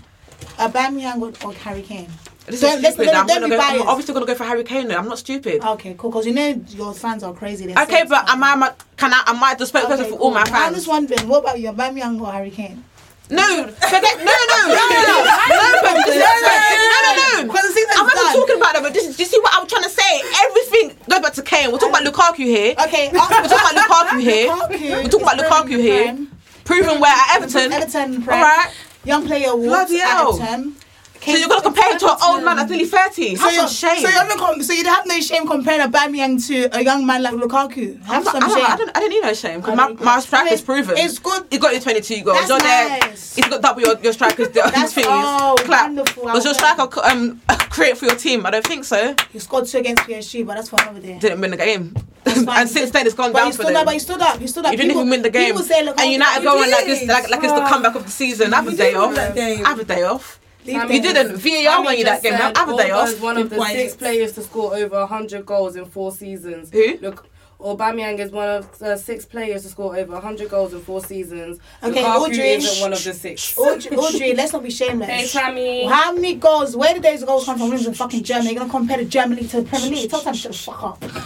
Speaker 4: Aubameyang or- or Harry Kane?
Speaker 3: This
Speaker 4: Don't-
Speaker 3: is
Speaker 4: let's-
Speaker 3: stupid.
Speaker 4: let-
Speaker 3: I'm,
Speaker 4: let
Speaker 3: gonna
Speaker 4: me
Speaker 3: go,
Speaker 4: buy
Speaker 3: I'm
Speaker 4: it.
Speaker 3: obviously gonna go for Harry Kane. though. I'm not stupid.
Speaker 4: Okay, cool. Because you know your fans are crazy. they
Speaker 3: okay,
Speaker 4: say
Speaker 3: but
Speaker 4: stuff.
Speaker 3: am I? am I- Can I? Am I disrespectful
Speaker 4: Okay,
Speaker 3: for
Speaker 4: cool.
Speaker 3: all my
Speaker 4: I'm
Speaker 3: fans?
Speaker 4: just wondering, what about your Aubameyang or Harry Kane?
Speaker 3: No, forget, no, no, no, no, no, no, no, but- no, no, no, no, no.
Speaker 4: Because the season's
Speaker 3: I wasn't
Speaker 4: done.
Speaker 3: talking about that, but this, do you see what I'm trying to say? Everything goes back to Kane. We're talking about Lukaku here.
Speaker 4: Okay,
Speaker 3: we're talking about Lukaku here.
Speaker 4: Lukaku
Speaker 3: We're talking about
Speaker 4: is
Speaker 3: Lukaku
Speaker 4: Premier
Speaker 3: here.
Speaker 4: Prem.
Speaker 3: Proven where at Everton.
Speaker 4: Everton,
Speaker 3: All right.
Speaker 4: Young player awards
Speaker 3: Bloody
Speaker 4: at
Speaker 3: hell.
Speaker 4: Everton.
Speaker 3: So you're gonna compare him to an old man that's nearly thirty?
Speaker 4: So
Speaker 3: Have
Speaker 4: you're,
Speaker 3: some
Speaker 4: so,
Speaker 3: shame.
Speaker 4: you're not com- so you have no shame comparing Aubameyang to a young man like Lukaku. Have
Speaker 3: I'm not,
Speaker 4: some
Speaker 3: I, don't,
Speaker 4: shame.
Speaker 3: I don't. I don't need no shame
Speaker 4: I
Speaker 3: because my,
Speaker 4: don't-
Speaker 3: my striker's
Speaker 4: it's-
Speaker 3: proven.
Speaker 4: it's good.
Speaker 3: He got your 22 goals.
Speaker 4: That's
Speaker 3: you're
Speaker 4: nice.
Speaker 3: there. He's got double your, your strikers.
Speaker 4: That's-
Speaker 3: things.
Speaker 4: oh,
Speaker 3: Clap.
Speaker 4: wonderful. I
Speaker 3: Does your
Speaker 4: was there.
Speaker 3: striker co- um, create for your team? I don't think so.
Speaker 4: He scored two against PSG, but that's for another day.
Speaker 3: didn't win the game.
Speaker 4: That's fine.
Speaker 3: and since then, it's gone
Speaker 4: but
Speaker 3: down
Speaker 4: he
Speaker 3: for
Speaker 4: stood
Speaker 3: them.
Speaker 4: Up, but he stood up. He stood up.
Speaker 3: you didn't
Speaker 4: People-
Speaker 3: even win the game.
Speaker 4: People say, look,
Speaker 3: and United going like this, like, like it's the comeback of the season. I have a day off.
Speaker 4: that
Speaker 3: I have a day off.
Speaker 8: Sammy
Speaker 3: You didn't. VAR won you that game. I have a day
Speaker 8: Orba's
Speaker 3: off.
Speaker 8: one of the
Speaker 3: Why-
Speaker 8: six players to score over 100 goals in four seasons.
Speaker 3: Who?
Speaker 8: Look, Aubameyang is one of
Speaker 2: uh,
Speaker 8: the six players to score over 100 goals in four seasons.
Speaker 4: Okay,
Speaker 8: Lukaku
Speaker 4: Audrey.
Speaker 8: isn't one of the six.
Speaker 4: Audrey, Audrey, let's not be shameless.
Speaker 8: Hey, Tammy.
Speaker 4: How many goals? Where did those goals come from? Rooms in fucking Germany. You're gonna compare the German league to the Premier League? Tell them to shut the fuck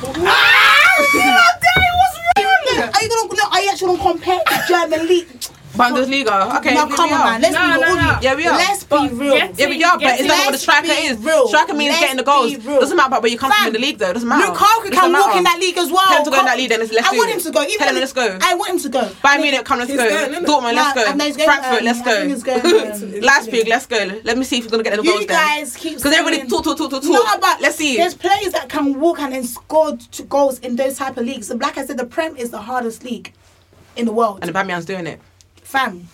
Speaker 4: up. Ah, What's wrong? Are you gonna? No, are you actually gonna compare the German league?
Speaker 3: Bundesliga. Okay.
Speaker 4: now
Speaker 3: here
Speaker 4: come
Speaker 3: we
Speaker 4: on,
Speaker 3: are.
Speaker 4: man. Let's
Speaker 6: No,
Speaker 4: be
Speaker 6: no,
Speaker 4: real.
Speaker 6: no.
Speaker 3: Yeah, we are.
Speaker 4: Let's be real.
Speaker 3: Yeah, we are, but
Speaker 4: Let's
Speaker 3: is that what the striker
Speaker 4: be
Speaker 3: is?
Speaker 4: real.
Speaker 3: Striker means
Speaker 4: Let's
Speaker 3: getting the goals.
Speaker 4: be real.
Speaker 3: Doesn't matter about where you come from
Speaker 4: Fam,
Speaker 3: in the league, though. Doesn't matter.
Speaker 4: Lukaku
Speaker 3: Doesn't
Speaker 4: can walk
Speaker 3: matter.
Speaker 4: in that league as well.
Speaker 3: Tell him to go in
Speaker 4: Come-
Speaker 3: that league, then let's- let's
Speaker 4: I
Speaker 3: do
Speaker 4: want
Speaker 3: it.
Speaker 4: him to go. Even
Speaker 3: Tell him, let's go.
Speaker 4: I want him to go.
Speaker 3: Bayern Munich, come, let's go.
Speaker 6: going, isn't it?
Speaker 3: Dortmund, let's
Speaker 4: Yeah,
Speaker 3: go.
Speaker 4: and he's going,
Speaker 3: Frankfurt,
Speaker 4: um,
Speaker 3: let's
Speaker 4: I
Speaker 3: go.
Speaker 4: think he's going, um,
Speaker 3: Leipzig, let's go. Let me see if he's gonna get any
Speaker 4: You
Speaker 3: goals. then.
Speaker 4: guys keep
Speaker 3: because everybody
Speaker 4: saying-
Speaker 3: talk, talk, talk, talk, talk.
Speaker 4: No, but
Speaker 3: let's see.
Speaker 4: There's players that can walk and then score two goals in those type of leagues. And like I said, the Prem is the hardest league in the world.
Speaker 3: And Aubameyang's doing it.
Speaker 4: Fam,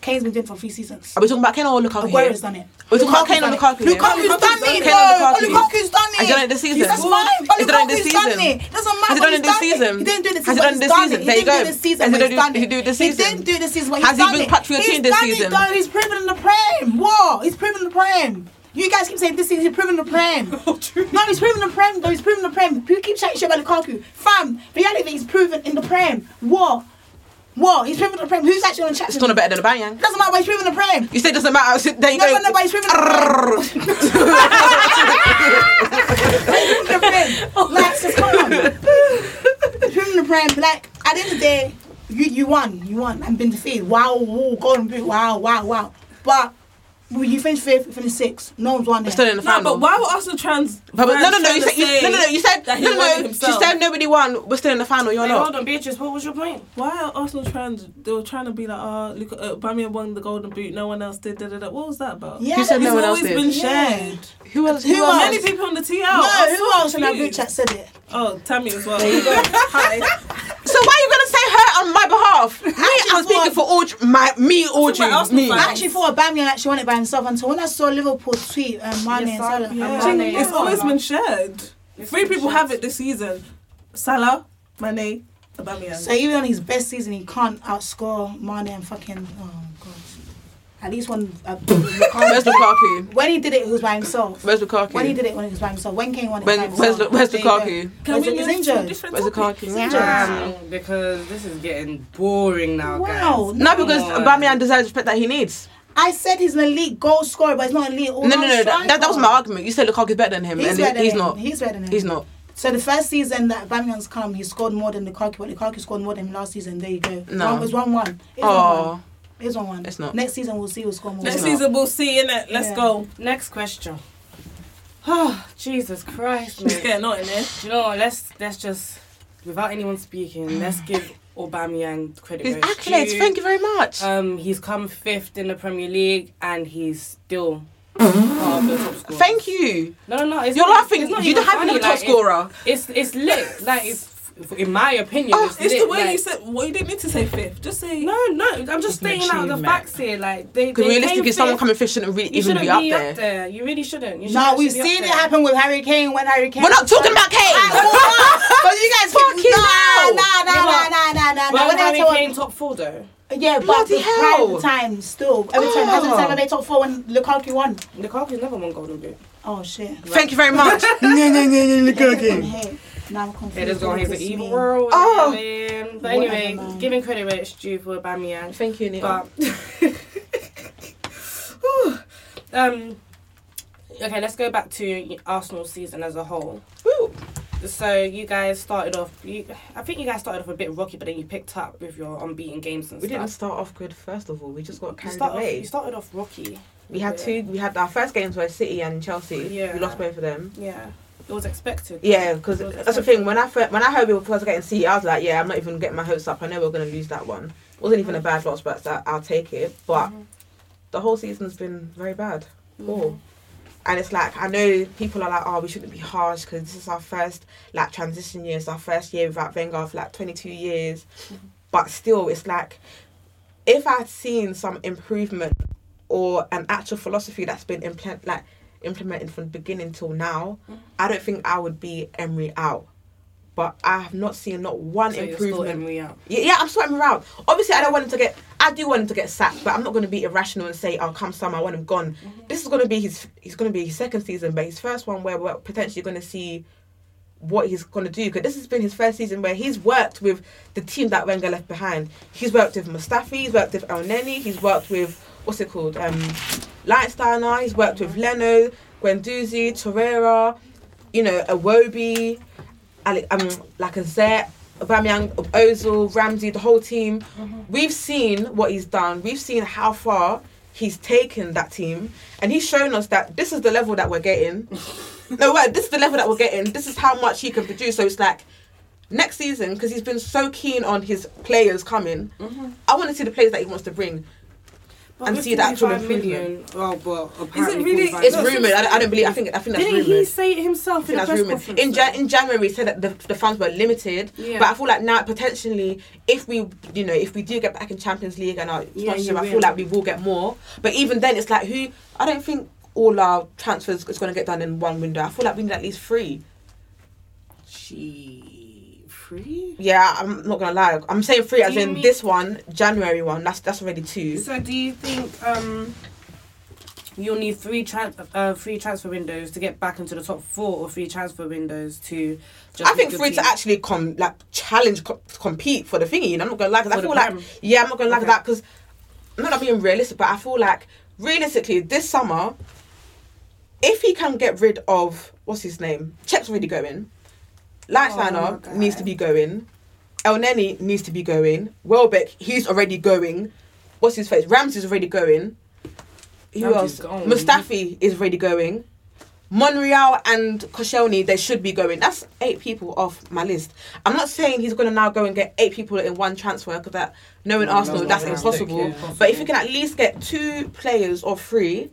Speaker 4: Kane's been doing it for three seasons.
Speaker 3: Are we talking about Kane or Lukaku? here?
Speaker 4: Aguero's done it.
Speaker 3: We're talking about Kane or
Speaker 4: done
Speaker 3: Lukaku.
Speaker 4: it.
Speaker 3: here?
Speaker 4: Lukaku's done it,
Speaker 3: Kane or
Speaker 4: though. Oh, Lukaku's done it.
Speaker 3: Has he done it this season?
Speaker 4: That's fine. But
Speaker 3: Has he done it this
Speaker 4: Lukaku's done
Speaker 3: season?
Speaker 4: it. Doesn't
Speaker 3: Has
Speaker 4: matter.
Speaker 3: he done it this
Speaker 4: but he's
Speaker 3: season?
Speaker 4: He didn't do it this
Speaker 3: Has
Speaker 4: season.
Speaker 3: he done it
Speaker 4: but
Speaker 3: this
Speaker 4: he's
Speaker 3: season?
Speaker 4: He
Speaker 3: There you
Speaker 4: didn't do
Speaker 3: go.
Speaker 4: it this season.
Speaker 3: Has he
Speaker 4: but
Speaker 3: done
Speaker 4: he's
Speaker 3: it-
Speaker 4: done
Speaker 3: did he do it this
Speaker 4: He
Speaker 3: season?
Speaker 4: didn't do it this season. but
Speaker 3: Has
Speaker 4: he's
Speaker 3: he
Speaker 4: done
Speaker 3: been
Speaker 4: it.
Speaker 3: plucked for your
Speaker 4: He's
Speaker 3: team this
Speaker 4: done it,
Speaker 3: season?
Speaker 4: though. He's proven the prem. What? He's proven the prem. You guys keep saying this season he's proven the prem. no, he's proven the prem though. He's proven the prem. People keep chatting shit about Lukaku. Fam, reality he's proven in the prem. What? What? He's proven the prem. Who's actually on the chat?
Speaker 3: It's not better than Aubameyang.
Speaker 4: Doesn't matter. but He's proven the prem.
Speaker 3: You said it doesn't matter. so There you
Speaker 4: No,
Speaker 3: go.
Speaker 4: no, no, but he's proven the prem. the prem. Like, just come on. Proven the prem. Like, at the end of the day, you, you won. You won. And been defeated. Wow, wow, golden boot. Wow, wow, wow. But well, you finished fifth, you finished sixth. No one's won there.
Speaker 3: Still in the
Speaker 6: No,
Speaker 3: final.
Speaker 6: Ah, but why were Arsenal trans?
Speaker 3: But- but- no, no,
Speaker 6: fans
Speaker 3: no, you
Speaker 6: trying to
Speaker 3: said, you, no, no, no, you
Speaker 6: say
Speaker 3: said, no,
Speaker 6: that he won it
Speaker 3: no, no, she
Speaker 6: himself?
Speaker 3: said nobody won, we're still in the final, you're
Speaker 8: Hey,
Speaker 3: not.
Speaker 8: hold on, Beatrice, what was your point?
Speaker 6: Why are Arsenal trans? They were trying to be like, oh, look, uh, Bamian won the Golden Boot, no one else did. Da, da, da. What was that about?
Speaker 4: Yeah,
Speaker 3: Who
Speaker 4: that
Speaker 3: said
Speaker 6: It's
Speaker 3: no
Speaker 4: is-
Speaker 3: one else
Speaker 6: always
Speaker 3: did?
Speaker 6: been
Speaker 4: Yeah.
Speaker 6: shared.
Speaker 3: Who else?
Speaker 4: Who else?
Speaker 6: Many people on the TL.
Speaker 4: No,
Speaker 6: I'm
Speaker 4: who
Speaker 6: so
Speaker 4: else in that group
Speaker 6: confused.
Speaker 4: chat said it?
Speaker 6: Oh, Tammy as well.
Speaker 3: So why are you gonna say her on my behalf? Me, I'm
Speaker 4: thought-
Speaker 3: speaking for Audrey, my, me, Audrey,
Speaker 6: about Arsenal
Speaker 3: me.
Speaker 6: fans.
Speaker 4: I actually thought Aubameyang actually won it by himself until when I saw Liverpool tweet um, Mane and Salah.
Speaker 8: yeah.
Speaker 4: I'm like,
Speaker 8: Mane.
Speaker 6: It's always been shared. Three
Speaker 8: been
Speaker 6: people
Speaker 8: shared.
Speaker 6: have it this season: Salah, Mane, Aubameyang.
Speaker 4: So even on his best season, he can't outscore Mane and fucking oh god. At least when uh,
Speaker 3: Where's Lukaku?
Speaker 4: when he did it, he was by himself.
Speaker 3: Where's Lukaku?
Speaker 4: When he did it, when he was by himself. When Kane won it,
Speaker 3: When-
Speaker 4: he was by
Speaker 3: where's
Speaker 4: himself.
Speaker 3: Lu- where's
Speaker 4: There you go.
Speaker 3: Lukaku?
Speaker 6: Can
Speaker 4: Where's-
Speaker 6: we
Speaker 4: he's
Speaker 6: move to a
Speaker 4: injured.
Speaker 6: different
Speaker 3: Where's
Speaker 6: topic?
Speaker 3: Lukaku?
Speaker 8: Um, because this is getting boring now, guys.
Speaker 4: Wow.
Speaker 3: No, because Aubameyang deserves respect that he needs.
Speaker 4: I said he's an elite goal scorer, but he's not elite. all
Speaker 3: No, no, no. That, that, that was my
Speaker 4: striker.
Speaker 3: argument. You said Lukaku's better than him,
Speaker 4: He's
Speaker 3: and
Speaker 4: better than
Speaker 3: he's
Speaker 4: him.
Speaker 3: not.
Speaker 4: He's better than him.
Speaker 3: He's not.
Speaker 4: So the first season that Bamiyang's come, he scored more than Lukaku. But Lukaku scored more than him last season. There you go.
Speaker 3: No.
Speaker 4: One- It's one one. It's one
Speaker 3: Oh,
Speaker 4: one. It's one one.
Speaker 3: It's not.
Speaker 4: Next season we'll see who's scored more.
Speaker 6: Next
Speaker 3: It's not.
Speaker 6: season we'll see in it. Let's
Speaker 4: Yeah.
Speaker 6: go.
Speaker 2: Next question. Oh, Jesus Christ,
Speaker 6: It's
Speaker 2: mate.
Speaker 6: getting on in there.
Speaker 2: Do you know what? Let's, let's just, without anyone speaking, let's give Aubameyang credit
Speaker 3: his
Speaker 2: where it's
Speaker 3: accolades.
Speaker 2: due.
Speaker 3: Thank you very much.
Speaker 2: Um, he's come fifth in the Premier League and he's still part of the top scorer.
Speaker 3: Thank you.
Speaker 2: No, no, no. It's
Speaker 3: You're
Speaker 2: not-
Speaker 3: laughing.
Speaker 2: it's not
Speaker 3: You
Speaker 2: even
Speaker 3: don't have
Speaker 2: funny,
Speaker 3: any top
Speaker 2: like, it-
Speaker 3: scorer. Oh,
Speaker 2: It's it's lit. Like it's, in my opinion, it's,
Speaker 6: It's
Speaker 2: lit.
Speaker 6: the way
Speaker 2: like,
Speaker 6: you said. Well, you didn't need to say fifth. Just say.
Speaker 2: No, no. I'm just staying out the
Speaker 13: literally mad.
Speaker 2: facts here. Like they, they
Speaker 3: Because
Speaker 2: came
Speaker 3: realistically, someone
Speaker 2: fifth.
Speaker 3: coming fifth shouldn't really
Speaker 2: You
Speaker 3: even
Speaker 2: shouldn't
Speaker 3: be up
Speaker 2: be
Speaker 3: there.
Speaker 2: up there. You really shouldn't. You
Speaker 4: No,
Speaker 2: shouldn't
Speaker 4: we've
Speaker 2: actually be
Speaker 4: seen
Speaker 2: up
Speaker 4: it
Speaker 2: there.
Speaker 4: happen with Harry Kane when Harry Kane.
Speaker 3: We're not talking about Kane.
Speaker 4: Because you guys
Speaker 3: Fucking
Speaker 4: nah,
Speaker 3: hell.
Speaker 4: nah, nah, nah, nah, nah, nah, nah.
Speaker 2: But
Speaker 4: When
Speaker 2: Harry
Speaker 4: they told-
Speaker 2: Kane top four though.
Speaker 4: Yeah, but
Speaker 3: Bloody
Speaker 4: the
Speaker 3: hell.
Speaker 4: prime time still. Every time, hasn't
Speaker 3: Oh.
Speaker 4: time when they top four when Lukaku won.
Speaker 2: Lukaku's never won Golden Boot.
Speaker 4: Oh shit.
Speaker 3: Thank you very much.
Speaker 4: Hey, now I'm confused.
Speaker 2: It is
Speaker 4: What
Speaker 2: going. He's an
Speaker 4: does this
Speaker 2: evil
Speaker 4: mean?
Speaker 2: world.
Speaker 3: Oh.
Speaker 2: man. But
Speaker 4: Whatever,
Speaker 2: anyway,
Speaker 4: man.
Speaker 2: giving credit where it's due for Aubameyang.
Speaker 3: Thank you, Neil.
Speaker 2: But Whew. um, okay, let's go back to Arsenal season as a whole.
Speaker 3: Woo.
Speaker 2: So you guys started off. You, I think you guys started off a bit rocky, but then you picked up with your unbeaten games and
Speaker 3: We
Speaker 2: stuff.
Speaker 3: didn't start off good. First of all, we just got
Speaker 2: you,
Speaker 3: carried
Speaker 2: start off, you
Speaker 3: away.
Speaker 2: started off rocky.
Speaker 3: We had
Speaker 2: Yeah.
Speaker 3: two. We had our first games were City and Chelsea.
Speaker 2: Yeah.
Speaker 3: We lost both of them.
Speaker 2: Yeah, it was expected.
Speaker 3: Yeah, because that's the thing. When I fir- when I heard we were first getting City, I was like, yeah, I'm not even getting my hopes up. I know we're gonna lose that one. wasn't
Speaker 2: Mm-hmm.
Speaker 3: even a bad loss, but that I'll take it. But the whole season's been very bad.
Speaker 2: Mm-hmm.
Speaker 3: Poor. And it's like I know people are like, oh, we shouldn't be harsh because this is our first like transition year. It's our first year without Wenger for like 22 years.
Speaker 2: Mm-hmm.
Speaker 3: But still, it's like if I'd seen some improvement or an actual philosophy that's been implement like implemented from the beginning till now,
Speaker 2: Mm.
Speaker 3: I don't think I would be Emery out. But I have not seen not one
Speaker 2: So you're still
Speaker 3: improvement.
Speaker 2: Emery out.
Speaker 3: Yeah, yeah, I'm sorting him out. Obviously, I don't want him to get. I do want him to get sacked, but I'm not going to be irrational and say, "Oh, come summer, I want him gone."
Speaker 2: Mm-hmm.
Speaker 3: This is going to be his. He's going to be his second season, but his first one where we're potentially going to see what he's going to do. Because this has been his first season where he's worked with the team that Wenger left behind. He's worked with Mustafi. He's worked with El Neni. He's worked with what's it called, um, Lightstyle now. He's worked with Leno, Guendouzi, Torreira. You know, Awobi. Ale- um, Lacazette, Aubameyang, Ozil, Ramsey, the whole team. We've seen what he's done. We've seen how far he's taken that team, and he's shown us that this is the level that we're getting. no, wait, this is the level that we're getting. This is how much he can produce. So it's like next season because he's been so keen on his players coming.
Speaker 2: Mm-hmm.
Speaker 3: I want to see the players that he wants to bring.
Speaker 2: But
Speaker 3: And
Speaker 2: with
Speaker 3: see the actual
Speaker 2: 45 million, Well, well, apparently
Speaker 6: really-
Speaker 2: 45
Speaker 3: It's
Speaker 2: million.
Speaker 3: rumored. I, don't- I don't believe. I think. I think that's
Speaker 2: Didn't
Speaker 3: rumored.
Speaker 2: he say it himself in the
Speaker 3: That's
Speaker 2: press
Speaker 3: rumoured.
Speaker 2: conference?
Speaker 3: In, Jan- in January, he said that the, the funds were limited,
Speaker 2: Yeah.
Speaker 3: but I feel like now potentially, if we, you know, if we do get back in Champions League and our
Speaker 2: Yeah,
Speaker 3: sponsorship,
Speaker 2: you
Speaker 3: I feel
Speaker 2: will.
Speaker 3: like we will get more. But even then, it's like who? I don't think all our transfers is going to get done in one window. I feel like we need at least three.
Speaker 2: she free.
Speaker 3: Yeah, I'm not gonna lie. I'm saying three, as
Speaker 2: Do you
Speaker 3: in
Speaker 2: mean-
Speaker 3: this one, January one. That's that's already two.
Speaker 2: So do you think um you'll need three tran uh, three transfer windows to get back into the top four, or three transfer windows to? Just
Speaker 3: I think
Speaker 2: make your
Speaker 3: for it to
Speaker 2: team?
Speaker 3: actually com like challenge co- compete for the thingy, and I'm not gonna lie, 'cause
Speaker 2: For
Speaker 3: I
Speaker 2: the
Speaker 3: feel like
Speaker 2: Prem?
Speaker 3: yeah, I'm not gonna lie
Speaker 2: Okay.
Speaker 3: that because I'm not being realistic, but I feel like realistically this summer, if he can get rid of what's his name, Check's really going, Lightsigner
Speaker 2: Oh God.
Speaker 3: needs to be going, El Neni needs to be going, Welbeck he's already going, what's his face, Ramsey's already going, who
Speaker 2: Ramsey's
Speaker 3: else?
Speaker 2: gone.
Speaker 3: Mustafi is already going. Monreal and Koscielny, they should be going. That's eight people off my list. I'm not saying he's going to now go and get eight people in one transfer because that, knowing Arsenal,
Speaker 2: no,
Speaker 3: that's
Speaker 2: no, no.
Speaker 3: impossible.
Speaker 2: Yeah.
Speaker 3: But if you can at least get two players or three,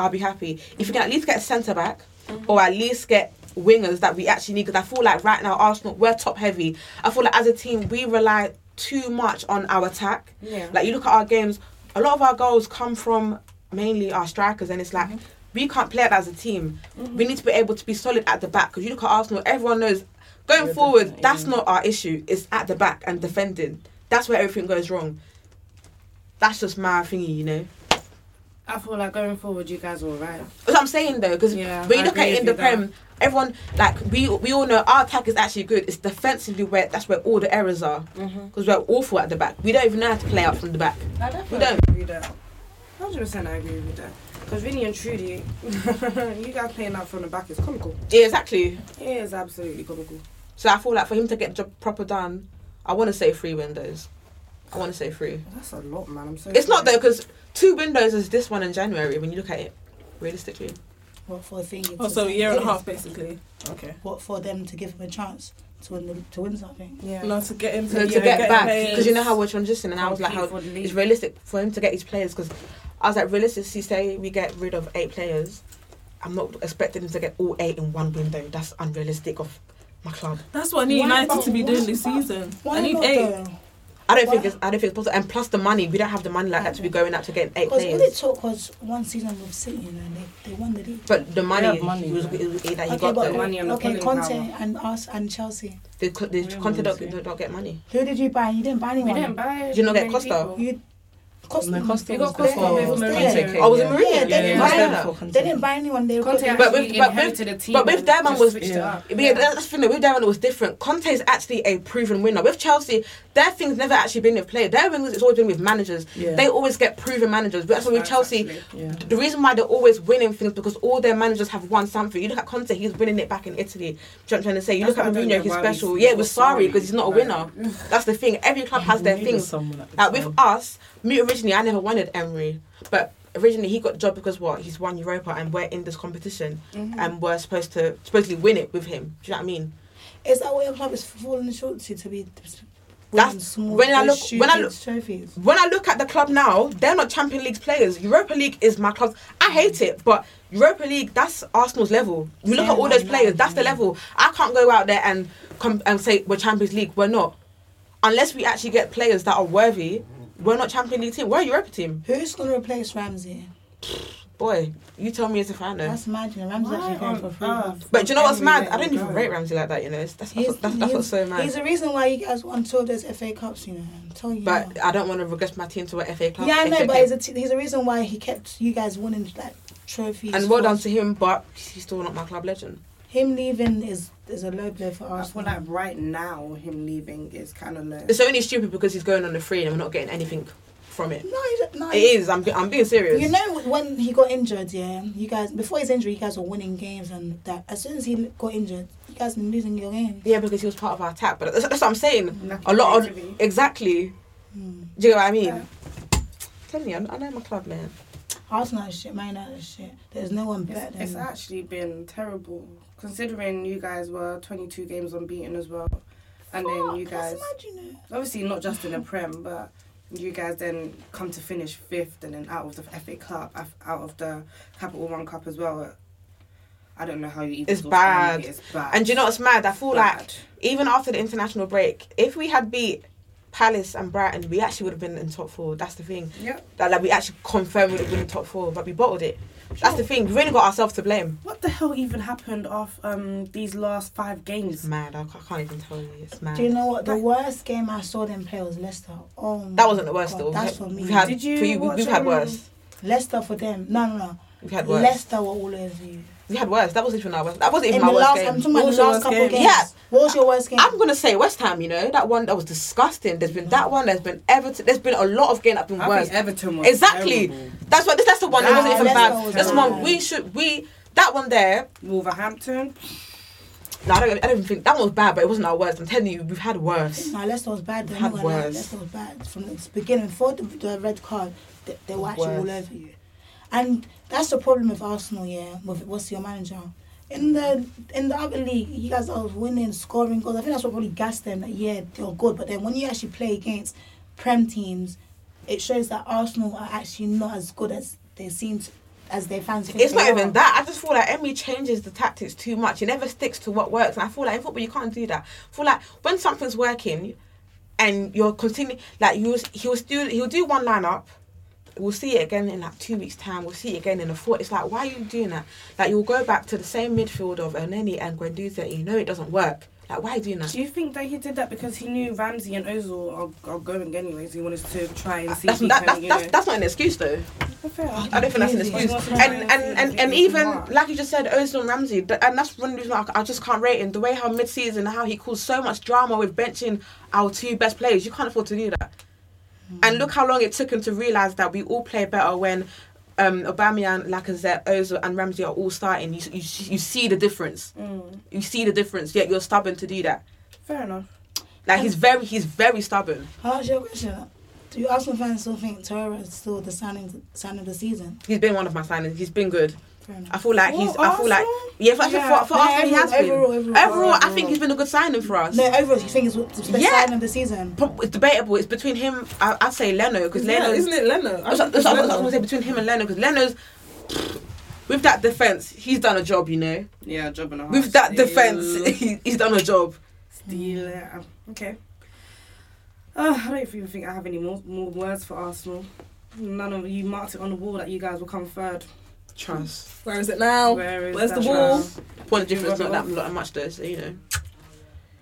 Speaker 3: I'll be happy. If you can at least get a centre back
Speaker 2: Mm-hmm.
Speaker 3: or at least get wingers that we actually need, because I feel like right now Arsenal we're top heavy. I feel like as a team we rely too much on our attack.
Speaker 2: Yeah.
Speaker 3: Like you look at our games, a lot of our goals come from mainly our strikers, and it's like
Speaker 2: Mm-hmm.
Speaker 3: we can't play it as a team. We need to be able to be solid at the back. Because you look at Arsenal, everyone knows going forward that's not our issue. It's at the back and defending. That's where everything goes wrong. That's just my thingy, you know.
Speaker 2: I feel like going forward, you guys are alright.
Speaker 3: That's what I'm saying though, because
Speaker 2: Yeah,
Speaker 3: when you
Speaker 2: I
Speaker 3: look at
Speaker 2: agree
Speaker 3: it in the
Speaker 2: with you
Speaker 3: prem, everyone like we we all know our attack is actually good. It's defensively where that's where all the errors
Speaker 2: Mm-hmm.
Speaker 3: are because we're awful at the back. We don't even know how to play out from the back.
Speaker 2: I
Speaker 3: We don't.
Speaker 2: agree with that.
Speaker 8: Hundred percent, I agree with that. Because Vinny and Trudy, you guys playing that from the back is comical.
Speaker 3: Yeah, exactly.
Speaker 8: It is absolutely comical.
Speaker 3: So I feel like for him to get the job proper done, I want to say three windows. I want to say three.
Speaker 8: That's a lot, man. I'm so.
Speaker 3: It's not though,
Speaker 8: sorry.
Speaker 3: because two windows is this one in January. When you look at it, realistically,
Speaker 4: What for a thing? it's
Speaker 6: Oh, so a
Speaker 4: just-
Speaker 6: year and a
Speaker 4: it
Speaker 6: half
Speaker 4: is.
Speaker 6: basically. Okay.
Speaker 4: What for them to give him a chance to win the, to win something?
Speaker 8: Yeah.
Speaker 6: No, to get into
Speaker 3: so to
Speaker 6: yeah,
Speaker 3: get back
Speaker 6: players.
Speaker 3: because you know how we're transitioning, and I was like,
Speaker 8: Compete
Speaker 3: how
Speaker 8: for the league.
Speaker 3: it's realistic for him to get his players because I was like, realistically, say we get rid of eight players, I'm not expecting him to get all eight in one window. That's unrealistic of my club.
Speaker 6: That's what I need
Speaker 4: Why
Speaker 6: United
Speaker 4: not?
Speaker 6: to be doing
Speaker 4: Why
Speaker 6: this
Speaker 4: not?
Speaker 6: season.
Speaker 4: Why
Speaker 6: I need
Speaker 4: not
Speaker 6: eight.
Speaker 4: though?
Speaker 3: I don't think
Speaker 4: Why?
Speaker 3: it's I don't think it's possible. And plus the money, we don't have the money like that to be going out to get eight
Speaker 4: Because all they
Speaker 3: players.
Speaker 4: talk was one season with City, you know, and they, they won the league.
Speaker 3: But the
Speaker 7: have
Speaker 3: money,
Speaker 7: money,
Speaker 3: was,
Speaker 7: though.
Speaker 3: it was eight that he
Speaker 4: okay,
Speaker 3: got.
Speaker 4: but
Speaker 3: though.
Speaker 8: money and the
Speaker 4: okay,
Speaker 8: pulling
Speaker 4: Conte
Speaker 8: power.
Speaker 4: and us and Chelsea.
Speaker 3: The, co- the
Speaker 7: We don't
Speaker 3: Conte
Speaker 7: want
Speaker 3: don't,
Speaker 7: to.
Speaker 3: don't, don't get money.
Speaker 4: Who did you buy? You didn't buy
Speaker 8: We
Speaker 4: anyone.
Speaker 8: didn't buy.
Speaker 3: Did you not
Speaker 8: too
Speaker 3: get
Speaker 8: many
Speaker 3: Costa?
Speaker 8: people.
Speaker 4: You cost
Speaker 7: No, Costa
Speaker 4: They
Speaker 7: was
Speaker 4: got Costa
Speaker 7: before
Speaker 4: with
Speaker 7: Conte
Speaker 4: Mourinho.
Speaker 7: came,
Speaker 3: Oh, was it
Speaker 7: yeah.
Speaker 4: Yeah,
Speaker 3: Mourinho? Yeah,
Speaker 4: they didn't
Speaker 3: yeah,
Speaker 4: buy
Speaker 3: yeah.
Speaker 4: anyone. They didn't buy anyone. They
Speaker 8: Conte
Speaker 4: got-
Speaker 3: But with-
Speaker 8: actually
Speaker 3: but with-
Speaker 8: inherited a team.
Speaker 3: but with
Speaker 8: and
Speaker 3: Derman
Speaker 8: just
Speaker 3: was-
Speaker 8: switched it
Speaker 7: yeah.
Speaker 8: up.
Speaker 3: But yeah, that's the thing. though, With Darren, it was different. Conte is actually a proven winner. With Chelsea, their thing's never actually been with players. Their wingers, it's always been with managers.
Speaker 7: Yeah.
Speaker 3: They always get proven managers. But that's why with
Speaker 8: Nice,
Speaker 3: Chelsea,
Speaker 8: actually.
Speaker 7: Yeah.
Speaker 3: the reason why they're always winning things because all their managers have won something. You look at Conte, he's winning it back in Italy. Do you know what I'm trying to say? You
Speaker 8: That's
Speaker 3: look at
Speaker 8: why I don't
Speaker 3: Mourinho,
Speaker 8: know
Speaker 3: he's
Speaker 8: why we-
Speaker 3: special.
Speaker 8: we
Speaker 3: Yeah,
Speaker 8: got
Speaker 3: we're sorry
Speaker 8: Sarri,
Speaker 3: because he's not a
Speaker 8: like-
Speaker 3: winner. That's the thing. Every club has their
Speaker 7: We needed
Speaker 3: things.
Speaker 7: someone at the
Speaker 3: Like with
Speaker 7: time.
Speaker 3: us, me originally, I never wanted Emery, but originally he got the job because what he's won Europa and we're in this competition and we're supposed to supposedly win it with him. Do you know what I mean?
Speaker 4: Is that what your club is falling short to? To be
Speaker 3: That's-
Speaker 4: winning small,
Speaker 3: when I look-
Speaker 4: stupid
Speaker 3: when I look-
Speaker 4: trophies.
Speaker 3: When I look at the club now, they're not Champions League players. Europa League is my club. I hate it, but Europa League that's Arsenal's level. You look
Speaker 4: Yeah,
Speaker 3: at all those
Speaker 4: no,
Speaker 3: players,
Speaker 4: no,
Speaker 3: that's the
Speaker 4: no.
Speaker 3: level. I can't go out there and come and say we're Champions League. We're not, unless we actually get players that are worthy. We're not Champions League team. We're a Europa team.
Speaker 4: Who's gonna replace Ramsey?
Speaker 3: Boy, you tell me as if I know.
Speaker 4: That's mad. You know, Ramsey's
Speaker 8: Why
Speaker 4: actually going
Speaker 8: on
Speaker 4: for free.
Speaker 8: earth
Speaker 3: But do you know what's
Speaker 8: Emery
Speaker 3: mad?
Speaker 8: let
Speaker 3: I don't
Speaker 8: him
Speaker 3: even
Speaker 8: go?
Speaker 3: rate Ramsey like that, you know. It's, that's that's,
Speaker 4: He's-
Speaker 3: what, that's, that's what's so
Speaker 4: He's
Speaker 3: mad.
Speaker 4: the reason why you guys won two of those FA Cups. You know, I'm telling you. now.
Speaker 3: But I don't want to regress my team to an FA Club.
Speaker 4: yeah, I
Speaker 3: FA
Speaker 4: know. But
Speaker 3: Cup.
Speaker 4: he's a, t- he's a reason why he kept you guys winning that trophy.
Speaker 3: and well done to him, but he's still not my club legend.
Speaker 4: him leaving is is a low blow for
Speaker 8: I feel
Speaker 4: Arsenal.
Speaker 8: like right now him leaving is kind of low.
Speaker 3: It's only stupid because he's going on a free and we're not getting anything from it.
Speaker 4: no, he's- no.
Speaker 3: It is. I'm, be- I'm being serious.
Speaker 4: You know when he got injured, yeah. You guys before his injury, you guys were winning games and that. As soon as he got injured, you guys been losing your games.
Speaker 3: Yeah, because he was part of our attack. But that's, that's what I'm saying.
Speaker 8: Lucky
Speaker 3: A lot of
Speaker 8: creativity.
Speaker 3: exactly.
Speaker 4: Hmm.
Speaker 3: Do you know what I mean?
Speaker 8: Yeah.
Speaker 3: Tell me, I, I know my club, man.
Speaker 4: Arsenal is shit, Man United is shit. There's no one better
Speaker 8: It's, it's
Speaker 4: than.
Speaker 8: actually been terrible considering you guys were 22 games unbeaten as well, and then you guys
Speaker 4: That's mad, you know.
Speaker 8: obviously not just in the Prem, but you guys then come to finish fifth and then out of the FA Cup, af- out of the Capital One Cup as well. I don't know how you even.
Speaker 3: It's
Speaker 8: still stand
Speaker 3: bad.
Speaker 8: it, It's bad.
Speaker 3: And do you know what's mad? I feel like
Speaker 8: Bad.
Speaker 3: even after the international break, if we had beat Palace and Brighton, we actually would have been in top four. That's the thing.
Speaker 8: Yep.
Speaker 3: That like we actually confirmed we'd have been in top four, but we bottled it. That's the thing. We really got ourselves to blame.
Speaker 8: What the hell even happened off um these last five
Speaker 3: It's
Speaker 8: games?
Speaker 3: mad. I ca- I can't even tell you. It's mad.
Speaker 4: Do you know what the worst game I saw them play was Leicester? Oh, my
Speaker 3: that wasn't the worst
Speaker 4: God,
Speaker 3: though.
Speaker 4: That's for me.
Speaker 3: We've had
Speaker 8: Did you
Speaker 3: for you. We,
Speaker 8: watch,
Speaker 3: we've had
Speaker 8: um,
Speaker 3: worse.
Speaker 4: Leicester for them. No, no, no.
Speaker 3: We've had worse.
Speaker 4: Leicester were all over you.
Speaker 3: We had worse. That wasn't even our worst. That wasn't even
Speaker 4: In
Speaker 3: my
Speaker 4: the
Speaker 3: worst
Speaker 4: last,
Speaker 3: game.
Speaker 4: I'm talking about
Speaker 6: What was
Speaker 4: the
Speaker 6: your
Speaker 4: last
Speaker 6: worst
Speaker 4: couple
Speaker 6: game?
Speaker 4: games.
Speaker 3: Yeah.
Speaker 4: What was your worst game?
Speaker 3: I'm gonna say West Ham. You know that one that was disgusting. There's been that one. There's been Everton. There's been a lot of games that've been
Speaker 8: I
Speaker 3: worse.
Speaker 8: think Everton was
Speaker 3: Exactly.
Speaker 8: terrible.
Speaker 3: That's what. This, that's the one that,
Speaker 8: That-
Speaker 3: wasn't even
Speaker 8: Leicester
Speaker 3: bad.
Speaker 8: was
Speaker 3: That's the one
Speaker 8: bad.
Speaker 3: we should. We that one there.
Speaker 8: Wolverhampton.
Speaker 3: No, I don't. I don't think that one was bad, but it wasn't our worst. I'm telling you, we've had worse.
Speaker 4: No, Leicester was bad. Though.
Speaker 3: Had
Speaker 4: I'm not gonna lie,
Speaker 3: worse.
Speaker 4: Leicester was bad from the beginning. Before the, the red card, they, they were actually all
Speaker 3: Worse.
Speaker 4: over you. And that's the problem with Arsenal, yeah. With what's your manager? In the in the other league, you guys are winning, scoring goals. I think that's what really gassed them. That yeah, they're good, but then when you actually play against prem teams, it shows that Arsenal are actually not as good as they seem to, as their fans think.
Speaker 3: It's
Speaker 4: they
Speaker 3: not
Speaker 4: are.
Speaker 3: even that. I just feel like Emery changes the tactics too much. He never sticks to what works, and I feel like in football you can't do that. I feel like when something's working, and you're continuing, like you, he'll still he'll do one lineup. We'll see it again in like two weeks' time. We'll see it again in a four. It's like why are you doing that? Like you'll go back to the same midfield of Elneny and Guendouzi. and You know it doesn't work. Like why are you doing that?
Speaker 8: Do you think that he did that because he knew Ramsey and Ozil are, are going anyways? He wanted to try and see
Speaker 3: Ah, That's,
Speaker 8: if he
Speaker 3: that, that's,
Speaker 8: can, you know.
Speaker 3: that's, that's not an excuse though.
Speaker 8: fair.
Speaker 3: I don't think that's an
Speaker 4: Crazy.
Speaker 3: excuse.
Speaker 8: What's
Speaker 3: And
Speaker 8: wrong
Speaker 3: and,
Speaker 8: with
Speaker 3: and, and,
Speaker 8: Ramsey? It's
Speaker 3: even
Speaker 8: smart.
Speaker 3: like you just said, Ozil and Ramsey, th- and that's one reason like I just can't rate him. The way how mid season how he caused so much drama with benching our two best players, you can't afford to do that. And look how long it took him to realise that we all play better when um, Aubameyang, Lacazette, Ozil, and Ramsey are all starting. You, you, you see the difference. You see the difference. Yet you're stubborn to do that.
Speaker 2: Mm. Fair enough.
Speaker 3: Like he's very, he's very stubborn.
Speaker 4: I'll ask you a question. Do you Arsenal fans still think Torreira is still the signing sign of the season?
Speaker 3: He's been one of my signings. He's been good.
Speaker 4: Fair enough.
Speaker 3: I feel like
Speaker 2: For
Speaker 3: he's. I feel like
Speaker 2: Arsenal?
Speaker 3: yeah. For,
Speaker 4: Yeah,
Speaker 3: for, for
Speaker 4: no,
Speaker 3: Arsenal, he has been.
Speaker 4: overall, overall,
Speaker 3: I think he's been a good signing for us.
Speaker 4: No, overall, you think it's the best
Speaker 3: Yeah.
Speaker 4: signing of the season?
Speaker 3: Prob- It's debatable. It's between him. I, I'd say Leno because
Speaker 6: Yeah,
Speaker 3: Leno.
Speaker 6: isn't it Leno?
Speaker 3: I was, I was, I was, I was gonna say between him and Leno because Leno's with that defense, he's done a job. You know,
Speaker 2: Yeah, job and a half.
Speaker 3: with that
Speaker 2: Steal.
Speaker 3: defense, he, he's done a job.
Speaker 2: Steal. it. Um, Okay. Uh, I don't even think I have any more, more words for Arsenal. None of you marked it on the wall that you guys will come third.
Speaker 3: Trust.
Speaker 6: Where is it now?
Speaker 2: Where is
Speaker 6: Where's the
Speaker 2: that
Speaker 6: wall?
Speaker 2: now?
Speaker 3: Point of difference not that not much though, so you know.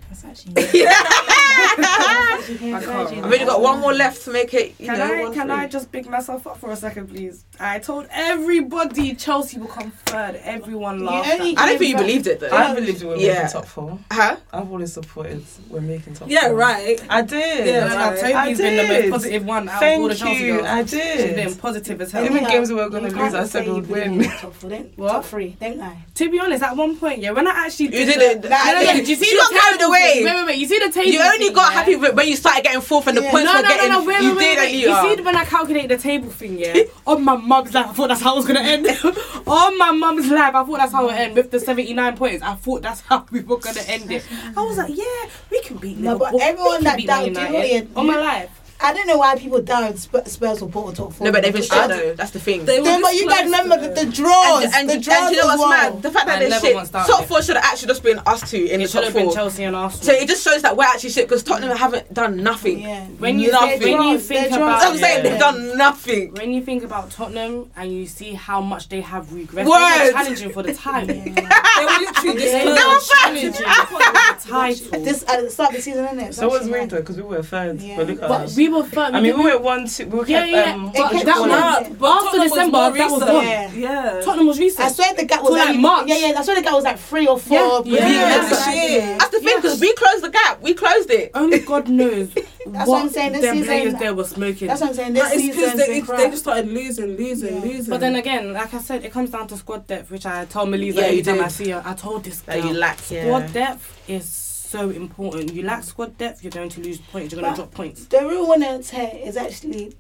Speaker 4: That's actually. Yeah. That's actually
Speaker 2: I can't.
Speaker 4: encouraging.
Speaker 3: I've only got one more left to make it. You
Speaker 2: Can
Speaker 3: know,
Speaker 2: I
Speaker 3: one
Speaker 2: can
Speaker 3: three.
Speaker 2: I just big myself up for a second, please? I told everybody Chelsea will come third. Everyone
Speaker 4: You
Speaker 2: laughed.
Speaker 4: only
Speaker 2: at-
Speaker 3: I don't
Speaker 4: gave
Speaker 3: think you
Speaker 4: that-
Speaker 3: believed it though.
Speaker 7: I believed we were
Speaker 3: Yeah.
Speaker 7: making top four.
Speaker 3: huh?
Speaker 7: I've always supported we're making top
Speaker 6: Yeah,
Speaker 7: four.
Speaker 6: right.
Speaker 7: I did.
Speaker 6: Yeah,
Speaker 2: No, no,
Speaker 6: right.
Speaker 7: I
Speaker 2: Toby's been the most
Speaker 7: did.
Speaker 2: positive one out of all the
Speaker 7: Thank
Speaker 2: Chelsea
Speaker 7: you.
Speaker 2: girls.
Speaker 7: I
Speaker 2: She's been
Speaker 7: did.
Speaker 2: positive as
Speaker 7: Even
Speaker 2: hell.
Speaker 4: Yeah.
Speaker 7: games we were gonna
Speaker 4: You
Speaker 7: lose,
Speaker 4: can't
Speaker 7: I said
Speaker 4: say
Speaker 7: we'll
Speaker 4: you believe
Speaker 7: win.
Speaker 4: in Top four, don't-
Speaker 2: What?
Speaker 4: top three, don't lie.
Speaker 2: To be honest, at one point, yeah, when I actually
Speaker 3: You
Speaker 2: did
Speaker 3: didn't.
Speaker 2: that-
Speaker 3: Like,
Speaker 2: No, no, no,
Speaker 3: you
Speaker 2: do you see
Speaker 3: she
Speaker 2: the
Speaker 3: got
Speaker 2: table
Speaker 3: carried
Speaker 2: thing?
Speaker 3: away.
Speaker 2: Wait, wait, wait. You see the table.
Speaker 3: You only
Speaker 2: thing,
Speaker 3: got
Speaker 2: yeah?
Speaker 3: happy with- when you started getting fourth and the
Speaker 4: Yeah.
Speaker 3: points
Speaker 2: No,
Speaker 3: were
Speaker 2: no,
Speaker 3: getting.
Speaker 2: no, no, wait,
Speaker 3: you
Speaker 2: wait,
Speaker 3: did
Speaker 2: wait,
Speaker 3: and
Speaker 2: wait.
Speaker 3: you,
Speaker 2: You
Speaker 3: are.
Speaker 2: see, when I calculated the table thing, yeah, on my mum's life, I thought that's how it was gonna end. on my mum's life, I thought that's how it end with the seventy nine points. I thought that's how we were gonna end it. I was like, yeah, we can beat
Speaker 4: No,
Speaker 2: Liverpool.
Speaker 4: but everyone
Speaker 2: we can
Speaker 4: that
Speaker 2: beat Man
Speaker 4: doubted,
Speaker 2: United.
Speaker 4: you know, yeah.
Speaker 2: on my life.
Speaker 4: I don't know why people doubted Sp- Spurs will put a top four.
Speaker 3: No, but they've been
Speaker 4: Just-
Speaker 3: shit though. That's the thing.
Speaker 6: They were
Speaker 4: Then, but you guys
Speaker 6: displaced,
Speaker 4: remember
Speaker 6: though.
Speaker 4: the, the draws.
Speaker 3: and, and,
Speaker 4: the
Speaker 3: and
Speaker 4: draws
Speaker 3: you know
Speaker 4: as
Speaker 3: what's
Speaker 4: well.
Speaker 3: mad? The fact that
Speaker 2: And
Speaker 3: they
Speaker 2: level
Speaker 3: shit.
Speaker 2: won't start
Speaker 3: Top
Speaker 2: yet.
Speaker 3: four should have actually just been us two in
Speaker 2: It
Speaker 3: the
Speaker 2: should
Speaker 3: top
Speaker 2: have
Speaker 3: four.
Speaker 2: been Chelsea and Arsenal.
Speaker 3: So it just shows that we're actually shit because Tottenham haven't done nothing.
Speaker 4: Yeah.
Speaker 2: when you
Speaker 3: Nothing.
Speaker 2: when you
Speaker 4: They're
Speaker 2: think
Speaker 4: draws.
Speaker 2: about
Speaker 3: That's what I'm saying.
Speaker 2: Yeah.
Speaker 3: They've done nothing.
Speaker 2: when you think about Tottenham and you see how much they have regressed, they
Speaker 3: Word.
Speaker 2: were challenging for the time.
Speaker 6: They were literally this
Speaker 2: They were
Speaker 6: close.
Speaker 2: challenging for the title.
Speaker 4: This at the start of the season, isn't it?
Speaker 7: So it was
Speaker 4: Actually,
Speaker 7: weird
Speaker 4: yeah.
Speaker 7: though, because we were third.
Speaker 4: Yeah.
Speaker 7: But look at
Speaker 2: But
Speaker 7: us.
Speaker 2: we were firm.
Speaker 7: I mean, we were one, two. We were
Speaker 2: yeah,
Speaker 7: kept,
Speaker 2: yeah.
Speaker 7: Um,
Speaker 2: but
Speaker 4: kept
Speaker 2: that
Speaker 4: going.
Speaker 2: was
Speaker 6: But
Speaker 2: after
Speaker 6: Tottenham was
Speaker 2: December. that
Speaker 6: more
Speaker 2: was
Speaker 6: recent.
Speaker 2: gone.
Speaker 4: Yeah.
Speaker 6: Yeah.
Speaker 2: Tottenham was recent.
Speaker 4: I swear the gap was
Speaker 2: Till, like,
Speaker 4: only-
Speaker 2: March.
Speaker 4: Yeah, yeah. I swear the gap was like three or four.
Speaker 2: Yeah.
Speaker 4: but-
Speaker 2: Yeah.
Speaker 4: that's
Speaker 3: That's
Speaker 4: what I
Speaker 3: the
Speaker 4: did.
Speaker 3: That's the thing because we closed the gap. We closed it.
Speaker 2: Only God knows
Speaker 4: what
Speaker 2: what
Speaker 4: I'm saying, this
Speaker 2: them
Speaker 4: season-
Speaker 2: players there were smoking.
Speaker 4: That's what I'm saying. This
Speaker 6: Like, it's
Speaker 4: season's
Speaker 6: because they,
Speaker 4: been
Speaker 6: it- they
Speaker 4: crap.
Speaker 6: just started losing, losing, losing.
Speaker 2: but then again, like I said, it comes down to squad depth, which I tell Melisa
Speaker 3: Yeah, you
Speaker 2: every time I
Speaker 3: did.
Speaker 2: see her. I told this girl,
Speaker 3: That you lack. Yeah.
Speaker 2: squad depth is so important. You lack squad depth, you're going to lose points. You're going
Speaker 4: But-
Speaker 2: to drop points.
Speaker 4: The real winners here is actually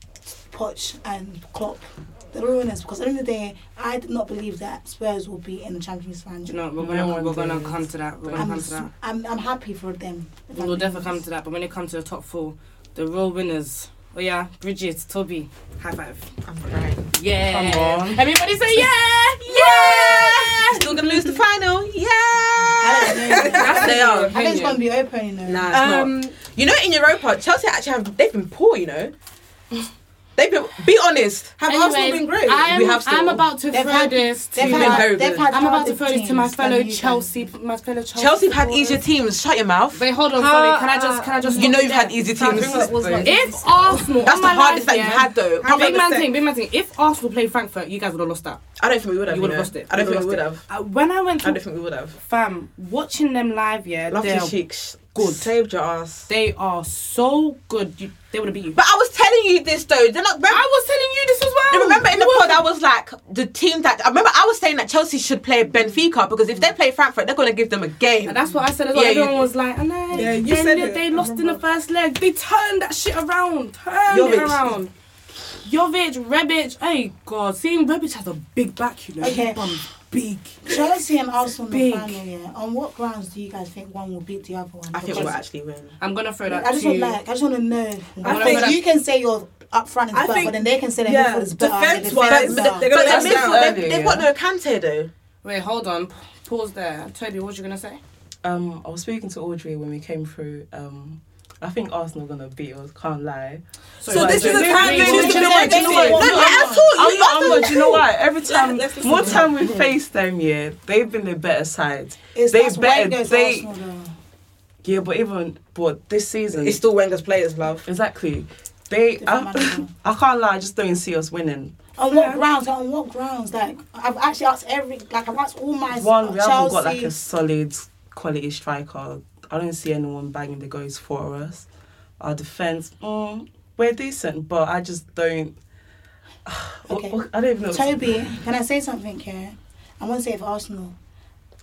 Speaker 4: Poch and Klopp. The real winners because at the end of the day, I did not believe that Spurs will be in the Champions League final.
Speaker 2: You know, we're
Speaker 7: No
Speaker 2: gonna
Speaker 7: one
Speaker 2: we're gonna
Speaker 7: did.
Speaker 2: come to that. We're gonna
Speaker 4: I'm,
Speaker 2: come to that.
Speaker 4: I'm, I'm happy for them. if
Speaker 2: We'll
Speaker 4: I'm being
Speaker 2: definitely come
Speaker 4: honest.
Speaker 2: to that. But when it comes to the top four, the real winners. Oh yeah, Bridget, Toby, high five.
Speaker 3: I'm crying.
Speaker 2: Yeah.
Speaker 7: Come on.
Speaker 2: Everybody say yeah.
Speaker 3: Yeah. Still gonna lose the final. Yeah. they are.
Speaker 4: I think it's going to be open, you know.
Speaker 3: Nah, it's
Speaker 2: Um,
Speaker 3: not. You know, in Europa, Chelsea actually have they've been poor. You know, they've been. Be honest. Have Arsenal
Speaker 2: anyways,
Speaker 3: been great?
Speaker 2: I'm,
Speaker 3: we have still.
Speaker 2: I'm about to
Speaker 4: They've
Speaker 2: throw
Speaker 4: had-
Speaker 2: this to.
Speaker 4: They've
Speaker 3: been
Speaker 4: had,
Speaker 3: very
Speaker 4: they've
Speaker 3: good.
Speaker 4: had
Speaker 2: I'm about
Speaker 4: harder
Speaker 2: to throw this
Speaker 4: teams
Speaker 2: to my
Speaker 4: than
Speaker 2: fellow
Speaker 4: you guys.
Speaker 2: Chelsea, my fellow Chelsea.
Speaker 3: Chelsea have had
Speaker 2: supporters.
Speaker 3: easier teams. Shut your mouth.
Speaker 2: Wait, hold on, sorry. Can I just, can I just?
Speaker 3: You know you've had easy teams.
Speaker 2: If Arsenal,
Speaker 3: That's
Speaker 2: on
Speaker 3: the
Speaker 2: my life,
Speaker 3: hardest that you've
Speaker 2: yeah,
Speaker 3: had, though. Probably
Speaker 2: Big
Speaker 3: the
Speaker 2: man
Speaker 3: sec-
Speaker 2: thing, big man thing. If Arsenal played Frankfurt, you guys would have lost that.
Speaker 3: I don't think we would have.
Speaker 2: You would have
Speaker 3: know.
Speaker 2: lost it.
Speaker 3: I don't
Speaker 2: You
Speaker 3: think we would
Speaker 2: would've
Speaker 3: have.
Speaker 2: Uh, when I went
Speaker 3: I don't
Speaker 2: to
Speaker 3: think we would have.
Speaker 2: fam, watching them live, yeah,
Speaker 3: Lovely
Speaker 2: they're
Speaker 3: cheeks.
Speaker 2: good.
Speaker 3: Saved your ass.
Speaker 2: They are so good. You, they would have beat you.
Speaker 3: But I was telling you this though. They're not.
Speaker 2: I was telling you this as well.
Speaker 3: Remember in the pod, I was like, the team that I remember, I was saying that Chelsea should play Benfica because if they play Frankfurt, they're going to give them a game.
Speaker 2: And that's what I said as well.
Speaker 3: Yeah, you-
Speaker 2: Everyone was like, I know.
Speaker 6: Yeah, you
Speaker 2: they,
Speaker 6: said
Speaker 2: they,
Speaker 6: it.
Speaker 2: they
Speaker 6: I
Speaker 2: lost in the first leg. They turned that shit around. Turned it
Speaker 3: Jovic.
Speaker 2: around. Jovic, Rebic. Hey, God. Seeing Rebic has a big back, you know.
Speaker 4: Okay.
Speaker 2: His bum's big.
Speaker 4: Chelsea and Arsenal in the
Speaker 2: Big.
Speaker 4: final, yeah. On what grounds do you guys think one will beat the other one?
Speaker 3: I think
Speaker 4: Because-
Speaker 3: we'll actually win.
Speaker 2: I'm going to throw that
Speaker 4: I just
Speaker 2: to
Speaker 4: want
Speaker 2: you.
Speaker 4: like I just want to know.
Speaker 2: I
Speaker 4: I
Speaker 2: think
Speaker 4: think you can say you're up front is
Speaker 6: I
Speaker 4: better,
Speaker 6: think-
Speaker 4: but then they can say that
Speaker 6: yeah,
Speaker 4: midfield is better. and defense
Speaker 6: defense-wise, but
Speaker 4: is
Speaker 6: they're gonna let
Speaker 3: But they
Speaker 6: us down
Speaker 3: midfield,
Speaker 7: early,
Speaker 3: they,
Speaker 7: yeah.
Speaker 3: have got no Kante though.
Speaker 2: Wait, hold on. Pause there. Toby, what you going to say?
Speaker 7: Um, I was speaking to Audrey when we came through. Um, I think Arsenal gonna beat us. Can't lie.
Speaker 2: Sorry,
Speaker 6: so
Speaker 2: but
Speaker 6: this
Speaker 2: I
Speaker 6: is a
Speaker 2: don't-
Speaker 6: time
Speaker 2: Wait, wait,
Speaker 6: they need to
Speaker 2: wait,
Speaker 6: be
Speaker 2: wait,
Speaker 6: like,
Speaker 2: wait,
Speaker 6: you
Speaker 2: wait,
Speaker 6: know
Speaker 2: wait, wait,
Speaker 6: what?
Speaker 2: wait.
Speaker 3: No, not at all.
Speaker 7: I'm,
Speaker 3: You
Speaker 7: I'm,
Speaker 3: lost
Speaker 7: but you know what? Every time,
Speaker 6: let's listen
Speaker 7: more
Speaker 6: to
Speaker 7: time we face them, yeah, they've been the better side.
Speaker 4: It's
Speaker 7: they
Speaker 4: that's why
Speaker 7: better.
Speaker 4: it goes
Speaker 7: They
Speaker 4: Arsenal, though.
Speaker 7: yeah, but even but this season,
Speaker 3: It's still Wenger's players, love.
Speaker 7: exactly. They
Speaker 4: Different
Speaker 7: I,
Speaker 4: manager.
Speaker 7: I can't lie. I just don't see us winning.
Speaker 4: On what grounds? On what grounds? Like I've actually asked every like I've asked all my
Speaker 7: One, we
Speaker 4: Chelsea.
Speaker 7: haven't got like a solid quality striker. I don't see anyone banging the goals for us. Our defense, mm, we're decent, but I just don't.
Speaker 4: Okay.
Speaker 7: I don't even know.
Speaker 4: Toby, can I say something here? I want to say it for Arsenal.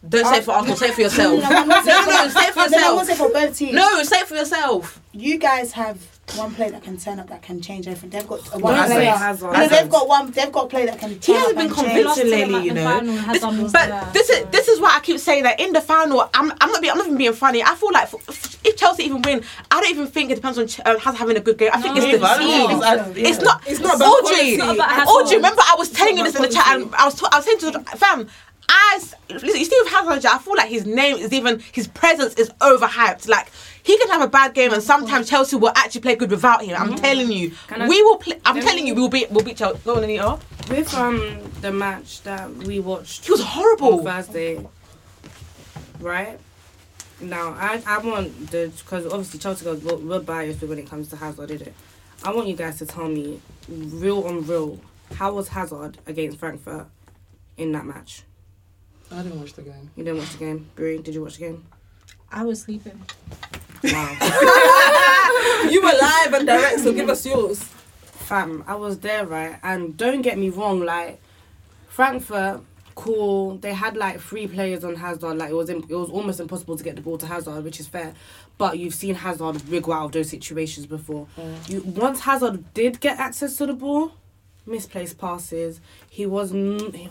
Speaker 3: Don't say it for Arsenal, say it for yourself.
Speaker 4: No, no, no,
Speaker 3: no, no, say it for
Speaker 4: No, no, I want to say for
Speaker 3: yourself.
Speaker 4: both teams.
Speaker 3: No, say it for yourself.
Speaker 4: You guys have one player that can turn up, that can change everything. They've got a one
Speaker 2: Hazard.
Speaker 4: player.
Speaker 2: Hazard.
Speaker 4: No, they've got one. They've got a player that can.
Speaker 3: He
Speaker 4: turn
Speaker 3: hasn't
Speaker 4: up
Speaker 3: been
Speaker 4: and change.
Speaker 5: They lost to
Speaker 3: convincing
Speaker 5: them
Speaker 3: lately,
Speaker 5: at
Speaker 3: you
Speaker 5: the
Speaker 3: know.
Speaker 5: final, Hazard
Speaker 3: This-
Speaker 5: was
Speaker 3: but
Speaker 5: there,
Speaker 3: this
Speaker 5: so-
Speaker 3: is this is why I keep saying that in the final, I'm, I'm not being I'm not even being funny. I feel like for, if Chelsea even win, I don't even think it depends on Ch- uh, Hazard having a good game. I think
Speaker 5: No,
Speaker 3: it's the
Speaker 5: I don't
Speaker 3: team.
Speaker 5: think
Speaker 3: It's not. It's not
Speaker 6: about
Speaker 3: Audrey.
Speaker 5: It's not about Hazard.
Speaker 3: Audrey, remember I was telling you this in the chat, and I was t- I was saying to the- fam. I s- listen, you see with Hazard, I feel like his name is even his presence is overhyped. Like he can have a bad game, and sometimes Chelsea will actually play good without him. I'm telling you,
Speaker 2: Can I-
Speaker 3: we will play. I'm
Speaker 2: Let
Speaker 3: telling
Speaker 2: me-
Speaker 3: you, we'll beat we'll beat Chelsea. Go on, Anita.
Speaker 2: With um the match that we watched
Speaker 3: He was horrible.
Speaker 2: on Thursday, right? Now I I want the because obviously Chelsea girls we're, we're biased when it comes to Hazard, did it? I want you guys to tell me, real on real, how was Hazard against Frankfurt in that match?
Speaker 7: I didn't watch the game.
Speaker 2: You didn't watch the game, Brie? Did you watch the game?
Speaker 5: I was sleeping.
Speaker 2: Wow,
Speaker 6: You were live and direct, so give us yours.
Speaker 2: fam, I was there, right? And don't get me wrong, like Frankfurt, cool. They had like three players on Hazard. Like it was, im- it was almost impossible to get the ball to Hazard, which is fair. But you've seen Hazard wriggle out of those situations before. You once Hazard did get access to the ball, misplaced passes. He was n- he-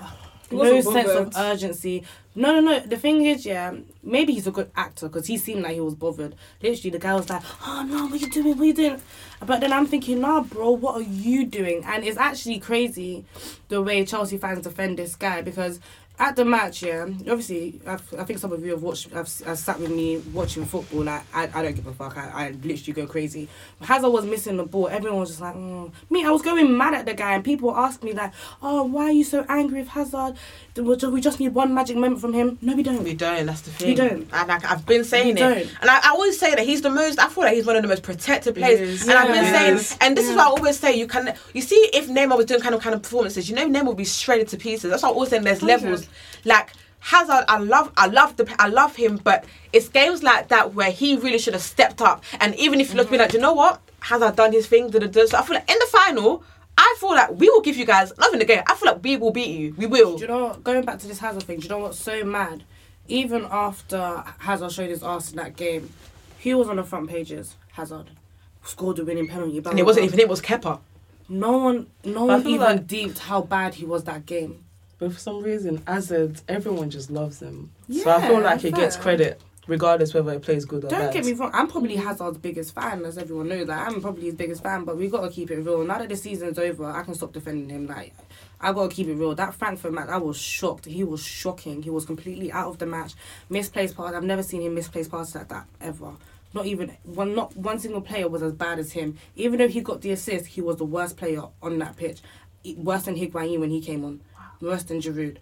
Speaker 2: no
Speaker 6: wasn't
Speaker 2: sense of
Speaker 6: bothered.
Speaker 2: urgency. No, no, no. The thing is, yeah, maybe he's a good actor because he seemed like he was bothered. Literally, the guy was like, "Oh no, what you doing? What you doing?" But then I'm thinking, "Nah, bro, what are you doing?" And it's actually crazy the way Chelsea fans defend this guy because at the match, yeah, obviously, I've, I think some of you have watched, have, have sat with me watching football. Like, I, I don't give a fuck. I, I literally go crazy. Hazard was missing the ball. Everyone was just like, mm. me, I was going mad at the guy, and people asked me, like, oh, why are you so angry with Hazard? Do We ju- we just need one magic moment from him. No, we don't.
Speaker 3: We don't. That's the thing.
Speaker 2: We don't.
Speaker 3: And like I've been saying
Speaker 2: We
Speaker 3: it,
Speaker 2: don't.
Speaker 3: and I, I always say that he's the most. I feel like he's one of the most protected players.
Speaker 7: is.
Speaker 3: And I've been
Speaker 7: Yeah.
Speaker 3: saying,
Speaker 7: Yes.
Speaker 3: and this is what I always say. You can, you see, if Neymar was doing kind of kind of performances, you know, Neymar would be shredded to pieces. That's what I always saying. There's levels. Like Hazard, I love, I love the, I love him, but it's games like that where he really should have stepped up. And even if you look at me like, you know what, Hazard done his thing. Da-da-da. So I feel like in the final. I feel like we will give you guys not in the game. I feel like we will beat you. We will.
Speaker 2: Do you know what? Going back to this Hazard thing, do you know what's so mad? Even after Hazard showed his ass in that game, he was on the front pages. Hazard scored the winning penalty.
Speaker 3: and it wasn't even it was Kepa.
Speaker 2: No one, no
Speaker 7: But I
Speaker 2: one
Speaker 7: feel
Speaker 2: even
Speaker 7: like-
Speaker 2: deeped how bad he was that game.
Speaker 7: But for some reason, Azad, everyone just loves him. so I feel like he gets credit regardless whether he plays good or
Speaker 2: Don't
Speaker 7: bad.
Speaker 2: get me wrong, I'm probably Hazard's biggest fan, as everyone knows. Like, I'm probably his biggest fan, but we got to keep it real. Now that the season's over, I can stop defending him. Like, I got to keep it real. That Frankfurt match, I was shocked. He was shocking. He was completely out of the match. Misplaced pass. I've never seen him misplace passes like that ever. Not even one. Not one single player was as bad as him. Even though he got the assist, he was the worst player on that pitch. E- Worse than Higuain when he came on. Worse than Giroud.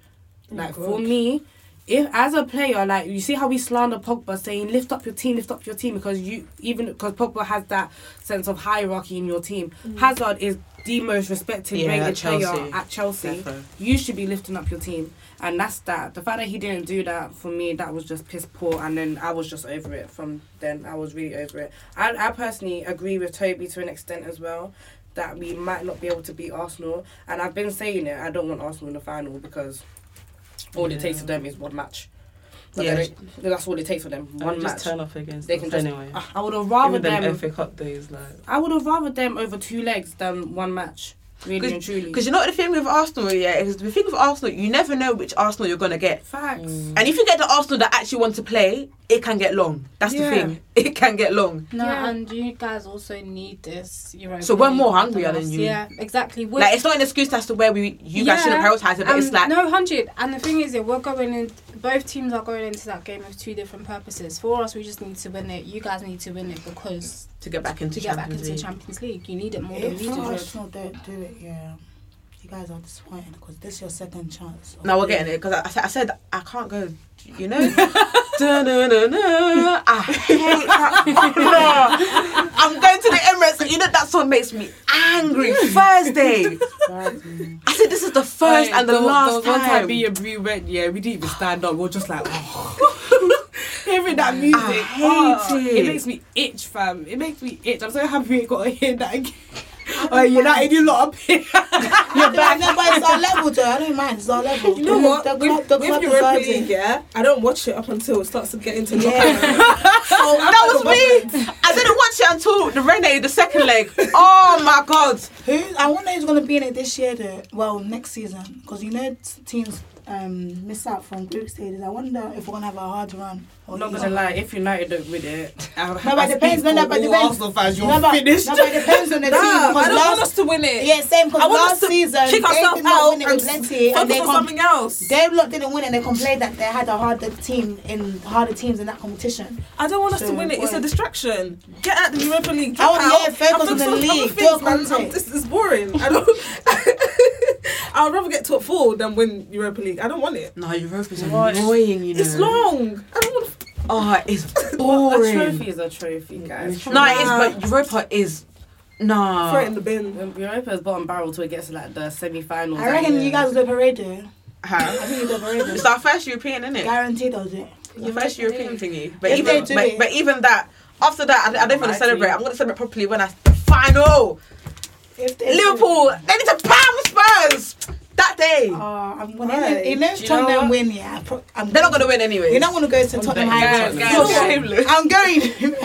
Speaker 2: Like for me, if as a player, like you see how we slander Pogba, saying lift up your team, lift up your team, because you even because Pogba has that sense of hierarchy in your team. Hazard is the most respected
Speaker 3: Yeah,
Speaker 2: rated
Speaker 3: at Chelsea.
Speaker 2: player at Chelsea.
Speaker 3: Defo.
Speaker 2: You should be lifting up your team, and that's that. The fact that he didn't do that for me, that was just piss poor. And then I was just over it. From then, I was really over it. I, I personally agree with Toby to an extent as well. That we might not be able to beat Arsenal, and I've been saying it. I don't want Arsenal in the final because all it takes for them is one match. But
Speaker 3: Yeah.
Speaker 2: yeah. that's all it takes for them.
Speaker 7: And
Speaker 2: One
Speaker 7: they just
Speaker 2: match.
Speaker 7: turn up against
Speaker 2: They
Speaker 7: us
Speaker 2: can just.
Speaker 7: anyway.
Speaker 2: I- I would have rather
Speaker 7: Even them,
Speaker 2: them.
Speaker 7: FA Cup days, like
Speaker 2: I would have rather them over two legs than one match. Really and truly.
Speaker 3: Because you know what the thing with Arsenal, yeah, is the thing with Arsenal, you never know which Arsenal you're gonna get.
Speaker 2: Facts.
Speaker 3: And if you get the Arsenal that actually want to play, it can get long. That's
Speaker 2: Yeah.
Speaker 3: the thing. It can get long.
Speaker 5: No,
Speaker 2: Yeah.
Speaker 5: and you guys also need this Europa
Speaker 3: So we're
Speaker 5: League
Speaker 3: more
Speaker 5: than
Speaker 3: hungrier than
Speaker 5: us.
Speaker 3: you.
Speaker 5: Yeah, exactly. We're-
Speaker 3: Like it's not an excuse as to where we you guys shouldn't
Speaker 5: Yeah.
Speaker 3: prioritise it, but it's
Speaker 5: Um,
Speaker 3: like
Speaker 5: no hundred. And the thing is, that we're going in. Both teams are going into that game with two different purposes. For us, we just need to win it. You guys need to win it because
Speaker 3: to get back into
Speaker 5: to get back
Speaker 3: Champions
Speaker 5: into
Speaker 3: League.
Speaker 5: Champions League, you need it more than we
Speaker 4: If
Speaker 5: do.
Speaker 4: Arsenal don't do it, yeah, you guys are disappointed because this is your second chance. of
Speaker 3: No, we're
Speaker 4: doing
Speaker 3: getting it because I, I said- I said I can't go. You know, Da-na-na-na. I hate that. opera. I'm going to the Emirates. You know that song makes me angry. Thursday. I said this is the first and the,
Speaker 2: there was-
Speaker 3: last
Speaker 2: there was one
Speaker 3: time.
Speaker 2: time me and Bree went, yeah, we didn't even stand up. We were just like, oh.
Speaker 8: hearing that music. I
Speaker 3: hate
Speaker 6: oh,
Speaker 3: it.
Speaker 8: It makes me itch, fam. It makes me itch. I'm so happy we got to hear that again. Oh, United, you lot up here.
Speaker 4: You're back. No, but it's our level, though. I don't mind. It's our level.
Speaker 6: You know what?
Speaker 4: The club,
Speaker 6: with
Speaker 4: the
Speaker 6: with
Speaker 4: club
Speaker 6: Europa
Speaker 4: decides
Speaker 6: League,
Speaker 4: it.
Speaker 6: yeah, I don't watch it up until it starts to get into
Speaker 4: Yeah.
Speaker 6: yeah.
Speaker 4: So
Speaker 3: That was me. I didn't watch it until the Rene, the second leg. Oh my god.
Speaker 4: Who? I wonder who's gonna be in it this year, though. Well, next season, because you know t- teams um, miss out from group stages. I wonder if we're gonna have a hard run. Or
Speaker 8: I'm not
Speaker 4: ease
Speaker 8: gonna
Speaker 4: up.
Speaker 8: lie, if United don't win it, I,
Speaker 4: No, but it depends. No, no, but it depends.
Speaker 8: Arsenal fans, you're
Speaker 4: No, but,
Speaker 8: finished.
Speaker 4: no, but it depends on the team.
Speaker 6: I don't
Speaker 4: 'cause
Speaker 6: want us
Speaker 4: last,
Speaker 6: to win it.
Speaker 4: yeah, same.
Speaker 6: I
Speaker 4: Because
Speaker 6: want us
Speaker 4: last
Speaker 6: to
Speaker 4: season,
Speaker 6: kick
Speaker 4: they
Speaker 6: ourselves
Speaker 4: did not
Speaker 6: out
Speaker 4: win it with
Speaker 6: and
Speaker 4: plenty, and
Speaker 6: focus
Speaker 4: they
Speaker 6: on
Speaker 4: com-
Speaker 6: something else.
Speaker 4: They lot didn't win, and they complained that they had a harder team in harder teams in that competition.
Speaker 6: I don't want us to
Speaker 4: So,
Speaker 6: win it. It's a
Speaker 4: what?
Speaker 6: distraction. Get out the Europa League.
Speaker 4: I
Speaker 6: Drop
Speaker 4: want-
Speaker 6: out.
Speaker 4: Oh, yeah, focus
Speaker 6: I'm
Speaker 4: on the
Speaker 6: focused other
Speaker 4: league,
Speaker 6: things,
Speaker 4: build
Speaker 6: man. I'm-
Speaker 4: content.
Speaker 6: This is boring. I don't. I'd rather get top four than win Europa League. I don't want it.
Speaker 3: No, Europa's annoying, you know.
Speaker 6: It's long. I don't want to.
Speaker 3: Oh, it's
Speaker 8: a
Speaker 3: boring.
Speaker 8: trophy is a trophy, guys.
Speaker 3: No, it is, but Europa is. Nah.
Speaker 6: Throw it in
Speaker 4: Oh.
Speaker 6: the bin.
Speaker 7: Mm-hmm.
Speaker 8: When Europa's bottom barrel till it gets to like the semi-finals.
Speaker 4: I reckon
Speaker 8: like,
Speaker 4: you guys will do a parade, though. I
Speaker 3: Huh?
Speaker 4: think you do a parade.
Speaker 3: It's
Speaker 4: though.
Speaker 3: our first European, isn't it?
Speaker 4: Guaranteed, I'll do it.
Speaker 3: Your first European thingy. But
Speaker 4: If
Speaker 3: even
Speaker 4: they do
Speaker 3: but,
Speaker 4: it-
Speaker 3: but even that, after that, I, I don't want to
Speaker 8: Mighty.
Speaker 3: celebrate. I'm going to celebrate properly when I final
Speaker 4: If they do-
Speaker 3: Liverpool. They need to pound Spurs that day.
Speaker 4: Uh, I'm
Speaker 3: Why?
Speaker 4: gonna. You know,
Speaker 3: Do you
Speaker 4: Tottenham
Speaker 3: know what?
Speaker 4: win. Yeah, I pro- I'm
Speaker 3: They're not going to win anyway.
Speaker 4: You're not gonna go to Tottenham High.
Speaker 8: guys,
Speaker 3: You're
Speaker 8: guys.
Speaker 3: shameless.
Speaker 4: I'm going.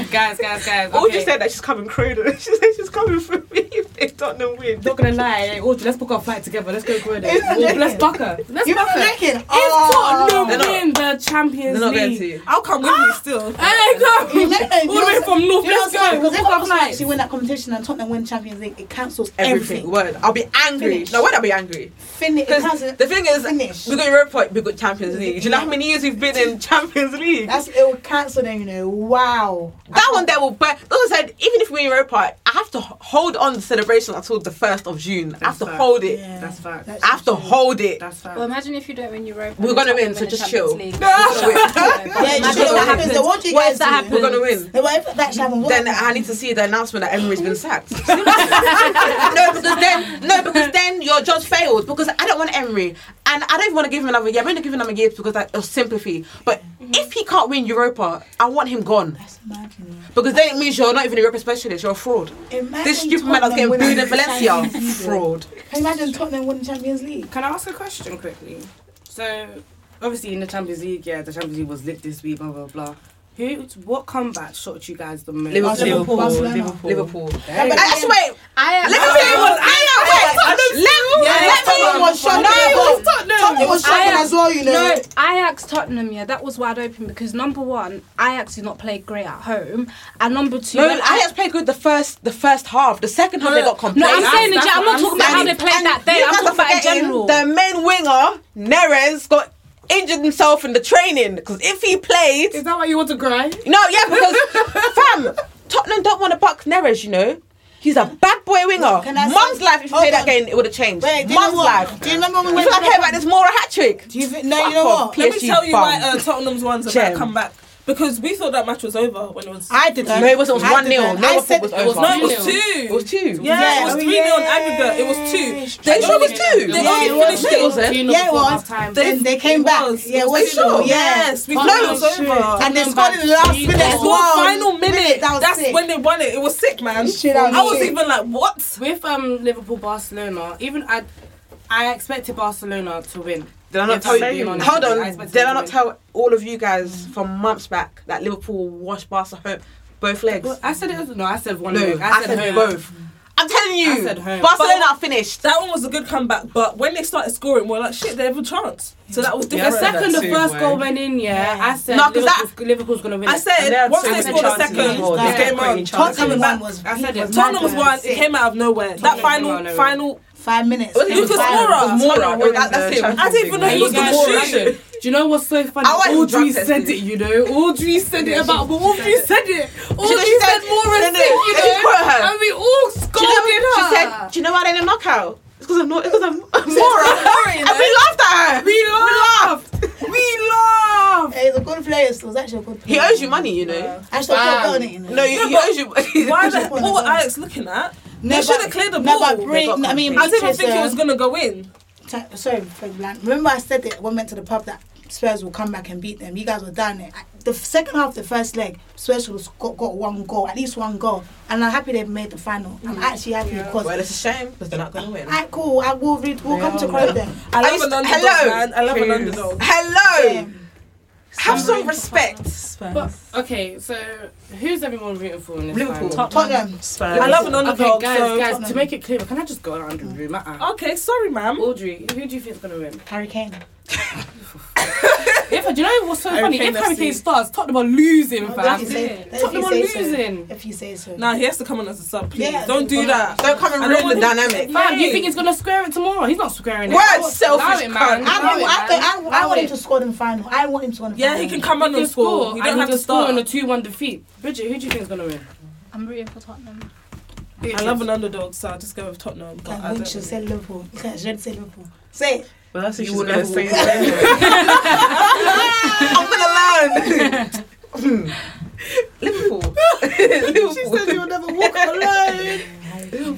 Speaker 8: guys, guys, guys.
Speaker 3: All
Speaker 8: okay.
Speaker 3: you said that she's coming crude. She said she's coming for me if they don't know win.
Speaker 8: Not gonna lie, Audrey, let's book our flight together. Let's go Croydon. Oh, let's Bucker. Let's
Speaker 4: You're not
Speaker 8: Bucker.
Speaker 4: joking.
Speaker 8: If
Speaker 4: Oh,
Speaker 8: Tottenham
Speaker 3: They're not-
Speaker 8: win the Champions
Speaker 3: they're not going
Speaker 8: League,
Speaker 3: to.
Speaker 6: I'll come with you still.
Speaker 8: Hey, come!
Speaker 4: You know- you
Speaker 8: All the way
Speaker 4: know-
Speaker 8: from North.
Speaker 4: you know
Speaker 8: Let's
Speaker 4: what's funny?
Speaker 8: go.
Speaker 4: 'Cause
Speaker 8: Book
Speaker 4: if
Speaker 8: our
Speaker 4: Arsenal
Speaker 8: flights.
Speaker 4: actually win that competition and Tottenham win Champions League, it cancels
Speaker 3: Everything.
Speaker 4: everything.
Speaker 3: Word. I'll be angry.
Speaker 4: Finish.
Speaker 3: No, word. I'll be angry.
Speaker 4: Fin- it
Speaker 3: Because
Speaker 4: cancels.
Speaker 3: the thing is,
Speaker 4: Finish.
Speaker 3: we got Europa, we got Champions League. Do you know how many years we've been in Champions League?
Speaker 4: That's it will cancel them. You know. Wow.
Speaker 3: that one there will burn. That's what I said. Even if we're in Europa, I have to h- hold on the celebration until the first of June. I have to
Speaker 8: fair.
Speaker 3: hold it.
Speaker 4: Yeah.
Speaker 8: That's fact.
Speaker 3: I have to hold it.
Speaker 8: That's fact.
Speaker 5: Well, imagine if you don't win Europa.
Speaker 3: We're
Speaker 5: and
Speaker 3: gonna
Speaker 5: Tottenham
Speaker 3: win, so
Speaker 5: the
Speaker 3: just
Speaker 5: Champions
Speaker 3: chill.
Speaker 5: League.
Speaker 4: Yeah,
Speaker 3: Imagine
Speaker 4: you know
Speaker 3: what
Speaker 4: what happens.
Speaker 3: happens.
Speaker 4: then What do you
Speaker 3: What
Speaker 4: guys
Speaker 3: if that
Speaker 4: do?
Speaker 3: happens? We're gonna win.
Speaker 4: Then What if that actually happens? What
Speaker 3: Then
Speaker 4: happens?
Speaker 3: I need to see the announcement that Emery's been sacked. no, because then no, because then your judge failed. Because I don't want Emery, and I don't even want to give him another year. I'm going to give him another year because I, of sympathy. But
Speaker 4: Mm-hmm.
Speaker 3: if he can't win Europa, I want him gone
Speaker 4: Just imagine.
Speaker 3: because then it means you're not even a Europa specialist. You're a fraud.
Speaker 4: Imagine
Speaker 3: This stupid man that's
Speaker 4: Tottenham
Speaker 3: getting
Speaker 4: winning
Speaker 3: booed in
Speaker 4: the
Speaker 3: Valencia,
Speaker 4: Champions League.
Speaker 3: fraud.
Speaker 4: Can you imagine Tottenham winning Champions League?
Speaker 8: Can I ask a question quickly? So, obviously in the Champions League, yeah, the Champions League was lit this week, blah blah blah. Who? What comeback shocked you guys the most?
Speaker 3: Liverpool,
Speaker 4: Liverpool, Barcelona.
Speaker 3: Liverpool, Liverpool.
Speaker 8: Hey.
Speaker 3: But actually, wait.
Speaker 5: I,
Speaker 3: Let me tell you what. I
Speaker 4: Tottenham
Speaker 3: wait.
Speaker 4: was
Speaker 3: Let
Speaker 4: shocking.
Speaker 3: me. No,
Speaker 4: No, Tottenham was shocking as well. You know.
Speaker 5: No, Ajax Tottenham, yeah, that was wide open because number one, Ajax did not play great at home, and number two,
Speaker 3: No,
Speaker 5: when
Speaker 3: Ajax played good the first the first half. The second half they got
Speaker 5: No,
Speaker 3: complacent.
Speaker 5: I'm saying the,
Speaker 8: that's
Speaker 5: I'm
Speaker 8: what
Speaker 5: not
Speaker 8: I'm
Speaker 5: talking about how
Speaker 8: saying.
Speaker 5: they played
Speaker 3: And
Speaker 5: that day.
Speaker 3: you
Speaker 5: I'm
Speaker 3: guys are
Speaker 5: talking about in
Speaker 3: forgetting
Speaker 5: general.
Speaker 3: The main winger Neres got injured himself in the training because if he played,
Speaker 8: Is that why you want to cry?
Speaker 3: no, yeah, because fam, Tottenham don't want to buck Neres. You know, he's a bad boy winger.
Speaker 4: Can I say-
Speaker 3: Mum's life. If he
Speaker 4: Hold
Speaker 3: played that
Speaker 4: on.
Speaker 3: game, it would have changed.
Speaker 4: Wait, do you know
Speaker 3: Mum's
Speaker 4: what?
Speaker 3: life.
Speaker 4: Do you remember when we
Speaker 3: If I
Speaker 4: went
Speaker 3: care about this more hat trick.
Speaker 4: Do you think? No, you
Speaker 3: Fuck
Speaker 4: know
Speaker 3: off,
Speaker 4: what?
Speaker 3: Pierre.
Speaker 6: Let me tell you
Speaker 3: bum.
Speaker 6: why uh, Tottenham's ones about
Speaker 3: Gem.
Speaker 6: come back because we thought that match was over when it was.
Speaker 4: I didn't.
Speaker 3: No, it wasn't. It was
Speaker 4: I
Speaker 3: 1-0.
Speaker 4: didn't.
Speaker 3: No,
Speaker 4: I
Speaker 3: I thought
Speaker 4: said
Speaker 3: it was
Speaker 4: it was
Speaker 3: over.
Speaker 6: no, it was
Speaker 4: 1-0.
Speaker 6: two.
Speaker 3: It was two.
Speaker 6: Yeah, it
Speaker 4: Yeah.
Speaker 6: was three 0 on aggregate. It was two.
Speaker 3: Are you sure it was two?
Speaker 6: They
Speaker 3: Yeah,
Speaker 6: only
Speaker 3: it was.
Speaker 6: finished it.
Speaker 3: was it?
Speaker 4: Yeah, it was. Then they came
Speaker 6: It
Speaker 4: back.
Speaker 6: was.
Speaker 4: Yeah,
Speaker 6: It
Speaker 4: it
Speaker 6: was.
Speaker 4: was.
Speaker 3: Are you sure?
Speaker 6: Yes, we
Speaker 4: Oh,
Speaker 6: thought it was
Speaker 4: shit.
Speaker 6: over.
Speaker 4: And they scored in the last minute
Speaker 6: They
Speaker 4: as
Speaker 6: scored
Speaker 4: well.
Speaker 6: final minute.
Speaker 4: That was
Speaker 6: That's
Speaker 4: sick.
Speaker 6: when they won it. It was sick, man.
Speaker 4: Shit, that was
Speaker 6: I was
Speaker 4: sick.
Speaker 6: even like, what?
Speaker 8: With um Liverpool Barcelona, even I, I expected Barcelona to win.
Speaker 3: Did I not
Speaker 8: If
Speaker 3: tell
Speaker 8: I'm being
Speaker 3: you?
Speaker 8: honest
Speaker 3: Hold
Speaker 8: with you, I
Speaker 3: on.
Speaker 8: expected
Speaker 3: Did I
Speaker 8: them to
Speaker 3: not
Speaker 8: win.
Speaker 3: tell all of you guys from months back that Liverpool washed Barca home, both legs?
Speaker 8: Well, I said it. was- No, I said one.
Speaker 3: no,
Speaker 8: leg.
Speaker 3: I said,
Speaker 8: home.
Speaker 3: both. I'm telling you,
Speaker 8: I said home.
Speaker 3: Barcelona are finished.
Speaker 6: That one was a good comeback, but when they started scoring, we are like, shit, they have a chance. So that was
Speaker 8: The
Speaker 6: different.
Speaker 8: second, the
Speaker 7: too,
Speaker 8: first
Speaker 7: man.
Speaker 8: goal went in. Yeah, I said
Speaker 3: No, 'cause that-
Speaker 8: Liverpool's, Liverpool's gonna win. it.
Speaker 6: I
Speaker 7: And they
Speaker 6: said
Speaker 7: had
Speaker 6: once
Speaker 7: so
Speaker 6: they
Speaker 7: many
Speaker 6: scored the
Speaker 7: chances
Speaker 6: second,
Speaker 7: as well. They
Speaker 6: it's
Speaker 7: had
Speaker 6: game
Speaker 7: plenty
Speaker 6: on.
Speaker 7: chances.
Speaker 4: Tottenham
Speaker 6: Back.
Speaker 4: one was.
Speaker 8: I said it.
Speaker 4: was
Speaker 6: Tottenham was
Speaker 4: mad,
Speaker 6: one. It
Speaker 4: sick.
Speaker 6: came out of nowhere. That
Speaker 8: Yeah.
Speaker 6: final, final.
Speaker 4: Five minutes.
Speaker 3: Was it
Speaker 4: It was
Speaker 6: Lucas
Speaker 4: five.
Speaker 6: Moura?
Speaker 3: It was Moura.
Speaker 6: Moura
Speaker 3: That- that's
Speaker 7: in the
Speaker 3: him.
Speaker 6: I didn't even know
Speaker 8: Are
Speaker 6: he
Speaker 8: you
Speaker 6: was the
Speaker 8: guys
Speaker 6: Moura.
Speaker 8: serious? Do you know what's so funny?
Speaker 3: I wasn't
Speaker 8: Audrey
Speaker 3: drug tested.
Speaker 8: said it, you know. Audrey said it about, but Audrey said it.
Speaker 3: you know
Speaker 8: Audrey
Speaker 3: she
Speaker 8: said
Speaker 3: said-
Speaker 8: more
Speaker 3: no,
Speaker 8: and
Speaker 3: no,
Speaker 8: said, you
Speaker 3: let me
Speaker 8: know.
Speaker 3: quote her.
Speaker 8: And we all
Speaker 3: Do you know-
Speaker 8: scolded her.
Speaker 3: she said, "Do you know why they're in a knockout? It's because I'm not. Because I'm Mora." and we laughed at her.
Speaker 8: we laughed. We laughed.
Speaker 4: It was a good player. so It was actually a good
Speaker 3: He
Speaker 4: player.
Speaker 3: owes you money, you know.
Speaker 4: I still feel bad on it. you know.
Speaker 3: No, you, he owes you.
Speaker 6: Why
Speaker 4: Just
Speaker 6: the,
Speaker 4: one
Speaker 6: what
Speaker 4: of
Speaker 6: were
Speaker 4: them.
Speaker 6: Ajax looking at?
Speaker 4: No,
Speaker 6: they should
Speaker 4: but-
Speaker 6: have cleared the
Speaker 4: no,
Speaker 6: ball.
Speaker 4: but Bri-
Speaker 3: They got
Speaker 4: I mean,
Speaker 6: I didn't even
Speaker 4: Beatrice,
Speaker 6: think it
Speaker 4: uh,
Speaker 6: was going to go in.
Speaker 4: Ta- sorry, for blank. Remember, I said it when we went to the pub that Spurs will come back and beat them. You guys were down there. The f- second half, of the first leg, Spurs was got, got one goal, at least one goal, and I'm happy they made the final. I'm actually happy because.
Speaker 3: Well, it's a shame because they're not going to win.
Speaker 4: I cool. I will read. We'll come to Croydon.
Speaker 6: I love
Speaker 3: used
Speaker 6: an
Speaker 3: to-
Speaker 6: underdog,
Speaker 3: hello.
Speaker 6: man. I love an underdog.
Speaker 3: Hello.
Speaker 4: Yeah.
Speaker 3: Have some respect.
Speaker 2: But okay, so who's everyone rooting for in this
Speaker 3: Liverpool.
Speaker 2: final?
Speaker 4: Tottenham.
Speaker 6: I love an
Speaker 2: Okay,
Speaker 6: underdog.
Speaker 2: guys,
Speaker 6: so-
Speaker 2: guys, to make it clear, can I just go around the room? Uh-uh.
Speaker 6: Okay, sorry,
Speaker 3: Oh.
Speaker 6: ma'am.
Speaker 2: Audrey, who do you think's gonna win?
Speaker 4: Harry Kane.
Speaker 2: If do you know what's so funny?
Speaker 6: Kane
Speaker 2: If Harry
Speaker 6: FC.
Speaker 2: Kane starts, Tottenham are losing,
Speaker 3: Oh,
Speaker 4: If
Speaker 2: fam.
Speaker 4: you say, if
Speaker 2: Tottenham are
Speaker 4: you say so.
Speaker 2: losing.
Speaker 4: If you say so.
Speaker 6: Nah, he has to come on as a sub, please.
Speaker 4: Yeah,
Speaker 6: Don't do
Speaker 4: well,
Speaker 6: that.
Speaker 3: Don't come and
Speaker 6: I don't
Speaker 3: ruin the
Speaker 6: want him-
Speaker 3: dynamic.
Speaker 2: Man, do you think he's gonna square it tomorrow? He's not squaring it.
Speaker 3: Word,
Speaker 2: Allow
Speaker 3: selfish
Speaker 2: it,
Speaker 3: cunt.
Speaker 2: man.
Speaker 4: I,
Speaker 2: Allow
Speaker 4: don't-
Speaker 2: it,
Speaker 4: I, think,
Speaker 2: man.
Speaker 4: I, I
Speaker 2: Allow
Speaker 4: want him
Speaker 2: it.
Speaker 4: to score in the final. I want him to score in the
Speaker 6: Yeah,
Speaker 4: final.
Speaker 6: he can come on
Speaker 2: He
Speaker 6: and
Speaker 2: can score.
Speaker 6: score. He
Speaker 2: and
Speaker 6: don't
Speaker 2: he
Speaker 6: have
Speaker 2: can
Speaker 6: to
Speaker 2: score in a
Speaker 6: start.
Speaker 2: two-one defeat. Bridget, who do you think's gonna win?
Speaker 5: I'm rooting for Tottenham.
Speaker 6: I love an underdog, so I just go with Tottenham. But I
Speaker 4: Can
Speaker 6: don't
Speaker 4: Winchell say Liverpool? You can't say Liverpool. Say it.
Speaker 14: But that's if
Speaker 3: You
Speaker 14: she's
Speaker 3: would
Speaker 14: gonna
Speaker 3: have-
Speaker 14: say that anyway.
Speaker 3: I'm going to learn. Liverpool. Liverpool.
Speaker 4: You'll never walk alone.
Speaker 6: know.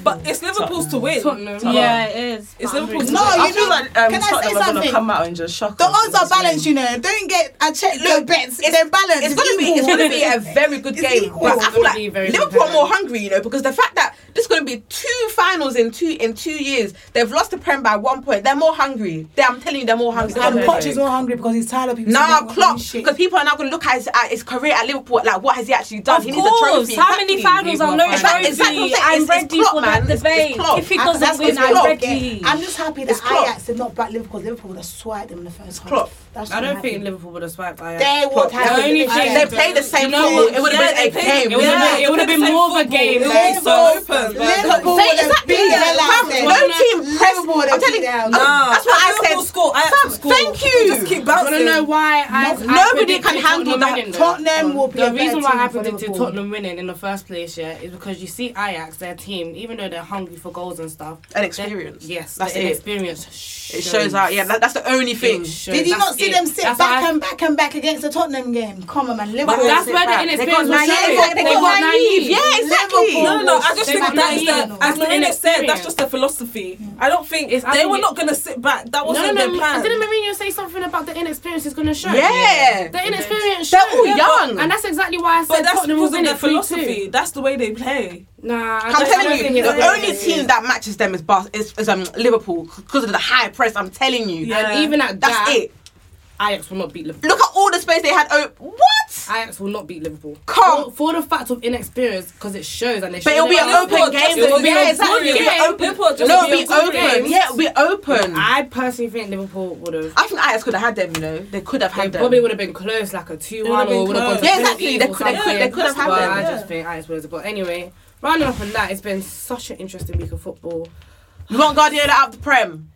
Speaker 6: But it's Liverpool's to win.
Speaker 5: Yeah, it is.
Speaker 6: It's
Speaker 5: but I'm
Speaker 6: Liverpool's to win.
Speaker 5: rooting-
Speaker 4: No,
Speaker 14: I
Speaker 4: you
Speaker 14: feel
Speaker 4: know.
Speaker 14: like um,
Speaker 4: can I say
Speaker 14: Tottenham are gonna
Speaker 4: something?
Speaker 14: come out and just shock
Speaker 4: The
Speaker 14: us.
Speaker 4: odds are balanced, you know. Don't get. I checked the bets. They're balanced.
Speaker 3: It's gonna be it's gonna be a very good
Speaker 4: It's
Speaker 3: game.
Speaker 4: equal.
Speaker 3: But I
Speaker 4: It's
Speaker 3: feel
Speaker 2: gonna be
Speaker 3: like
Speaker 2: very
Speaker 3: Liverpool are more
Speaker 2: competitive.
Speaker 3: hungry, you know, because the fact that there's gonna be two finals in two in two years, they've lost the Prem by one point. They're more hungry. They, I'm telling you, they're more hungry.
Speaker 4: And
Speaker 3: They're
Speaker 4: Poch is all hungry because he's tired of people.
Speaker 3: Nah,
Speaker 4: saying, "Oh,
Speaker 3: Klopp,
Speaker 4: shit."
Speaker 3: because people are now going to look at his, at his career at Liverpool. Like, what has he actually done?
Speaker 5: Of
Speaker 3: he
Speaker 5: course.
Speaker 3: needs a trophy.
Speaker 5: How many
Speaker 3: exactly.
Speaker 5: finals are no
Speaker 3: Exactly,
Speaker 5: trophy?
Speaker 3: exactly what I'm saying.
Speaker 5: I'm
Speaker 3: It's- it's
Speaker 5: ready
Speaker 3: Klopp,
Speaker 5: for
Speaker 3: man.
Speaker 5: that
Speaker 3: It's- it's
Speaker 5: debate.
Speaker 3: Klopp.
Speaker 5: If he
Speaker 4: I-
Speaker 5: doesn't
Speaker 4: that's
Speaker 5: win,
Speaker 4: what
Speaker 5: I'm
Speaker 3: Klopp.
Speaker 5: ready.
Speaker 4: I'm just happy
Speaker 3: It's
Speaker 4: that
Speaker 3: Klopp.
Speaker 4: Ajax did not back Liverpool. 'cause Liverpool would have swiped them in the first half.
Speaker 3: Klopp.
Speaker 4: That's
Speaker 2: I
Speaker 4: what
Speaker 2: don't
Speaker 4: I'm
Speaker 2: think
Speaker 4: happy.
Speaker 2: Liverpool would have swiped Ajax.
Speaker 4: They would have.
Speaker 2: The only
Speaker 4: been-
Speaker 2: thing-
Speaker 3: They play the
Speaker 2: You
Speaker 3: same
Speaker 2: know
Speaker 3: football.
Speaker 2: what?
Speaker 3: It would have
Speaker 2: Yeah,
Speaker 3: been a
Speaker 2: they play-
Speaker 3: game.
Speaker 2: it would've
Speaker 3: Yeah.
Speaker 2: been- it would've been more of a game.
Speaker 6: It
Speaker 2: They
Speaker 6: was so open.
Speaker 4: Liverpool
Speaker 3: Say
Speaker 4: would have
Speaker 3: exactly.
Speaker 4: beat
Speaker 3: Yeah,
Speaker 4: their
Speaker 3: fam,
Speaker 4: lads.
Speaker 3: no team
Speaker 4: Liverpool would
Speaker 3: I'm
Speaker 4: have
Speaker 3: telling
Speaker 4: beat
Speaker 3: you,
Speaker 4: their
Speaker 3: no, that's what I
Speaker 6: Liverpool
Speaker 3: said.
Speaker 6: Score. I
Speaker 3: Fam,
Speaker 6: score.
Speaker 3: thank you.
Speaker 6: Just
Speaker 2: I
Speaker 6: keep
Speaker 2: want to
Speaker 6: bouncing.
Speaker 2: know why I, I
Speaker 3: Nobody
Speaker 2: predicted
Speaker 3: can handle
Speaker 2: Tottenham
Speaker 3: that.
Speaker 2: winning, though.
Speaker 4: Tottenham will be a
Speaker 2: The
Speaker 4: better
Speaker 2: reason why
Speaker 4: team
Speaker 2: I
Speaker 4: for
Speaker 2: predicted
Speaker 4: Liverpool.
Speaker 2: Tottenham winning in the first place, yeah, is because you see Ajax, their team, even though they're hungry for goals and stuff.
Speaker 3: And experience.
Speaker 2: they're- Yes,
Speaker 3: That's
Speaker 2: that's
Speaker 3: it.
Speaker 2: Experience.
Speaker 3: It shows out. Yeah, that, that's the only thing.
Speaker 4: Did you not see them sit
Speaker 2: that's
Speaker 4: back
Speaker 2: why-
Speaker 4: and back and back against the Tottenham game? Come on, man. Liverpool.
Speaker 2: that's where the
Speaker 3: They got
Speaker 2: inexperience was
Speaker 3: naive.
Speaker 2: showing.
Speaker 3: They got- they got naive. Yeah, exactly.
Speaker 4: Liverpool
Speaker 6: No, no, no. I just
Speaker 2: They
Speaker 6: think
Speaker 2: might
Speaker 6: that
Speaker 2: not
Speaker 6: is the,
Speaker 2: even
Speaker 6: as
Speaker 2: know.
Speaker 6: Inex said, that's
Speaker 2: Experience.
Speaker 6: just the philosophy. I don't think
Speaker 2: It's- I
Speaker 6: they
Speaker 2: think
Speaker 6: were
Speaker 2: it-
Speaker 6: not going to sit back. That
Speaker 2: No,
Speaker 6: wasn't
Speaker 2: no,
Speaker 6: their
Speaker 2: no.
Speaker 6: plan.
Speaker 2: Didn't Mourinho say something about the inexperience is going to show?
Speaker 3: Yeah.
Speaker 2: The inexperience
Speaker 3: They're all
Speaker 2: shows.
Speaker 3: young.
Speaker 2: And that's exactly why I said
Speaker 6: but that's
Speaker 2: Tottenham will
Speaker 6: because
Speaker 2: win
Speaker 6: of their
Speaker 2: it 3-2.
Speaker 6: philosophy. That's the way they play.
Speaker 2: Nah, I
Speaker 3: I'm
Speaker 2: don't- I don't
Speaker 3: telling
Speaker 2: think
Speaker 3: you,
Speaker 2: it's
Speaker 3: the
Speaker 2: fair.
Speaker 3: only team that matches them is Bar- is, is um Liverpool because of the high press. I'm telling you,
Speaker 6: Yeah.
Speaker 2: And even at
Speaker 3: that's
Speaker 2: that,
Speaker 3: it.
Speaker 2: Ajax will not beat Liverpool.
Speaker 3: Look at all the space they had. Oh, what?
Speaker 2: Ajax will not beat Liverpool.
Speaker 3: Come.
Speaker 2: For, for the fact of inexperience, because it shows and they
Speaker 3: But it'll be an
Speaker 2: Liverpool
Speaker 3: open
Speaker 2: just-
Speaker 3: game.
Speaker 2: It'll be
Speaker 3: yeah,
Speaker 2: a
Speaker 3: exactly.
Speaker 2: good
Speaker 3: It'll be
Speaker 2: game.
Speaker 3: open.
Speaker 2: Liverpool just
Speaker 3: No,
Speaker 2: will
Speaker 3: it'll be
Speaker 2: a good
Speaker 3: open.
Speaker 2: game.
Speaker 3: Yeah, it'll be open.
Speaker 2: I personally think Liverpool would have.
Speaker 3: I think Ajax could have had them. You know, they could have
Speaker 2: It
Speaker 3: had them.
Speaker 2: probably would have been close, like a 2 1
Speaker 6: would've been
Speaker 2: or would have gone
Speaker 6: close.
Speaker 2: to
Speaker 3: Yeah, exactly. They
Speaker 2: penalties or
Speaker 3: could- they could-
Speaker 2: something.
Speaker 3: they could have had
Speaker 2: But
Speaker 3: them,
Speaker 2: I
Speaker 6: yeah.
Speaker 2: just think Ajax would have. But anyway, rounding off on that, it's been such an interesting week of football.
Speaker 3: You want Guardiola out of the Prem?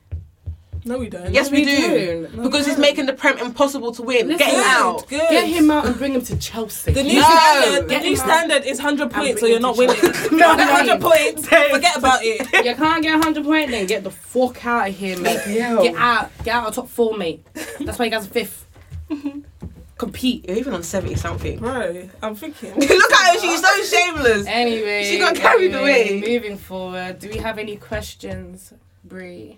Speaker 6: No, we don't.
Speaker 3: Yes, we,
Speaker 2: we
Speaker 3: do.
Speaker 2: don't. No,
Speaker 3: because he's making the Prem impossible to win. Get him
Speaker 2: Listen,
Speaker 3: out.
Speaker 6: Good.
Speaker 2: Get him out and bring him to Chelsea.
Speaker 6: The new
Speaker 3: No.
Speaker 6: standard, the
Speaker 3: Get
Speaker 6: new
Speaker 2: him out.
Speaker 6: standard is 100 points, so
Speaker 2: bring
Speaker 6: you're
Speaker 2: him
Speaker 6: not
Speaker 2: to
Speaker 6: winning.
Speaker 2: Chelsea.
Speaker 6: no, 100 points. Forget about it.
Speaker 2: you can't get 100 point, then get the fuck out of here, mate. Get out. Get out of top four, mate. That's why you guys are fifth. Compete.
Speaker 3: You're even on seventy something.
Speaker 6: Bro, I'm thinking.
Speaker 3: Look at her. She's so shameless.
Speaker 2: Anyway.
Speaker 3: She got carried
Speaker 2: anyway,
Speaker 3: away.
Speaker 2: Moving forward, do we have any questions, Brie?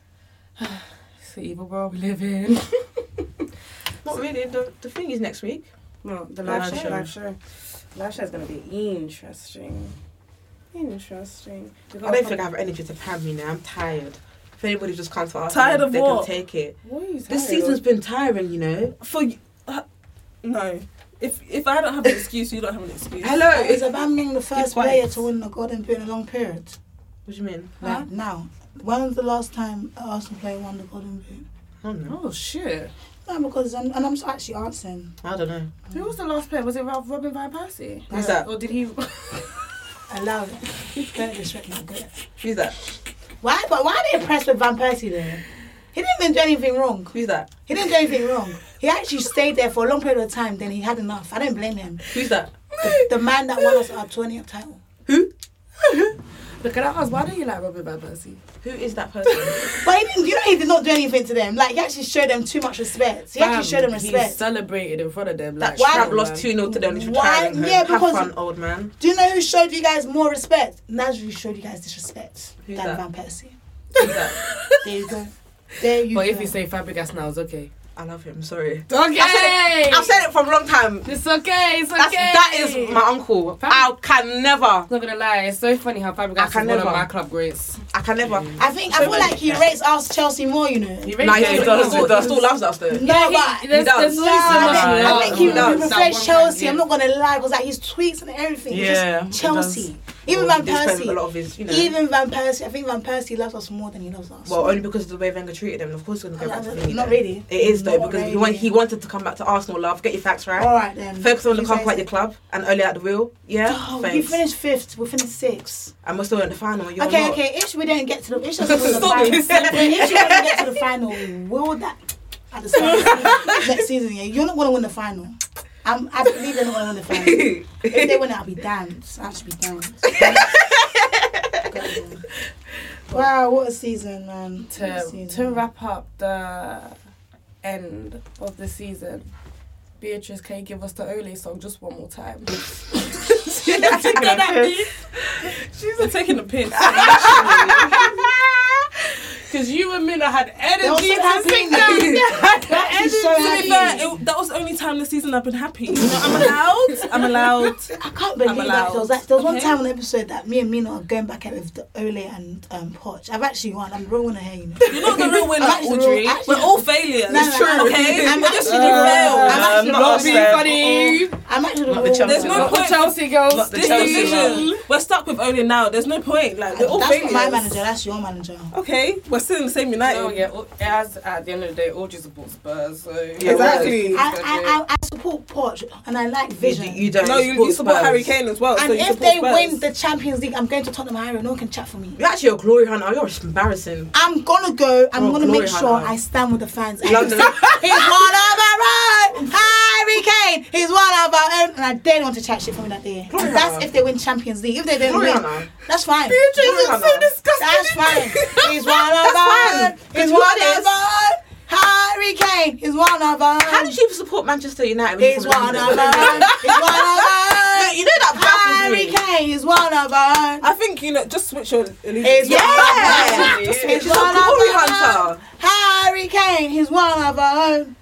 Speaker 2: it's the evil world we live in.
Speaker 3: Not really. The, the thing is next week.
Speaker 2: No, the
Speaker 3: live show.
Speaker 2: Live show. Live show is gonna be interesting. Interesting. We
Speaker 3: I
Speaker 2: got
Speaker 3: don't
Speaker 2: a-
Speaker 3: think I have energy to pad me now. I'm tired. If anybody just comes to us,
Speaker 6: Tired of
Speaker 3: they
Speaker 6: what?
Speaker 3: can take it.
Speaker 2: What are you
Speaker 3: This
Speaker 2: tired of?
Speaker 3: season's been tiring, you know.
Speaker 6: For you. Uh, no. If if I don't have an excuse, you don't have an excuse.
Speaker 3: Hello.
Speaker 4: Is
Speaker 3: It's,
Speaker 4: Aubameyang the first
Speaker 3: quiet.
Speaker 4: player to win the Golden Boot in a long period?
Speaker 3: what do you mean?
Speaker 4: Like now, when was the last time an Arsenal player won the Golden Boot?
Speaker 3: I don't know.
Speaker 2: Oh shit.
Speaker 4: No, because I'm, and I'm s- actually answering.
Speaker 3: I don't know.
Speaker 2: Who was the last player? Was it Ralph Robin Van Persie?
Speaker 3: Who's that?
Speaker 2: Or did he
Speaker 4: Allow it. Don't disrespect my girl.
Speaker 3: Who's that?
Speaker 4: Why? But why are they impressed with Van Persie there? He didn't even do anything wrong.
Speaker 3: Who's that?
Speaker 4: He didn't do anything wrong. He actually stayed there for a long period of time. Then he had enough. I don't blame him.
Speaker 3: Who's that?
Speaker 4: The, the man that won us our 20th title.
Speaker 2: Look at us. Why don't you like Robin Van Persie?
Speaker 3: Who is that person?
Speaker 4: But he didn't. You know, he did not do anything to them. Like he actually showed them too much respect. He actually showed them
Speaker 2: He
Speaker 4: respect.
Speaker 2: celebrated in front of them.
Speaker 3: that
Speaker 2: Like,
Speaker 4: Why-
Speaker 3: tramp lost 2 0 to them. and he's
Speaker 4: Why-
Speaker 3: retiring home.
Speaker 4: yeah,
Speaker 3: Have
Speaker 4: because-
Speaker 3: fun, old man.
Speaker 4: Do you know who showed you guys more respect? Nasri showed you guys disrespect.
Speaker 3: Who's
Speaker 4: than
Speaker 3: that?
Speaker 4: Van Persie.
Speaker 3: Who's that?
Speaker 4: There you go. There you
Speaker 2: But
Speaker 4: go.
Speaker 2: if you say Fabregas now, it's okay.
Speaker 15: I love him. Sorry. I've said,
Speaker 5: Okay.
Speaker 15: it, I've said it for a long time.
Speaker 5: It's okay. It's okay.
Speaker 15: That's, That is my uncle. I can never.
Speaker 2: Not gonna lie, it's so funny how
Speaker 15: I
Speaker 2: Fabregas is
Speaker 15: can
Speaker 2: one of
Speaker 15: never.
Speaker 2: my club greats.
Speaker 15: I can never.
Speaker 4: I think I feel like he rates us Chelsea more, you know.
Speaker 2: He
Speaker 15: Nah,
Speaker 2: really
Speaker 15: he
Speaker 2: did.
Speaker 15: still, he still, he still loves us though.
Speaker 4: No,
Speaker 5: he-
Speaker 4: but
Speaker 5: there's,
Speaker 15: does.
Speaker 5: there's
Speaker 4: no,
Speaker 5: always so much
Speaker 4: I
Speaker 5: love.
Speaker 4: think, I think he
Speaker 15: He does.
Speaker 4: he prefers
Speaker 2: That
Speaker 4: Chelsea.
Speaker 2: one
Speaker 4: I'm not gonna lie, because like his tweets and everything, he's
Speaker 16: Yeah, he
Speaker 4: just Chelsea. Even Van
Speaker 15: They spend A lot
Speaker 4: Persie,
Speaker 15: of his, you know.
Speaker 4: even Van Persie. I think Van Persie loves us more than he loves us.
Speaker 15: Well, only because of the way Wenger treated him. Of course, we're going to go back to Vinny.
Speaker 4: not
Speaker 15: though.
Speaker 4: really.
Speaker 15: It is though
Speaker 4: Not
Speaker 15: because he,
Speaker 4: really.
Speaker 15: want, he wanted to come back to Arsenal. Love, get your facts right.
Speaker 4: All right then.
Speaker 15: Focus on the
Speaker 4: You
Speaker 15: car
Speaker 4: say
Speaker 15: at your club and early at the wheel. Yeah,
Speaker 4: Oh, we
Speaker 15: thanks.
Speaker 4: finished fifth. We finished sixth.
Speaker 15: And we're still in the final. You're
Speaker 4: okay,
Speaker 15: not.
Speaker 4: okay. If we don't get to the, if she doesn't win the
Speaker 15: Stop
Speaker 4: final,
Speaker 15: this.
Speaker 4: if she doesn't get to the final, will that at the start of the season, next season? Yeah, you're not gonna win the final. I'm, I believe they're not gonna win the final. if they win, it, I'll be damned. I'll just be damned. wow, what a season, man. What a
Speaker 2: to,
Speaker 4: season.
Speaker 2: to wrap up the end of the season, Beatrice, can you give us the Ole song just one more time?
Speaker 6: She's not taking a piss. Because you and Minna had
Speaker 4: They were
Speaker 6: energy
Speaker 4: so
Speaker 6: to
Speaker 4: happy.
Speaker 6: sing that.
Speaker 4: They're actually so
Speaker 6: To be fair,
Speaker 4: happy.
Speaker 6: it- that was the only time this season I've been happy. You know, I'm allowed. I'm allowed.
Speaker 4: I can't believe that
Speaker 6: allowed.
Speaker 4: there was like there was one
Speaker 6: Okay.
Speaker 4: time on the episode that me and Mina are going back at it with the Ole and um, Poch. I've actually won. I'm the real winner here, you know.
Speaker 6: You're not the real winner,
Speaker 4: I'm actually-
Speaker 6: Audrey.
Speaker 4: actually-
Speaker 6: We're all failures.
Speaker 4: No, no, no,
Speaker 6: Okay?
Speaker 4: I'm-
Speaker 6: We're just
Speaker 4: I'm-
Speaker 6: really
Speaker 4: uh,
Speaker 6: failed.
Speaker 4: I'm actually
Speaker 16: not
Speaker 4: not
Speaker 16: upset.
Speaker 4: being
Speaker 16: Funny.
Speaker 4: I'm actually the
Speaker 16: Not the
Speaker 4: real
Speaker 16: Chelsea
Speaker 6: There's
Speaker 4: winner.
Speaker 6: no
Speaker 16: Not
Speaker 6: point. Chelsea girls.
Speaker 16: the
Speaker 6: This
Speaker 16: Chelsea
Speaker 6: division. We're stuck with only now. There's no point. Like we're all
Speaker 4: That's
Speaker 6: failures.
Speaker 4: not my manager. That's your manager.
Speaker 15: Oh,
Speaker 6: Okay, we're still in the same United.
Speaker 2: so yeah, all- as at the end of the day, all just support Spurs. So
Speaker 6: Exactly.
Speaker 4: I, I, I, I support Poch and I like
Speaker 15: You,
Speaker 4: Vision.
Speaker 15: you don't.
Speaker 6: No, you, you support
Speaker 15: Spurs.
Speaker 6: Harry Kane as well.
Speaker 4: and
Speaker 6: so you
Speaker 4: if
Speaker 6: support
Speaker 4: they
Speaker 6: Spurs.
Speaker 4: win the Champions League, I'm going to Tottenham Hotspur. No one can chat for me.
Speaker 15: You're actually a glory
Speaker 3: Oh,
Speaker 15: hunter. You're just embarrassing.
Speaker 4: I'm gonna go. I'm
Speaker 15: Oh,
Speaker 4: gonna
Speaker 15: glory,
Speaker 4: make sure
Speaker 15: Hannah.
Speaker 4: I stand with the fans. And
Speaker 15: London.
Speaker 4: He's one of our own, Harry Kane. He's one of our own, and I didn't want to chat shit for me that day. And
Speaker 15: Glory,
Speaker 4: that's
Speaker 15: Hannah.
Speaker 4: if they win Champions League. If they don't
Speaker 15: Glory,
Speaker 4: win,
Speaker 15: Hannah.
Speaker 4: that's fine.
Speaker 15: Glory,
Speaker 4: That's
Speaker 15: Hannah.
Speaker 4: fine. He's one of
Speaker 15: That's
Speaker 4: our
Speaker 15: fine.
Speaker 4: own. He's
Speaker 15: It's
Speaker 4: one
Speaker 15: what it
Speaker 4: of
Speaker 15: is.
Speaker 4: our own. Harry Kane. He's one of our
Speaker 15: How
Speaker 4: own.
Speaker 15: did you even support Manchester United? when
Speaker 4: He's
Speaker 15: you're from
Speaker 4: one of our
Speaker 15: London?
Speaker 4: own. He's one of our
Speaker 15: No,
Speaker 4: own.
Speaker 15: you know that baffles
Speaker 4: Harry
Speaker 15: me.
Speaker 4: Kane is one of our own.
Speaker 6: I think you know, just switch your
Speaker 4: He's
Speaker 6: allegiance.
Speaker 4: one of our own.
Speaker 15: Yeah,
Speaker 4: He's
Speaker 15: she's a
Speaker 4: one of
Speaker 15: glory
Speaker 4: our own.
Speaker 15: hunter.
Speaker 4: Harry Kane, he's one of our own.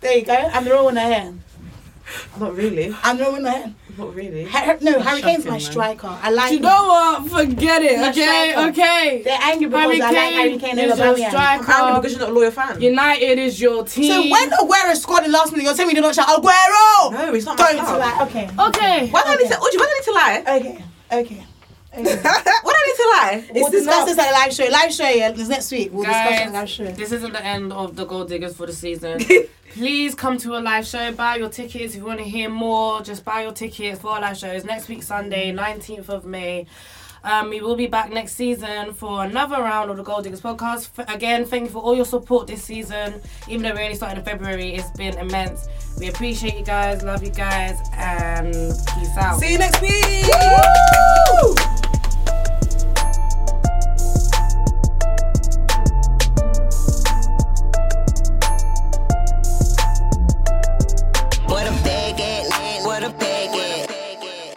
Speaker 4: There you go. I'm the real winner here.
Speaker 15: Not really.
Speaker 4: I'm the real winner here.
Speaker 15: Not really.
Speaker 4: Har- no, Harry Kane's my
Speaker 16: shocking, man.
Speaker 4: striker. I like
Speaker 5: You
Speaker 4: him.
Speaker 5: know what? Forget it.
Speaker 4: You're
Speaker 5: Okay,
Speaker 4: striker.
Speaker 5: okay.
Speaker 4: They're angry because
Speaker 5: Harry
Speaker 4: I like Harry
Speaker 5: Kane
Speaker 4: Kane
Speaker 5: is
Speaker 4: over
Speaker 15: I'm
Speaker 4: Aubameyang.
Speaker 5: your
Speaker 15: angry because
Speaker 5: striker.
Speaker 15: you're not a lawyer fan.
Speaker 5: United is your team.
Speaker 4: So when Aguero scored the last minute, you're telling me they don't shout, Aguero!
Speaker 15: No, he's not my
Speaker 4: Don't
Speaker 15: club.
Speaker 4: lie. Okay.
Speaker 5: okay,
Speaker 15: Why do I need to? Audrey, Why do I need to lie?
Speaker 4: Okay. Okay.
Speaker 15: Why do I need to lie?
Speaker 4: We'll
Speaker 15: It's this
Speaker 4: discuss this at the live show. Live show, yeah, it's next week. We'll discuss it at the live
Speaker 2: Guys,
Speaker 4: show.
Speaker 2: this isn't the end of the Gold Diggers for the season. Please come to a live show, buy your tickets. If you want to hear more, just buy your tickets for our live shows. Next week, Sunday, 19th of May. Um, we will be back next season for another round of the Gold Diggers podcast. F- again, thank you for all your support this season. Even though we only started in February, it's been immense. We appreciate you guys, love you guys, and peace out.
Speaker 6: See you next week.
Speaker 17: What a bag at, what a bag at.